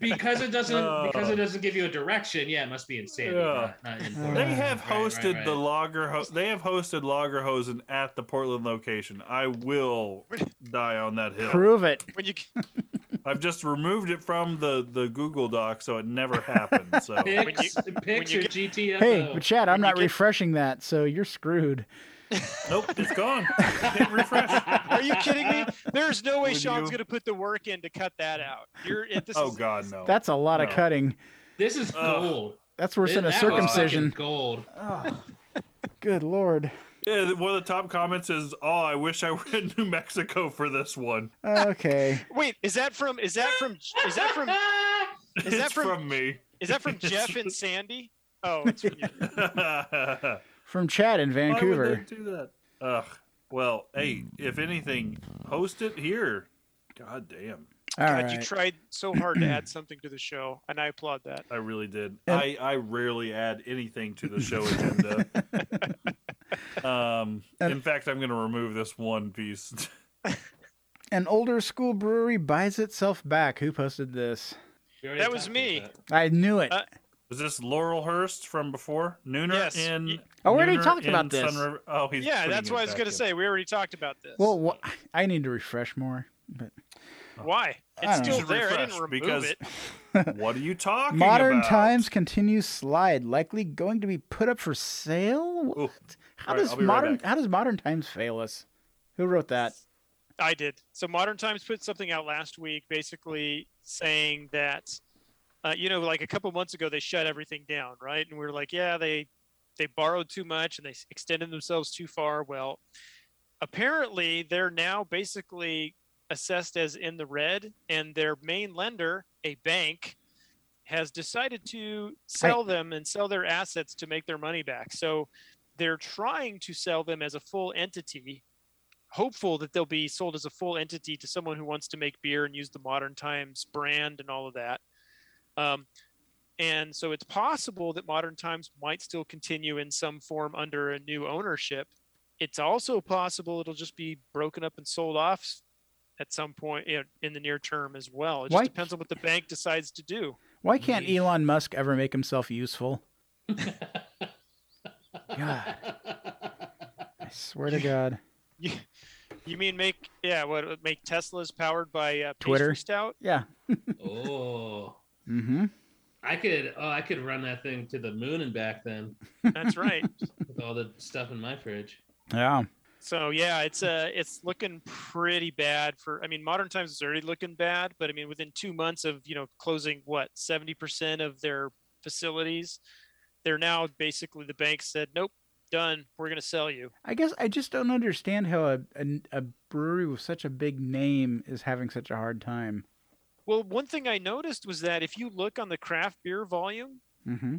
because it doesn't
Oh.
because it doesn't give you a direction. Yeah, it must be in Sandy,
Yeah.
not, not in
They
Portland.
They have
Right, right,
hosted
right.
the Lager. Ho- they have hosted Lagerhosen at the Portland location. I will die on that hill.
Prove it.
When you
I've just removed it from the the Google Doc, so it never happened. So
When
Pics, pics
you
or
get-
GTFO.
Hey, but Chad, I'm
you
not
get-
refreshing that, so you're screwed.
nope, it's gone. Hit refresh.
Ah,
are you kidding me? There's no way
Would
Sean's
you?
going to put the work in to cut that out. You're it, this
Oh
is,
God, no.
That's a lot of
No.
cutting.
This is
Ugh.
gold.
That's worse
This-
than a
that was fucking
circumcision.
Gold.
Oh, Good lord.
yeah, one of the top comments is, "Oh, I wish I were in New Mexico for this one."
Okay.
Wait, is that from? Is that from? Is that from? Is
it's
that from?
from me.
Is that from Jeff and Sandy? Oh, it's from you.
Why
From Chad in
would
Vancouver.
they do that? Ugh. Well, hey, if anything, host it here. God damn.
All
God, you
right.
tried so hard to add something to the show, and I applaud that.
I really did.
And-
I, I rarely add anything to the show agenda. um,
And-
in fact, I'm going to remove this one piece.
An older school brewery buys itself back. Who posted this?
We already
That was
talked
me.
about
I knew it.
Uh,
Is this Laurelhurst from before? Nooner
Yes.
in.
Oh, we already
Nooner
talked
in
about this.
Sun River- Oh, he's
yeah,
putting
that's
it
what I was
back
going to
in.
say. We already talked about this.
well, wh- I need to refresh more. But
why?
I
It's
don't know.
still
You should
there. I didn't
refresh,
remove
because-
it.
What are you talking
Modern
about?
Times continues slide, likely going to be put up for sale. What?
Ooh.
How
All right,
does
I'll be right
modern
back.
How does Modern Times fail us? Who wrote that?
I did. So Modern Times put something out last week, basically saying that, uh, you know, like a couple months ago, they shut everything down, right? And we were like, yeah, they they borrowed too much and they s- extended themselves too far. Well, apparently, they're now basically assessed as in the red, and their main lender, a bank, has decided to sell them and sell their assets to make their money back. So they're trying to sell them as a full entity hopeful that they'll be sold as a full entity to someone who wants to make beer and use the modern times brand and all of that um, and so it's possible that modern times might still continue in some form under a new ownership it's also possible it'll just be broken up and sold off at some point you know, in the near term as well it just
Why-
depends on what the bank decides to do
Why can't
Me.
Elon Musk ever make himself useful? God,
that.
I swear to God.
you, you mean make yeah what make teslas powered by uh, pastry
Twitter.
stout
Yeah.
oh,
Mm-hmm.
I could oh I could run that thing to the moon and back then
that's right
with all the stuff in my fridge.
Yeah.
So yeah, it's uh it's looking pretty bad for I mean modern times is already looking bad, but I mean within two months of you know closing what seventy percent of their facilities, they're now basically the bank said, Nope, done, we're gonna sell you.
I guess I just don't understand how a, a a brewery with such a big name is having such a hard time.
Well, one thing I noticed was that if you look on the craft beer volume,
Mm-hmm.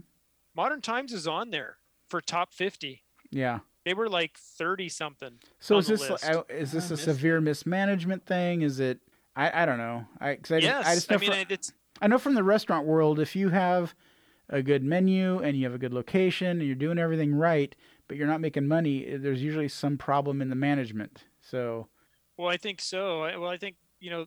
modern times is on there for top fifty.
Yeah.
They were like thirty something.
So
on
is
the
this
list.
uh, is
I
this a
missed
severe mismanagement thing? Is it? I, I don't know. I 'cause I, just-
Yes,
I
I,
just know
mean
fr-
it- it's
I know from the restaurant world, if you have a good menu and you have a good location and you're doing everything right, but you're not making money, eh, there's usually some problem in the management. So
Well, I think so. I- Well, I think you know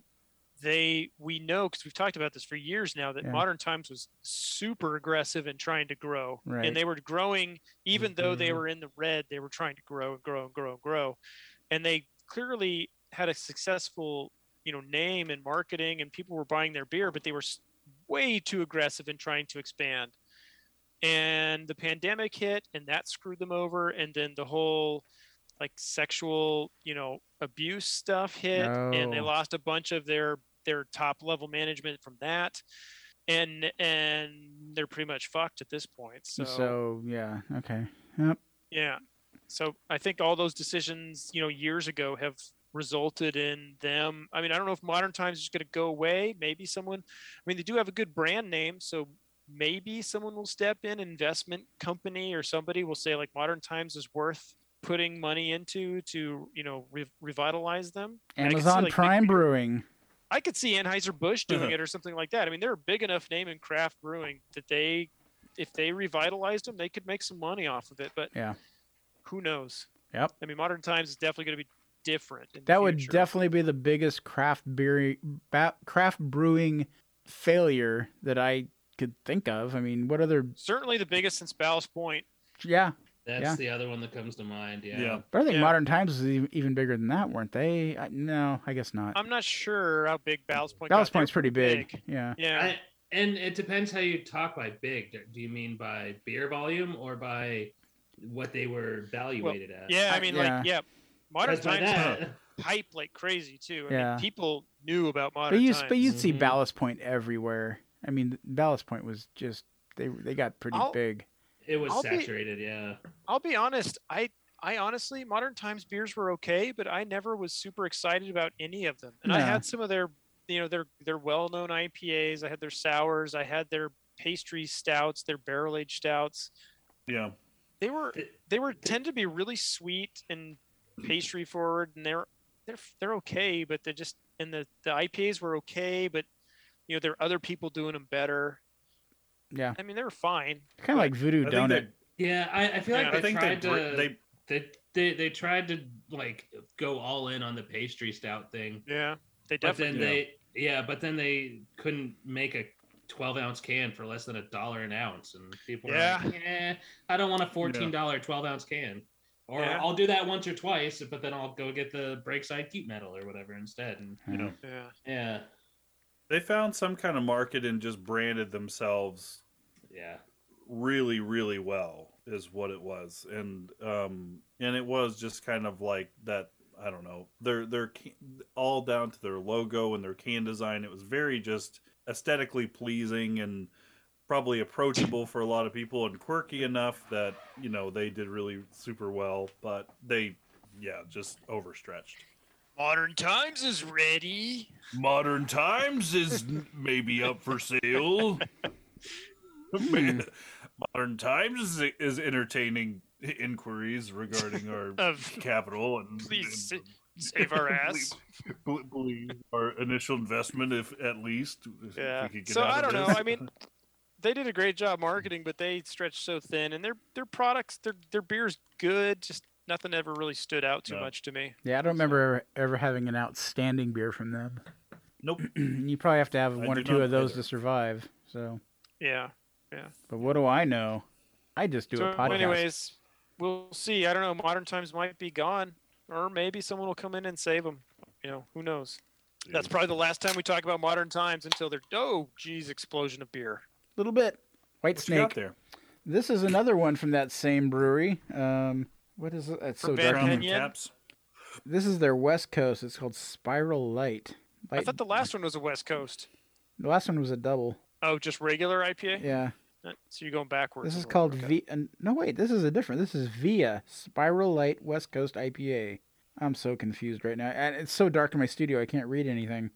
they we know because we've talked about this for years now that
Yeah.
Modern Times was super aggressive in trying to grow,
Right. Mm-hmm.
and they were growing even though they
Mhm.
were in the red. They were trying to grow and grow and grow and grow, and they clearly had a successful you know name and marketing, and people were buying their beer, but they were s- way too aggressive in trying to expand. And the pandemic hit, and that screwed them over. And then the whole like sexual, you know, abuse stuff hit, and they
Oh.
lost a bunch of their their top level management from that. And and they're pretty much fucked at this point.
so,
So,
yeah, okay.
yeah. So I think all those decisions, you know, years ago have resulted in them. I mean, I don't know if modern times is going to go away. Maybe someone, I mean, they do have a good brand name. So maybe someone will step in, investment company or somebody will say, like, modern times is worth putting money into to, you know, re- revitalize them. I mean, I could see,
Amazon
like,
Prime
Big-
Brewing.
I could see Anheuser-Busch
Uh-huh.
doing it or something like that. I mean, they're a big enough name in craft brewing that they, if they revitalized them, they could make some money off of it. But
Yeah.
who knows?
Yep.
I mean, modern times is definitely going to be different. in the
That would
future.
definitely be the biggest craft beer, ba- craft brewing failure that I could think of. I mean, what other?
certainly the biggest since Ballast Point.
Yeah,
That's
Yeah.
the other one that comes to mind. Yeah.
Yeah.
but I think
Yeah.
Modern Times was e- even bigger than that, weren't they? I, no, I guess not.
I'm not sure how big Ballast Point.
Ballast
got. They
Point's
were
pretty big.
big.
Yeah.
Yeah,
I, and it depends how you talk by big. Do you mean by beer volume or by what they were valuated at?
yeah.
I-
I mean,
yeah.
like, yeah, modern
'Cause by
times
that,
hype like crazy too. I
Yeah.
mean, people knew about modern
But you,
times.
but you'd see
Mhm.
Ballast Point everywhere. I mean, Ballast Point was just they they got pretty
I'll-
big.
it was
I'll be-
saturated. Yeah.
I'll be honest. I I honestly, modern times beers were okay, but I never was super excited about any of them. And I
No.
had some of their, you know, their their well known IPAs. I had their sours. I had their pastry stouts, their barrel aged stouts.
Yeah.
They were
Th-
they were tend to be really sweet and pastry forward, and they're they're they're okay, but they just and the the IPAs were okay, but you know there are other people doing them better.
Yeah,
I mean they were fine.
kind of like Voodoo
I think
Donut.
they,
Yeah. I, I feel
Yeah.
like
I
they
think they,
tried
br-
to
they
they, they they tried to like go all in on the pastry stout thing.
Yeah, they
But then
definitely.
they yeah, but then they couldn't make a 12 ounce can for less than a dollar an ounce, and people
Yeah.
are like, "Yeah, I don't want a 14 dollar 12 ounce can." Or
Yeah.
I'll do that once or twice, but then I'll go get the Breakside Keep Metal or whatever instead. And
Yeah.
know,
Yeah.
yeah,
they found some kind of market and just branded themselves
yeah,
really really well is what it was and um and it was just kind of like that i don't know their their ca- all down to their logo and their can design it was very just aesthetically pleasing and probably approachable for a lot of people and quirky enough that you know they did really super well but they yeah just overstretched
Modern Times is ready.
modern times is maybe up for sale
Hmm.
Modern Times is, is entertaining inquiries regarding our
Of
capital and
Please
and-
save our ass.
bel- believe our initial investment, if at least. if we
Yeah.
could get
So
out
I
of
don't know.
this.
I mean, they did a great job marketing, but they stretched so thin, and their their products, their their beer's good. Just nothing ever really stood out too
No.
much to me.
Yeah, I don't remember ever, ever having an outstanding beer from them.
nope.
you probably have to have
I
one or
do
two
not
of those
either.
to survive. So,
Yeah.
but what do I know? I just do
so
a podcast.
anyways, we'll see. I don't know. Modern times might be gone, or maybe someone will come in and save them. You know, who knows? That's probably the last time we talk about modern times until they're oh geez explosion of beer.
little bit. White
What you got
Snake.
there.
This is another one from that same brewery. Um, what is it? It's so
From
dark.
Van
Crown and
Henyon?
caps.
This is their West Coast. It's called Spiral Light.
I
Light-
thought the last one was a West Coast.
the last one was a double.
Oh, just regular IPA.
Yeah.
Uh, So you're going backwards.
This
a
is
little,
called
okay.
V. and no, wait. This is a different. This is Via Spiral Light West Coast IPA. I'm so confused right now, and it's so dark in my studio. I can't read anything.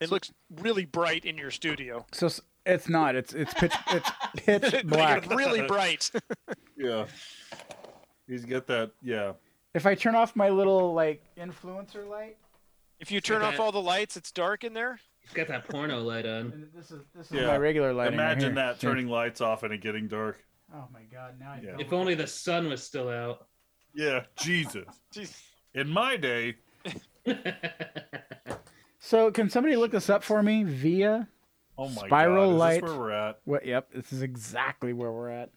It looks really bright in your studio.
So s- it's not. It's it's pitch. It's pitch
Like,
black.
really bright.
Yeah. He's got that. Yeah.
If I turn off my little like influencer light,
If you turn off all the lights, it's dark in there.
He's got that porno light on.
And this is this is
Yeah.
my regular lighting.
Imagine
right here.
that turning lights off and it getting dark.
Oh my god! Now I
Yeah.
feel
If only the sun was still out.
Yeah, Jesus.
Jeez.
In my day,
So can somebody look this up for me? Via
oh my
Spiral
God, is
light.
This where we're at.
what? Yep, this is exactly where we're at.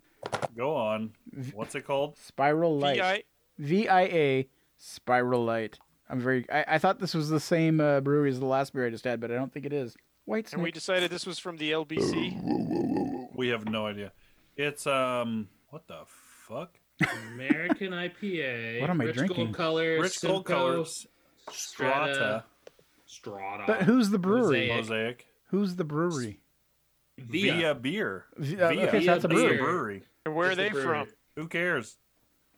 Go on. What's it called?
Spiral light.
VI
V I A Spiral light. I'm very. I, I thought this was the same uh, brewery as the last beer I just had, but I don't think it is. White
and we
Snake.
decided this was from the LBC.
We have no idea. It's um, what the fuck?
American IPA.
What am I
rich
drinking?
Gold colors,
Rich gold
Simcoe,
colors.
Strata.
Strata.
Strata.
But who's the brewery?
Mosaic.
Mosaic.
Who's the brewery?
Via,
Via.
beer.
Via- okay, so
that's a
That's
brewery.
And where are
It's a
they
brewery.
from?
Who cares?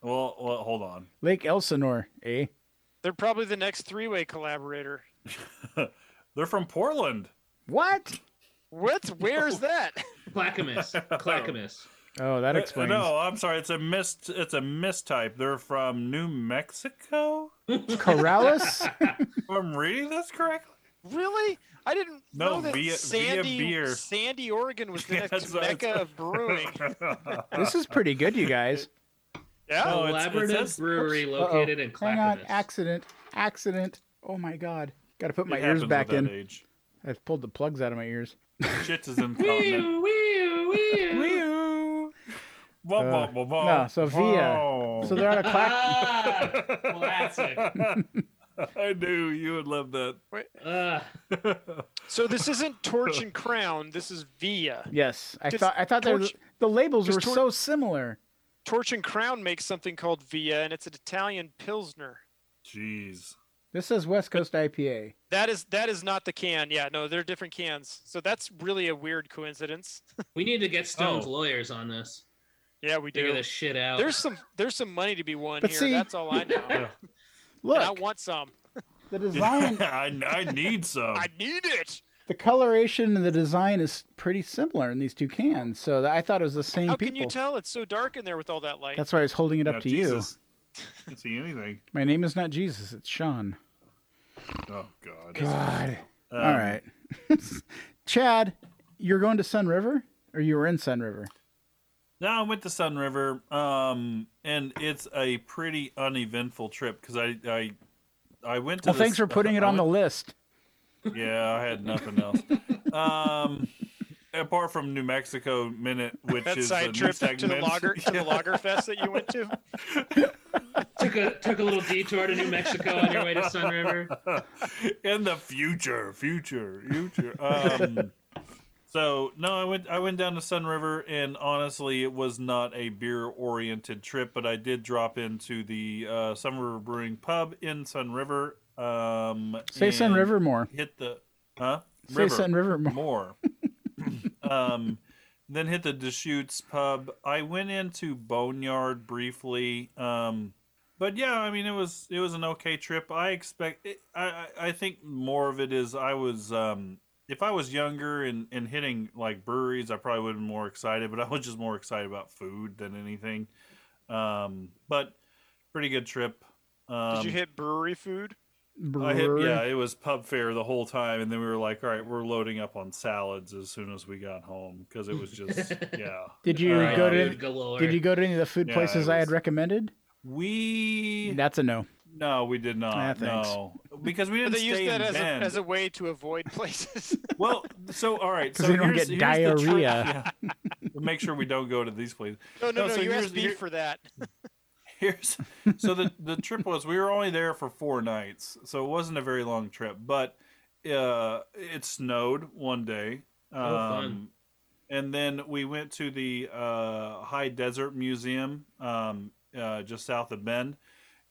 Well, well, hold on.
Lake Elsinore, eh?
They're probably the next three-way collaborator.
They're from Portland.
What?
What? Where's that?
Clackamas. Clackamas.
Oh, that
Uh,
explains.
No, I'm sorry. It's a mist. It's a mistype. They're from New Mexico.
Corrales?
If I'm reading this correctly.
Really? I didn't
No,
know that
via- via
Sandy,
beer.
Sandy, Oregon was the
Yeah,
next
that's what I
mecca
thought.
of brewing.
this is pretty good, you guys.
Yeah.
Oh,
No, it's- it
Collaborative
says-
brewery
Oops.
located
Uh-oh.
in
Hang on,
Clackamas.
accident, accident. Oh my god. Got to put my
It happens
ears
with
back
that
in.
Age.
eh?
I've pulled the plugs out of my ears.
Shit is incontinent.
Wee-oo, wee-oo, wee-oo.
Wee-oo. Wah, wah, wah, wah.
Uh, no, so via.
Oh.
Wah.
So they're on a clack.
Ah, classic.
I knew you would love that.
Ah.
So this isn't Torch and Crown. This is Via.
yes, I
Just
thought I thought they were,
torch-
the labels were
just tor-
so similar.
Torch and Crown makes something called Via, and it's an Italian Pilsner.
Jeez.
This says West Coast IPA.
That is that is not the can. Yeah, no, they're different cans. So that's really a weird coincidence.
we need to get Stone's
Oh.
lawyers on this.
Yeah, we
Figure
do.
this shit out.
There's some there's some money to be won
But
here.
see-
That's all I know. And I
Look,
want some.
the design,
I, I need some.
Um,
I need it.
the coloration and the design is pretty similar in these two cans. So I thought it was the same
How
people.
can you tell? It's so dark in there with all that light.
That's why I was holding it up
Now,
to
Jesus. Can't see anything.
you. My name is not Jesus, it's Sean.
Oh God.
God.
uh,
Um,
All right. Chad, you're going to Sun River? Or you were in Sun River?
Now I went to Sun River, um, and it's a pretty uneventful trip because I, I, I went to.
Well, thanks
this-
for putting it
I
on the
went-
list.
Yeah, I had nothing else. um, apart from New Mexico Minute, which
that
is
side
the
trip
trip
to the logger to the logger fest that you went to.
took a took a little detour to New Mexico on your way to Sun River.
in the future, future, future. Um, so no, I went I went down to Sun River, and honestly, it was not a beer oriented trip, but I did drop into the uh, Sun River Brewing Pub in Sun River. Um,
Say Sun
and
River more.
Hit the huh?
Say Sun River more.
more. um, then hit the Deschutes pub. I went into Boneyard briefly. Um, but yeah, I mean it was it was an okay trip. I expect it, I I I think more of it is I was um if I was younger and, and hitting like breweries, I probably would have been more excited, but I was just more excited about food than anything. Um, but pretty good trip. Um,
Did you hit brewery food?
Oh, I hit,
Brewery.
yeah, it was pub fare the whole time, and then we were like, all right, we're loading up on salads as soon as we got home because it was just yeah.
Did you
Alright,
go to
Food Oh, galore.
Did you go to any of the food
Yeah,
places
it
I
was-
had recommended?
We
That's a no.
no, we did not.
Ah, thanks.
no, because we
But
didn't
they use
stay in
that as a,
Bend.
as a way to avoid places.
Well, so all right,
'Cause
so
they don't
here's-
get
here's the trick-
diarrhea.
yeah. Make sure we don't go to these places.
no, no,
No,
no.
so
you
here's-
asked me
here-
for that.
here's so the the trip was we were only there for four nights so it wasn't a very long trip but uh it snowed one day um
Oh, fun.
and then we went to the uh high desert museum um uh just south of bend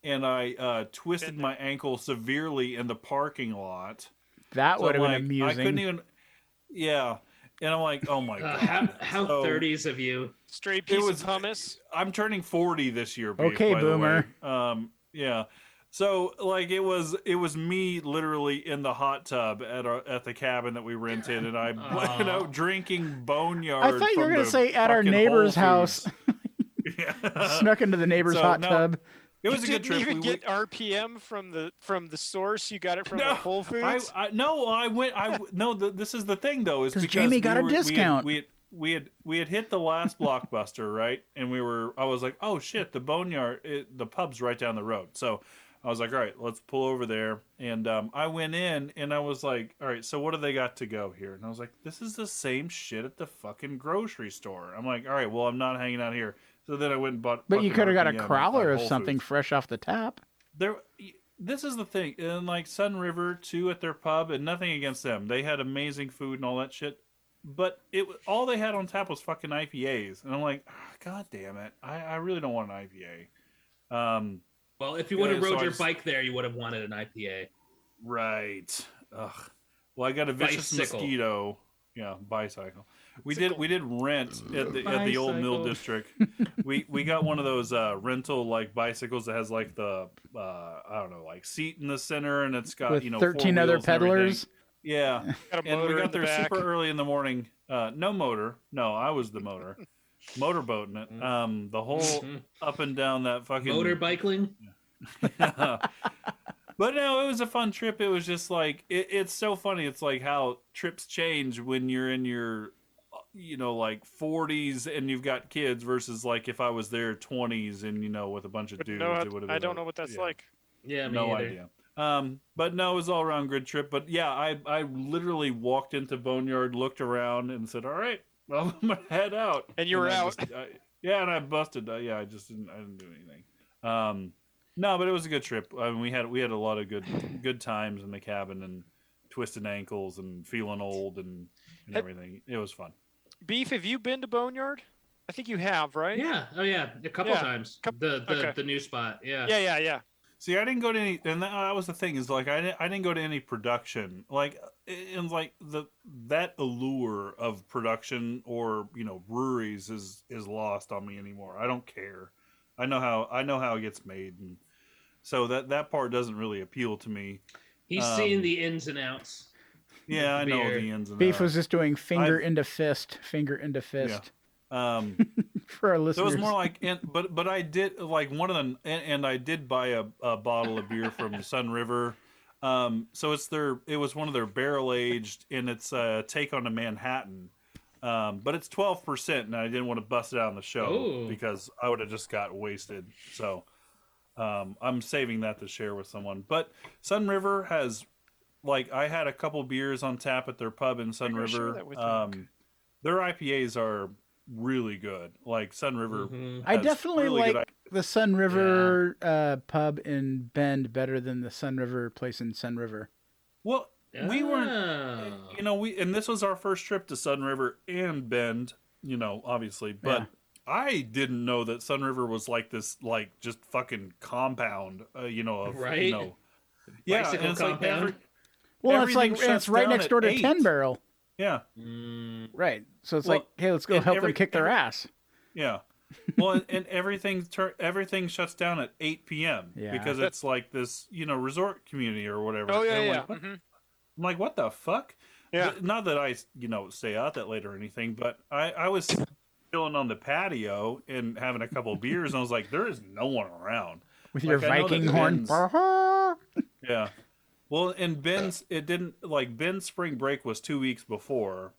and i uh twisted my ankle severely in the parking lot
That
So,
would have
like,
been
i couldn't
amusing.
even yeah and i'm like oh my
Uh,
god
how how
So-
30s of you?
Straight piece
was-
of hummus.
I'm turning 40 this year. Beef,
Okay,
by
boomer.
The way. Um, yeah. So like it was it was me literally in the hot tub at our, at the cabin that we rented, and I
Aw.
went out drinking boneyard.
I thought you were
from
gonna
the
say at our
fucking
neighbor's
Whole Foods.
house.
yeah.
Snuck into the neighbor's
So,
hot
no.
tub.
It was
you
a good
didn't
trip.
even
We-
get RPM from the from the source. You got it from
No,
like, Whole
we- I,
Foods.
I no, I went. I no. The, this is the thing though, is
'Cause
because
Jamie
we
got a
were-
discount.
We had, we had we had we had hit the last blockbuster right, and we were. I was like, oh shit, the boneyard, it, the pub's right down the road. So I was like, all right, let's pull over there. And um, I went in, and I was like, all right, so what do they got to go here? And I was like, this is the same shit at the fucking grocery store. I'm like, all right, well, I'm not hanging out here. So then I went and bought.
But you could
fucking
have got a
RPM at,
crowler
like,
of
Whole
something
Foods
fresh off the tap.
there this is the thing and like sun river too at their pub and nothing against them they had amazing food and all that shit but it wa- all they had on tap was fucking ipas and i'm like "Ah, god damn it i, I really don't want an ipa um
Well, if you
Yeah,
would have
so
rode
I
your
just-
bike there, you would have wanted an IPA.
right Ugh. well i got a vicious
Bicycle.
mosquito yeah bicycle we did we did rent at the, at the old mill
Bicycle.
district we we got one of those uh rental like bicycles that has like the uh i don't know like seat in the center and it's got
with
you know four
13 other
wheels and everything.
peddlers.
yeah
got a
and we
motor in
got
the
there
back.
super early in the morning. Uh, no motor. No, I was the motor. Motorboating
Mm-hmm.
it. Um, the whole
Mhm.
up and down that fucking
Motorbiking.
but no, it was a fun trip. It was just like it, it's so funny. It's like how trips change when you're in your you know like 40s and you've got kids versus like if I was there 20s and you know with a bunch of
But
dudes.
no,
it would have been
I don't
a-
know what that's
yeah
like.
Yeah, me
no
either.
idea. Um, but no, it was all around good trip. But yeah, I I literally walked into Boneyard, looked around, and said, "All right, well, I'm gonna head out."
And you were
I
out.
just- I- yeah, and I busted. Uh, yeah, I just didn't. I didn't do anything. Um, no, but it was a good trip. I mean, we had we had a lot of good good times in the cabin and twisting ankles and feeling old and, and
Have-
everything. It was fun.
Beef, have you been to Boneyard? I think you have, right?
Yeah. Oh yeah. A couple
Yeah.
times.
Coup-
the the,
okay.
the new spot. Yeah.
yeah, yeah, yeah.
See, I didn't go to any, and that, that was the thing is like I didn't, I didn't go to any production like it- and like the that allure of production or you know breweries is is lost on me anymore. I don't care. I know how I know how it gets made, and so that that part doesn't really appeal to me.
He's
Um,
seen the ins and outs.
Yeah, I know
Beer.
the ins and
Beef was
outs.
just doing finger into fist, finger into fist
Um,
for our
So it
listeners.
was more like, and, but but I did like one of them, and, and I did buy a, a bottle of beer from Sun River. Um, so it's their, it was one of their barrel aged, and it's a take on a Manhattan. Um, but it's twelve percent, and I didn't want to bust it out on the show
Ooh.
because I would have just got wasted. So um, I'm saving that to share with someone. But Sun River has, like, I had a couple beers on tap at their pub in Sun
gonna share
River.
that with you.
Um, their IPAs are really good. Like Sun River
Mhm.
I
has
definitely
really good
like the Sun River uh, pub in Bend better than the Sun River place in Sun River.
Well, we weren't,
Oh.
you know, we and this was our first trip to Sun River and Bend, you know, obviously, but
Yeah.
I didn't know that Sun River was like this, like just fucking compound, uh, you know, of
Right?
you know, yeah,
Bicycle
and it's like
compound?
every-
Well, it's like
Everything shuts
it's right
down
next
at
door to
eight.
Ten Barrel,
yeah,
Mm.
right? So it's
Well,
like, hey, let's go
and
help
every-
them kick their
every-
ass.
Yeah. Well, and- and everything tur- everything shuts down at 8 p.m.
Yeah.
because it's like this, you know, resort community or whatever.
Oh yeah,
And I'm
yeah.
Like, what,
mhm.
I'm like, what the fuck?
Yeah.
Th- Not that I, you know, stay out that late or anything, but I, I was chilling on the patio and having a couple beers, and I was like, there is no one around.
with
Like,
your
I know that
Viking horn.
Ben's- Yeah. Well, and Ben's it didn't like Ben's spring break was two weeks before,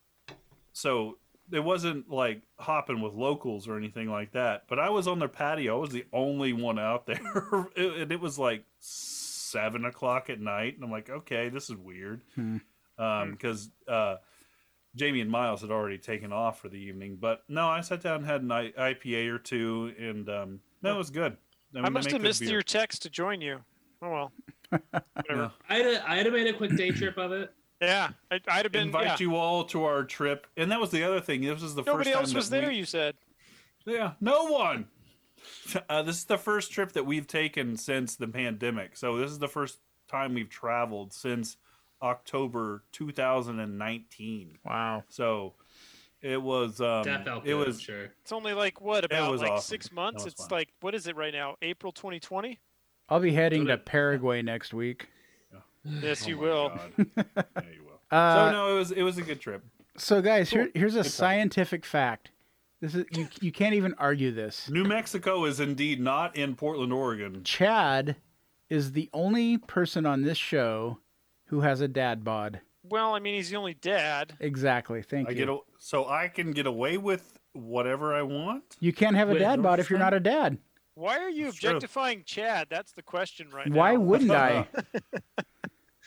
so it wasn't like hopping with locals or anything like that. But I was on their patio. I was the only one out there, It- and it was like seven o'clock at night. And I'm like, okay, this is weird,
Hmm.
because uh, Jamie and Miles had already taken off for the evening. But no, I sat down and had an I- IPA or two, and um, no, it was good. mean,
I
they
must
make
have
good
missed
beer.
your text to join you. Oh well. Whatever.
I'd have, I'd have made a quick day trip of it.
Yeah, I, I'd have been.
invite
yeah.
you all to our trip. And that was the other thing. This is the first
Nobody
time
else was
that
there.
we-
You said.
yeah, no one. Uh, this is the first trip that we've taken since the pandemic. So this is the first time we've traveled since October 2019.
Wow.
So it was um,
that felt
it
good,
was
sure.
It's only like what about
was
like
awesome.
six months?
That was
It's
fun.
like what is it right now? April 2020.
I'll be heading to
Good.
Paraguay next week.
Yes,
oh
you
my
will.
God. yeah, you will.
Uh,
so no, it was it was a good trip.
so, guys, here,
cool.
here's a
Good time.
scientific fact: This is you. You can't even argue this.
New Mexico is indeed not in Portland, Oregon.
Chad is the only person on this show who has a dad bod.
Well, I mean, he's the only dad.
Exactly. Thank
I
you.
get a, so I can get away with whatever I want.
you can't have a
Wait,
dad
no,
bod if you're not a dad.
Why are you
It's true.
objectifying Chad? That's the question right
Why
now.
wouldn't I?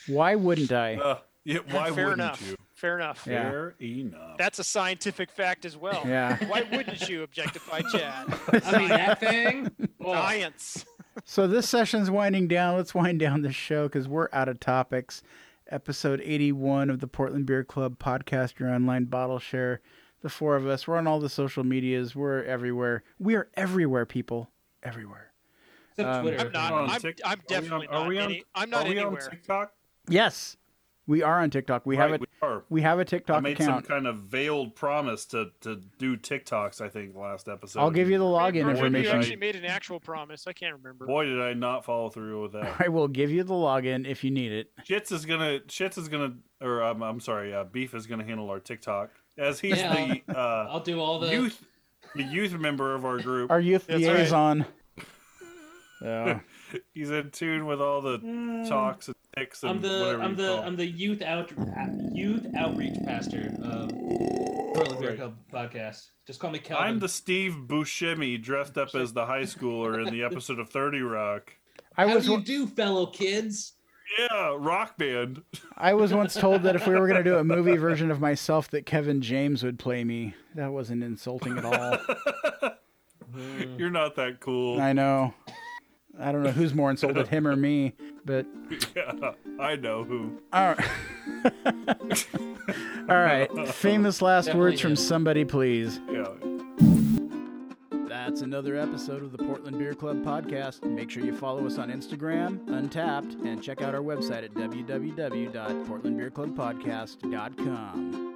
Why wouldn't I?
Uh, yeah, why
Fair
wouldn't
enough.
you?
Fair enough.
Yeah.
Fair enough.
That's a scientific fact as well.
Yeah.
Why wouldn't you objectify Chad?
I mean that thing. Oh,
Science.
So this session's winding down. Let's wind down this show because we're out of topics. Episode 81 of the Portland Beer Club podcast, your online bottle share. The four of us, we're on all the social medias. We're everywhere. We are everywhere, people. Everywhere.
except
Um,
Twitter.
I'm not.
Are we on
I'm,
Tik- are we on-
I'm definitely
are we
not.
on-
Any, I'm not
Are we on
anywhere.
TikTok?
Yes, we are on TikTok. We
Right,
have a
We are.
we have a
I
TikTok
made
account.
some kind of veiled promise to, to do TikToks, I think, last episode.
I'll give you the
I
login
remember when You
information.
actually made an actual promise. I can't remember.
Boy, did I not follow through with that.
I will give you the login if you need it.
Shits is gonna Shits is gonna or um, I'm sorry, uh, Beef is gonna handle our TikTok as he's
Yeah.
the uh,
I'll do all the.
youth the youth member of our group.
Our youth
That's right.
liaison. Yeah.
He's in tune with all the talks and ticks and
Mm. I'm the
whatever
I'm
you
the
call
I'm the youth out youth outreach pastor of Portland Beer
Right.
Club podcast. Just call me
it.
Calvin.
I'm the Steve Buscemi dressed up as the high schooler in the episode of Thirty Rock.
I
How
was
do you do, fellow kids?
Yeah, rock band.
I was once told that if we were going to do a movie version of myself, that Kevin James would play me. That wasn't insulting at all.
You're not that cool.
I know. I don't know who's more insulted, him or me. But
Yeah, I know who.
all right. all right. Famous last
Definitely
words from
him.
somebody, please.
Yeah.
That's another episode of the Portland Beer Club podcast. Make sure you follow us on Instagram, Untapped, and check out our website at www.portlandbeerclubpodcast.com.